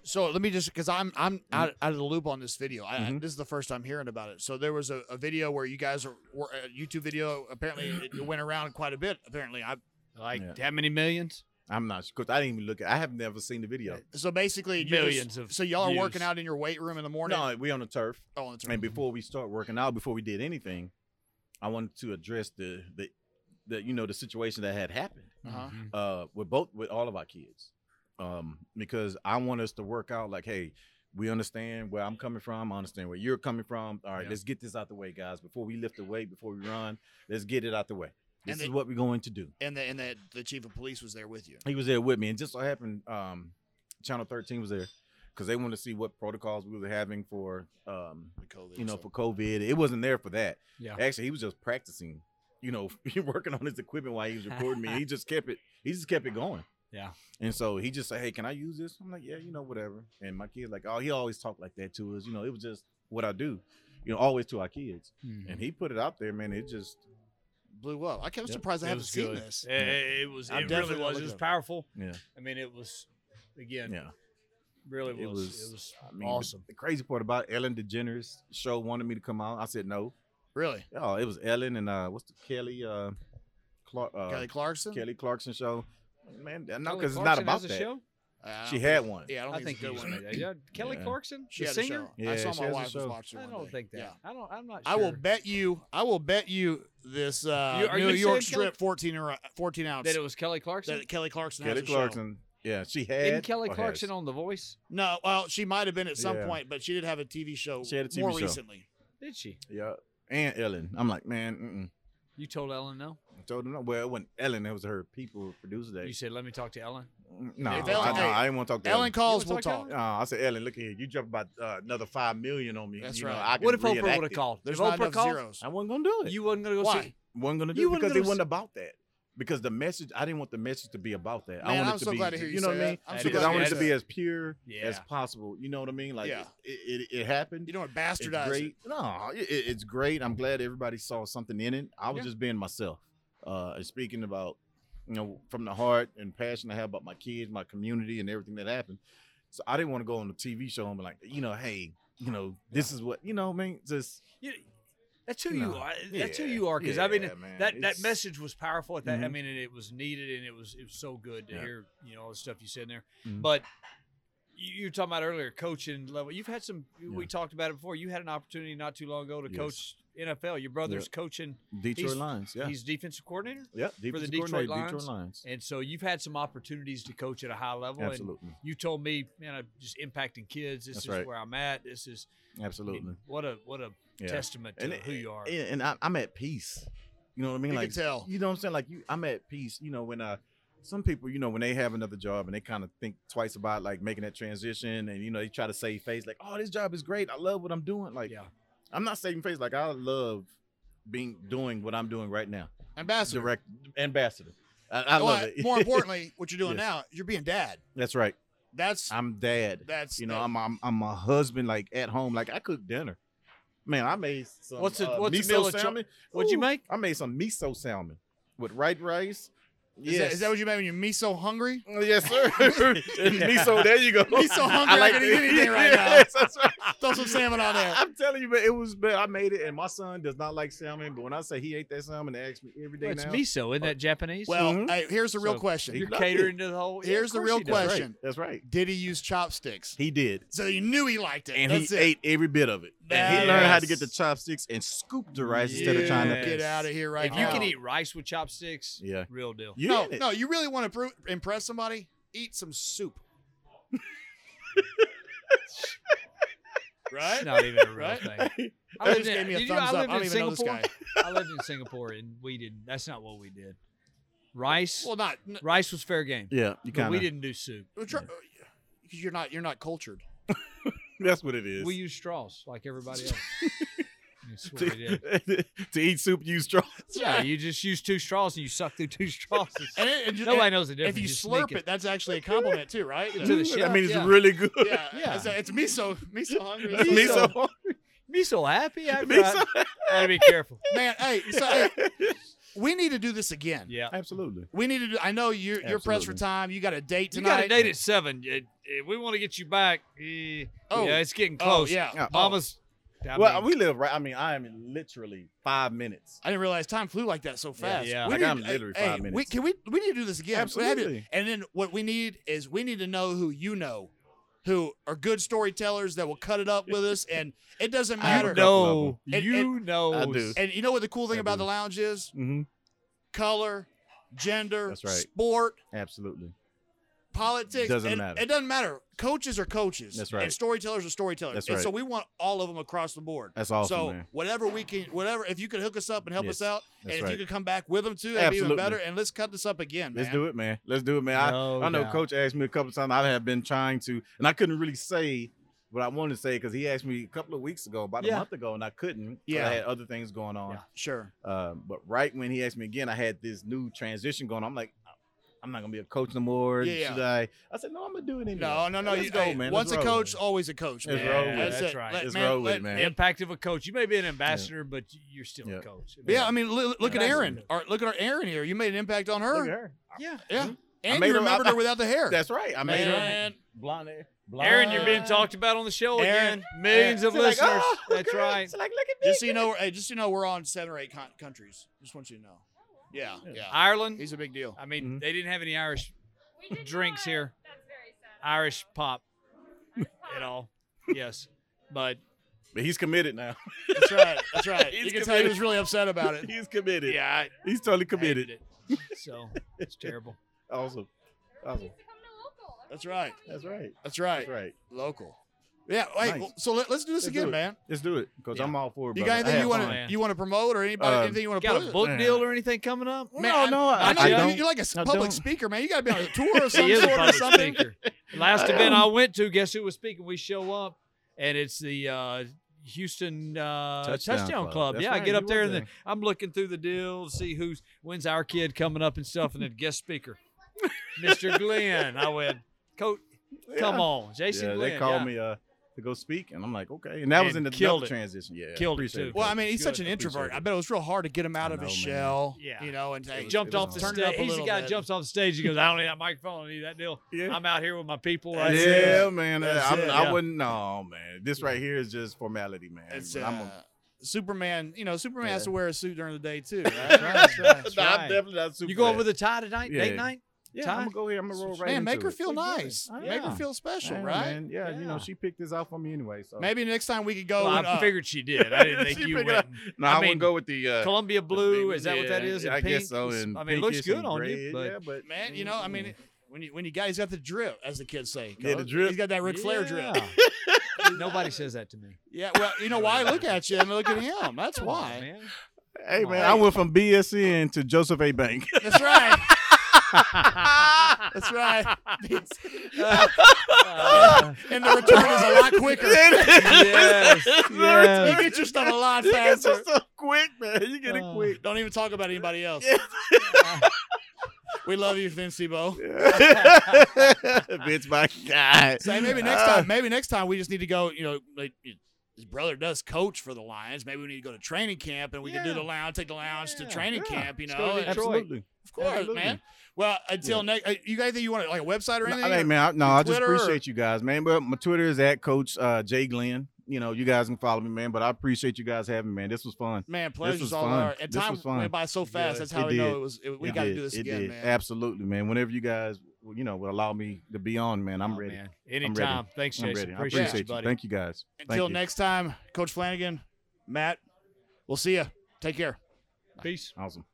Speaker 2: So let me just because I'm I'm
Speaker 4: Mm-hmm.
Speaker 2: out, out of the loop on this video. I, I-
Speaker 4: Mhm.
Speaker 2: this is the first I'm hearing about it. So there was a, a video where you guys are, were a YouTube video. Apparently, it, went around quite a bit. Apparently, I
Speaker 5: Uh-huh. Like
Speaker 4: Yeah.
Speaker 5: how many millions?
Speaker 4: I'm not because I didn't even look at. I have never seen the video.
Speaker 2: so basically you just-
Speaker 5: Millions of
Speaker 2: So y'all are
Speaker 5: views.
Speaker 2: working out in your weight room in the morning.
Speaker 4: No, we on the turf.
Speaker 2: Oh, that's right.
Speaker 4: And before we start working out, before we did anything, I wanted to address the the, the you know the situation that had happened
Speaker 2: Uh-huh.
Speaker 4: uh, with both with all of our kids, um, because I want us to work out like, hey, we understand where I'm coming from, I understand where you're coming from. All right,
Speaker 5: Yeah.
Speaker 4: let's get this out the way, guys. Before we lift the weight, before we run, let's get it out the way. This
Speaker 2: And
Speaker 4: is
Speaker 2: they-
Speaker 4: what we're going to do.
Speaker 2: And the and the, the chief of police was there with you.
Speaker 4: He was there with me, and just so happened, um, Channel 13 was there because they wanted to see what protocols we were having for um,
Speaker 2: with COVID,
Speaker 4: you know,
Speaker 2: so-
Speaker 4: for COVID. It wasn't there for that.
Speaker 5: Yeah.
Speaker 4: Actually, he was just practicing, you know, working on his equipment while he was recording me. He just kept it, he just kept it going.
Speaker 5: Yeah.
Speaker 4: And so he just said, Hey, can I use this? I'm like, Yeah, you know, whatever. And my kid's like, Oh, he always talked like that to us. You know, it was just what I do, you know, always to our kids.
Speaker 2: Mm-hmm.
Speaker 4: And he put it out there, man. It just
Speaker 2: blew up. I kept
Speaker 4: Yep.
Speaker 2: surprised I
Speaker 5: It
Speaker 2: haven't
Speaker 5: was
Speaker 2: seen
Speaker 5: good.
Speaker 2: this.
Speaker 5: It, it was.
Speaker 2: I'm
Speaker 5: It
Speaker 2: definitely
Speaker 5: really
Speaker 2: gonna
Speaker 5: was.
Speaker 2: look
Speaker 5: It was
Speaker 2: it up.
Speaker 5: powerful.
Speaker 4: Yeah.
Speaker 5: I mean, it was. Again,
Speaker 4: yeah.
Speaker 5: really
Speaker 4: It
Speaker 5: was. It was,
Speaker 4: was- I mean,
Speaker 5: awesome.
Speaker 4: The crazy part about Ellen DeGeneres show wanted me to come out. I said no.
Speaker 2: Really,
Speaker 4: Oh, it was Ellen and uh what's the Kelly uh Clark uh
Speaker 2: Kelly
Speaker 4: Kelly,
Speaker 2: Clarkson.
Speaker 4: Clarkson show. Man, no, because it's not about that.
Speaker 2: Uh,
Speaker 4: She had one.
Speaker 2: Yeah, I don't
Speaker 5: I
Speaker 2: think,
Speaker 5: think he
Speaker 2: it's a
Speaker 5: was
Speaker 2: good one.
Speaker 5: made that. Kelly
Speaker 4: Yeah.
Speaker 5: Clarkson,
Speaker 2: She
Speaker 5: the
Speaker 2: had a
Speaker 5: singer.
Speaker 2: show.
Speaker 4: Yeah,
Speaker 2: I saw
Speaker 4: she
Speaker 2: my
Speaker 4: has a
Speaker 2: wife was
Speaker 4: show.
Speaker 2: watching.
Speaker 5: I
Speaker 2: one
Speaker 5: don't
Speaker 2: day.
Speaker 5: think that.
Speaker 2: Yeah.
Speaker 5: I don't. I'm not.
Speaker 2: I will
Speaker 5: sure
Speaker 2: bet you. I will bet you this uh,
Speaker 5: You- are
Speaker 2: New
Speaker 5: you
Speaker 2: York
Speaker 5: saying Kelly-
Speaker 2: strip fourteen or uh, fourteen ounce
Speaker 5: that it was Kelly Clarkson.
Speaker 2: that Kelly Clarkson.
Speaker 4: Kelly
Speaker 2: has a Show.
Speaker 4: Clarkson. Yeah, she had.
Speaker 5: Isn't Kelly
Speaker 4: or has.
Speaker 5: Clarkson on The Voice?
Speaker 2: No, well, she might have been at some
Speaker 4: Yeah.
Speaker 2: point, but she did have a TV show.
Speaker 4: She had a TV
Speaker 2: more
Speaker 4: show.
Speaker 2: recently.
Speaker 5: Did she?
Speaker 4: Yeah, and Ellen. I'm like, man.
Speaker 5: You told Ellen no.
Speaker 4: Mm-mm. I told him no. Well, it wasn't Ellen. It was her people producer that.
Speaker 5: You said, "Let me talk to Ellen."
Speaker 4: Mm, no,
Speaker 2: If
Speaker 4: I-
Speaker 2: Ellen-
Speaker 4: no,
Speaker 2: hey,
Speaker 4: I didn't want to talk to
Speaker 2: Ellen
Speaker 4: Ellen.
Speaker 2: calls.
Speaker 5: You
Speaker 2: We'll
Speaker 5: wanna talk
Speaker 2: talk.
Speaker 5: to
Speaker 4: No, I said, Ellen, look at here. You jump about uh, another five million on me.
Speaker 2: That's
Speaker 4: you know,
Speaker 2: right.
Speaker 4: I can
Speaker 5: What if Oprah
Speaker 4: reenact
Speaker 5: would have
Speaker 4: it.
Speaker 5: called?
Speaker 2: There's
Speaker 5: if
Speaker 2: not
Speaker 5: Oprah
Speaker 2: enough
Speaker 5: called,
Speaker 2: zeros.
Speaker 4: I wasn't gonna do it.
Speaker 5: you wasn't gonna go
Speaker 2: Why?
Speaker 5: see.
Speaker 4: wasn't gonna do
Speaker 5: You
Speaker 4: it
Speaker 5: wasn't
Speaker 4: because it
Speaker 5: gonna
Speaker 4: wasn't about that. because the message I didn't want the message to be about that. I
Speaker 2: Man,
Speaker 4: wanted
Speaker 2: I'm
Speaker 4: to
Speaker 2: so
Speaker 4: be,
Speaker 2: glad to hear you
Speaker 4: know
Speaker 2: say
Speaker 4: what I mean?
Speaker 2: that. I'm
Speaker 3: so
Speaker 4: because
Speaker 3: glad
Speaker 4: I
Speaker 3: to
Speaker 4: wanted
Speaker 3: hear
Speaker 4: to be
Speaker 2: that.
Speaker 4: as pure
Speaker 3: Yeah.
Speaker 4: as possible. You know what I mean? Like
Speaker 2: Yeah.
Speaker 4: it, it, it happened.
Speaker 2: You don't
Speaker 4: It's
Speaker 2: bastardize
Speaker 4: great.
Speaker 2: it.
Speaker 4: No, it, it- it's great. I'm glad everybody saw something in it. I was
Speaker 2: Yeah.
Speaker 4: just being myself. Uh, and speaking about, you know, from the heart and passion I have about my kids, my community, and everything that happened. So I didn't want to go on the TV show and be like, you know, hey, you know, this is what you know. I mean, just
Speaker 5: You- that's who you
Speaker 4: No.
Speaker 5: are. That's who
Speaker 4: Yeah.
Speaker 5: you are. Because I mean,
Speaker 4: Yeah, man.
Speaker 5: that that
Speaker 4: It's-
Speaker 5: message was powerful. At that, I
Speaker 4: Mhm.
Speaker 5: mean, and it was needed, and it was it was so good to
Speaker 4: Yeah.
Speaker 5: hear you know all the stuff you said in there.
Speaker 4: Mhm.
Speaker 5: But you, you were talking about earlier coaching level. You've had some. We talked about it before. You had an opportunity not too long ago to
Speaker 4: Yes.
Speaker 5: coach NFL. Your brother's coaching.
Speaker 4: Detroit
Speaker 5: He's-
Speaker 4: Lions. Yeah,
Speaker 5: He's defensive coordinator,
Speaker 4: yeah.
Speaker 5: for the Detroit Lions. and so you've had some opportunities to coach at a high level. And
Speaker 4: Absolutely,
Speaker 5: you told me, man, I'm just impacting kids. This
Speaker 4: That's
Speaker 5: is
Speaker 4: right.
Speaker 5: where I'm at. This is
Speaker 4: absolutely.
Speaker 5: what a what a
Speaker 4: Yeah.
Speaker 5: testament to
Speaker 4: and
Speaker 5: who you are.
Speaker 4: And, and I, I'm at peace. You know what I mean?
Speaker 2: You
Speaker 4: like
Speaker 2: can tell.
Speaker 4: You know what I'm saying? Like you, I'm at peace. You know when uh, some people, you know, when they have another job and they kind of think twice about like making that transition, and you know they try to save face, like, oh, this job is great. I love what I'm doing. Like,
Speaker 5: yeah.
Speaker 4: I'm not saving face. Like I love being doing what I'm doing right now.
Speaker 2: Ambassador.
Speaker 4: Direct ambassador. I, I
Speaker 2: Well,
Speaker 4: love it.
Speaker 2: More importantly, what you're doing
Speaker 4: Yes.
Speaker 2: now, you're being dad.
Speaker 4: that's right.
Speaker 2: That's
Speaker 4: I'm dad.
Speaker 2: that's
Speaker 4: you know, I'm, I'm I'm a husband. Like at home, like I cook dinner. Man, I made some.
Speaker 5: What's a-
Speaker 4: uh,
Speaker 5: what's a
Speaker 4: miso
Speaker 5: meal at your-
Speaker 4: salmon?
Speaker 5: What'd you
Speaker 4: Ooh,
Speaker 5: make?
Speaker 4: I made some miso salmon with white rice.
Speaker 2: Is, that, is that what you meant when you me so hungry?
Speaker 4: you? Yes, sir. And miso. There you go.
Speaker 2: Me so hungry, I could eat
Speaker 4: that.
Speaker 2: anything right now.
Speaker 4: Yes, that's right.
Speaker 2: Throw some salmon on there.
Speaker 4: I'm telling you, man, it was. Man, I made it, and my son does not like salmon. But when I say he ate that salmon, they ask me every day
Speaker 5: Well, it's
Speaker 4: now.
Speaker 5: miso, isn't that Japanese?
Speaker 2: Well,
Speaker 4: Mhm.
Speaker 2: hey, here's the real
Speaker 5: So-
Speaker 2: question.
Speaker 5: you're
Speaker 4: loved
Speaker 5: catering to the whole. yeah, of
Speaker 2: Here's the
Speaker 5: course
Speaker 2: real
Speaker 5: he does.
Speaker 4: That's right.
Speaker 2: question.
Speaker 4: That's right.
Speaker 2: Did he use chopsticks?
Speaker 4: He did,
Speaker 2: So you knew he liked it.
Speaker 4: and
Speaker 2: That's
Speaker 4: he
Speaker 2: it.
Speaker 4: ate every bit of it. And he learned how to get the
Speaker 5: Yes.
Speaker 4: chopsticks and scoop the rice instead of trying to.
Speaker 5: Yes.
Speaker 2: get out of here right
Speaker 5: If
Speaker 2: now.
Speaker 5: you can eat rice with chopsticks,
Speaker 4: Yeah.
Speaker 5: real deal.
Speaker 4: You
Speaker 2: no,
Speaker 4: in it.
Speaker 2: no, you really want to pro- impress somebody? Eat some soup. right?
Speaker 5: It's not even a real
Speaker 2: Right?
Speaker 5: thing. I
Speaker 2: That
Speaker 5: lived
Speaker 2: just
Speaker 5: in-
Speaker 2: gave me a
Speaker 5: did you know
Speaker 2: thumbs
Speaker 5: I
Speaker 2: up.
Speaker 5: lived
Speaker 2: I don't
Speaker 5: in
Speaker 2: even know this
Speaker 5: Singapore.
Speaker 2: guy.
Speaker 5: I lived in Singapore, and we didn't. That's not what we did. Rice,
Speaker 2: Well, not n-
Speaker 5: rice was fair game.
Speaker 4: Yeah, you
Speaker 5: But
Speaker 4: kind
Speaker 5: we
Speaker 4: of.
Speaker 5: didn't do soup.
Speaker 2: well, try- uh, you're not you're not cultured.
Speaker 4: That's what it is.
Speaker 5: We used straws like everybody else. That's what we did.
Speaker 4: to, to eat soup, use straw.
Speaker 5: Yeah, you just use two straws and you suck through two straws.
Speaker 2: And, it, and,
Speaker 5: Nobody
Speaker 2: and
Speaker 5: knows the difference.
Speaker 2: if you
Speaker 5: just
Speaker 2: slurp
Speaker 5: sneak
Speaker 2: it, that's actually a compliment too, right?
Speaker 5: To the
Speaker 4: I
Speaker 5: chef,
Speaker 4: mean, it's
Speaker 5: yeah.
Speaker 4: really good.
Speaker 2: yeah,
Speaker 5: Yeah.
Speaker 2: It's, it's me so me so hungry.
Speaker 5: Miso.
Speaker 4: Me so hungry.
Speaker 5: me so happy. I
Speaker 4: Me so-
Speaker 5: gotta be careful.
Speaker 2: Man, hey, so hey, we need to do this again.
Speaker 5: Yeah.
Speaker 4: Absolutely.
Speaker 2: We need to do. I know you're you're pressed for
Speaker 4: Absolutely.
Speaker 2: time. You got a date
Speaker 5: You
Speaker 2: tonight.
Speaker 5: got a date at seven. If- if we want to get you back, eh,
Speaker 2: Oh.
Speaker 5: yeah, it's getting
Speaker 2: Oh
Speaker 5: close.
Speaker 2: yeah.
Speaker 4: Yeah.
Speaker 2: Oh,
Speaker 5: Mama's. I
Speaker 4: well,
Speaker 5: mean,
Speaker 4: we live right. I mean, I am in literally five minutes.
Speaker 2: I didn't realize time flew like that so fast.
Speaker 5: yeah.
Speaker 2: We
Speaker 4: Like,
Speaker 2: need-
Speaker 4: I'm literally
Speaker 2: hey,
Speaker 4: five
Speaker 2: hey, We,
Speaker 4: minutes.
Speaker 2: can we we need to do this again? We have to-
Speaker 4: Absolutely.
Speaker 2: and then what we need is we need to know who you know, who are good storytellers that will cut it up with us, and it doesn't
Speaker 4: I
Speaker 2: matter.
Speaker 4: don't know.
Speaker 2: And-
Speaker 5: no,
Speaker 2: and-
Speaker 5: you know,
Speaker 4: I do.
Speaker 2: And you know what the cool thing
Speaker 4: I
Speaker 2: about
Speaker 4: do.
Speaker 2: the lounge is?
Speaker 4: Mm-hmm.
Speaker 2: Color, gender,
Speaker 4: That's right.
Speaker 2: sport,
Speaker 4: Absolutely.
Speaker 2: politics.
Speaker 4: Doesn't
Speaker 2: it,
Speaker 4: matter.
Speaker 2: It doesn't matter. Coaches are coaches.
Speaker 4: That's right.
Speaker 2: And storytellers are storytellers.
Speaker 4: That's
Speaker 2: and so
Speaker 4: right.
Speaker 2: we want all of them across the board.
Speaker 4: That's awesome,
Speaker 2: So
Speaker 4: man.
Speaker 2: whatever we can, whatever if you could hook us up and help
Speaker 4: Yes.
Speaker 2: us out,
Speaker 4: That's
Speaker 2: and if you
Speaker 4: right.
Speaker 2: could come back with them too, that'd be even
Speaker 4: Absolutely.
Speaker 2: better. And let's cut this up again, man.
Speaker 4: Let's do it, man. Let's do it, man.
Speaker 5: No
Speaker 4: I, I know
Speaker 5: doubt.
Speaker 4: Coach asked me a couple times. I have been trying to, and I couldn't really say what I wanted to say because he asked me a couple of weeks ago, about
Speaker 5: Yeah.
Speaker 4: a month ago, and I couldn't. 'cause
Speaker 2: Yeah.
Speaker 4: I had other things going on.
Speaker 2: Sure.
Speaker 4: Um, but right when he asked me again, I had this new transition going. on. I'm like, I'm not gonna be a coach no more.
Speaker 2: Yeah, yeah.
Speaker 4: Should I? I said, no, I'm gonna do it anyway.
Speaker 2: No, no, no.
Speaker 4: Let's
Speaker 2: you,
Speaker 4: go,
Speaker 2: hey,
Speaker 4: man.
Speaker 2: Once
Speaker 4: Let's
Speaker 2: a
Speaker 4: roll.
Speaker 2: coach, always a coach.
Speaker 4: Let's
Speaker 2: man.
Speaker 4: roll with it.
Speaker 5: That's
Speaker 2: it.
Speaker 5: right.
Speaker 2: Let-
Speaker 4: Let's roll with
Speaker 2: let-
Speaker 4: it, man.
Speaker 5: the impact of a coach. You may be an ambassador, but you are still
Speaker 4: Yeah.
Speaker 5: a coach.
Speaker 2: Yeah, I mean, look, look at
Speaker 5: That's
Speaker 2: Aaron.
Speaker 5: it.
Speaker 2: All right, look at our Aaron here. You made an impact on her.
Speaker 4: Look at her.
Speaker 5: yeah.
Speaker 2: Yeah. And
Speaker 4: made
Speaker 2: you
Speaker 4: her-
Speaker 2: remembered
Speaker 4: I-
Speaker 2: her without the hair.
Speaker 4: That's right. I made her
Speaker 2: Man.
Speaker 4: blonde hair.
Speaker 5: Aaron, you're being talked about on the show
Speaker 2: Aaron,
Speaker 5: again. Millions
Speaker 4: She's
Speaker 5: of
Speaker 4: like,
Speaker 5: listeners.
Speaker 4: "Oh,
Speaker 5: That's
Speaker 4: great."
Speaker 5: right.
Speaker 4: She's like, look at me.
Speaker 2: Just so you know, hey, just so you know, we're on seven or eight con- countries. Just want you to know. Yeah, yeah.
Speaker 5: Ireland.
Speaker 2: He's a big deal.
Speaker 5: I mean,
Speaker 4: Mhm.
Speaker 5: they didn't have any Irish
Speaker 8: We did
Speaker 5: Drinks
Speaker 8: not.
Speaker 5: here.
Speaker 8: That's very sad.
Speaker 5: Irish pop
Speaker 8: Irish
Speaker 5: at
Speaker 8: pop.
Speaker 5: all. Yes, but
Speaker 4: But he's committed now.
Speaker 2: That's right. That's right. you
Speaker 4: He's
Speaker 2: can tell he
Speaker 4: committed.
Speaker 2: was really upset about it.
Speaker 4: he's committed.
Speaker 5: yeah, I
Speaker 4: He's totally committed.
Speaker 5: hated it. So it's terrible.
Speaker 4: Awesome.
Speaker 8: Everybody
Speaker 4: Awesome.
Speaker 8: used to come to local.
Speaker 2: That's
Speaker 8: Everybody
Speaker 2: right.
Speaker 8: used to come
Speaker 4: That's
Speaker 8: here.
Speaker 4: right.
Speaker 2: That's right.
Speaker 4: That's right.
Speaker 2: Local. Yeah. Hey,
Speaker 4: Nice.
Speaker 2: well, so let, us do this
Speaker 4: Let's
Speaker 2: again,
Speaker 4: do it.
Speaker 2: man.
Speaker 4: Let's do it, because
Speaker 5: Yeah.
Speaker 4: I'm all for it.
Speaker 2: You got
Speaker 4: brother. I
Speaker 2: anything
Speaker 4: had
Speaker 2: you
Speaker 4: fun.
Speaker 2: want
Speaker 5: man.
Speaker 2: to you want to promote or anybody
Speaker 4: Um,
Speaker 2: anything you want to
Speaker 5: Got
Speaker 2: put?
Speaker 5: a book deal or anything coming up?
Speaker 2: Man,
Speaker 4: no,
Speaker 2: I,
Speaker 4: I-
Speaker 2: know
Speaker 4: I
Speaker 2: you-
Speaker 4: don't.
Speaker 2: you're like a s-
Speaker 4: I
Speaker 2: public
Speaker 4: don't.
Speaker 2: speaker, man. You got to be on a tour or some
Speaker 5: He is a
Speaker 2: sort or
Speaker 5: public
Speaker 2: something.
Speaker 5: speaker. Last
Speaker 4: I
Speaker 5: event
Speaker 4: am.
Speaker 5: I went to, guess who was speaking? We show up, and it's the uh, Houston uh,
Speaker 4: Touchdown
Speaker 5: Touchdown,
Speaker 4: Club.
Speaker 5: Club.
Speaker 4: That's
Speaker 5: Yeah,
Speaker 4: right,
Speaker 5: I get
Speaker 4: you
Speaker 5: up there
Speaker 4: were
Speaker 5: and
Speaker 4: there.
Speaker 5: then I'm looking through the deal to see who's when's our kid coming up and stuff, and then guest speaker, Mr. Glenn. I went, Coach, come on, Jason.
Speaker 4: Yeah,
Speaker 5: Glenn.
Speaker 4: they called
Speaker 5: yeah.
Speaker 4: me uh, to go speak, and I'm like, okay. And that was
Speaker 5: And
Speaker 4: in the
Speaker 5: killed
Speaker 4: another
Speaker 5: it.
Speaker 4: transition. Yeah,
Speaker 5: Killed it,
Speaker 4: appreciate
Speaker 5: too.
Speaker 2: Well, I mean, he's such an
Speaker 4: Good.
Speaker 2: introvert.
Speaker 4: Appreciate
Speaker 2: I bet it was real hard to get him out
Speaker 4: I
Speaker 2: of his
Speaker 4: know, man.
Speaker 2: shell.
Speaker 5: Yeah.
Speaker 2: You know, and hey,
Speaker 5: jumped
Speaker 4: It was
Speaker 5: off the
Speaker 2: turned
Speaker 5: stage.
Speaker 2: up a
Speaker 5: He's the
Speaker 2: little
Speaker 5: guy
Speaker 2: bit.
Speaker 5: that jumps off the stage. He goes, I don't need that microphone. I need that deal.
Speaker 4: Yeah.
Speaker 5: I'm out here with my people.
Speaker 4: Yeah,
Speaker 5: That's it.
Speaker 4: man. uh,
Speaker 5: That's
Speaker 4: I,
Speaker 5: it,
Speaker 4: I
Speaker 5: yeah.
Speaker 4: wouldn't. No, man. This right here is just formality, man.
Speaker 2: It's,
Speaker 4: But
Speaker 2: uh,
Speaker 4: I'm a-
Speaker 2: Superman, you know, Superman has
Speaker 4: Yeah.
Speaker 2: to wear a suit during the day too. Right?
Speaker 5: That's right, that's right, that's
Speaker 4: Nah, I'm
Speaker 5: right.
Speaker 4: definitely not super.
Speaker 5: You go over with a tie tonight,
Speaker 4: Yeah.
Speaker 5: date night?
Speaker 4: yeah,
Speaker 5: tie?
Speaker 4: I'm gonna go here. I'm gonna roll right.
Speaker 2: man,
Speaker 4: into
Speaker 2: make her
Speaker 4: it.
Speaker 2: feel
Speaker 4: Yeah.
Speaker 2: nice. Make her
Speaker 4: Yeah.
Speaker 2: feel special,
Speaker 4: Yeah,
Speaker 2: right?
Speaker 4: man. Yeah, you know,
Speaker 5: Yeah.
Speaker 4: she picked this out for me anyway. So
Speaker 2: Maybe next time we could go.
Speaker 5: Well,
Speaker 2: and,
Speaker 5: I
Speaker 2: uh,
Speaker 5: figured she did. I didn't think
Speaker 4: She
Speaker 5: you
Speaker 4: figured
Speaker 5: went.
Speaker 4: out- no, I,
Speaker 5: I
Speaker 4: wouldn't
Speaker 5: mean,
Speaker 4: go with the uh,
Speaker 5: Columbia blue.
Speaker 4: big-
Speaker 5: Is that what that
Speaker 4: yeah,
Speaker 5: is? And
Speaker 4: I
Speaker 5: pink?
Speaker 4: guess so. And
Speaker 5: I mean, it looks
Speaker 4: pinkish and
Speaker 5: good on you,
Speaker 4: red,
Speaker 5: but
Speaker 4: yeah, but
Speaker 2: man, you know, I mean, when you when you guys got the drip, as the kids say,
Speaker 4: Yeah, the
Speaker 2: Coach.
Speaker 4: drip.
Speaker 2: He's got that Ric Flair drip.
Speaker 5: Yeah. Nobody says that to me.
Speaker 2: Yeah, well, you know why? I look at you and look at him. That's
Speaker 5: Come on,
Speaker 2: why.
Speaker 5: man?
Speaker 4: hey,
Speaker 5: Come
Speaker 4: man,
Speaker 5: on.
Speaker 4: I went from BSN to Joseph A. Bank.
Speaker 2: That's right. That's right.
Speaker 5: Uh,
Speaker 2: And the return is a lot quicker.
Speaker 5: yes.
Speaker 2: You
Speaker 5: yes.
Speaker 2: get your stuff a lot
Speaker 4: you get
Speaker 2: faster.
Speaker 4: so so quick, man. You get it
Speaker 5: Oh.
Speaker 4: quick.
Speaker 2: Don't even talk about anybody else. we love you, Vince Bo.
Speaker 4: Bitch, my God.
Speaker 2: Say maybe next
Speaker 5: Uh.
Speaker 2: time. Maybe next time we just need to go. You know, like you- his brother does coach for the Lions. Maybe we need to go to training camp and we can do
Speaker 5: Yeah.
Speaker 2: the lounge, take the lounge to
Speaker 5: Yeah.
Speaker 2: training
Speaker 4: Yeah.
Speaker 2: camp. You
Speaker 5: Let's
Speaker 2: know,
Speaker 5: go to
Speaker 2: and-
Speaker 5: Detroit.
Speaker 4: Absolutely.
Speaker 2: of course,
Speaker 4: Absolutely.
Speaker 2: man. Well, until next, uh, you guys think you want like a website or
Speaker 4: No,
Speaker 2: anything?
Speaker 4: hey, man, Uh, I, no,
Speaker 2: your
Speaker 4: I just
Speaker 2: Twitter or-
Speaker 4: appreciate you guys, man. But my Twitter is at Coach uh, Jay Glenn. You know, you guys can follow me, man. But I appreciate you guys having me, man. This was fun.
Speaker 2: Man, pleasure's
Speaker 4: was
Speaker 2: all
Speaker 4: fun.
Speaker 2: ours. And
Speaker 4: This
Speaker 2: time
Speaker 4: was fun.
Speaker 2: went by so fast.
Speaker 4: Yeah,
Speaker 2: that's how
Speaker 4: it
Speaker 2: we know
Speaker 4: did.
Speaker 2: it was. It, we
Speaker 4: It
Speaker 2: got to
Speaker 4: did.
Speaker 2: do this
Speaker 4: It
Speaker 2: again,
Speaker 4: did.
Speaker 2: man.
Speaker 4: Absolutely, man. Whenever you guys, you know, would allow me to be on, man, I'm
Speaker 5: Oh,
Speaker 4: ready.
Speaker 5: man.
Speaker 4: ready.
Speaker 5: Anytime. Thanks,
Speaker 4: I'm
Speaker 5: Jason.
Speaker 4: ready.
Speaker 5: Appreciate,
Speaker 4: I
Speaker 5: you,
Speaker 4: appreciate you.
Speaker 5: buddy.
Speaker 4: Thank you guys. Thank
Speaker 2: Until
Speaker 4: you.
Speaker 2: next time, Coach Flanagan, Matt. We'll see you. Take care.
Speaker 5: Peace.
Speaker 4: Awesome.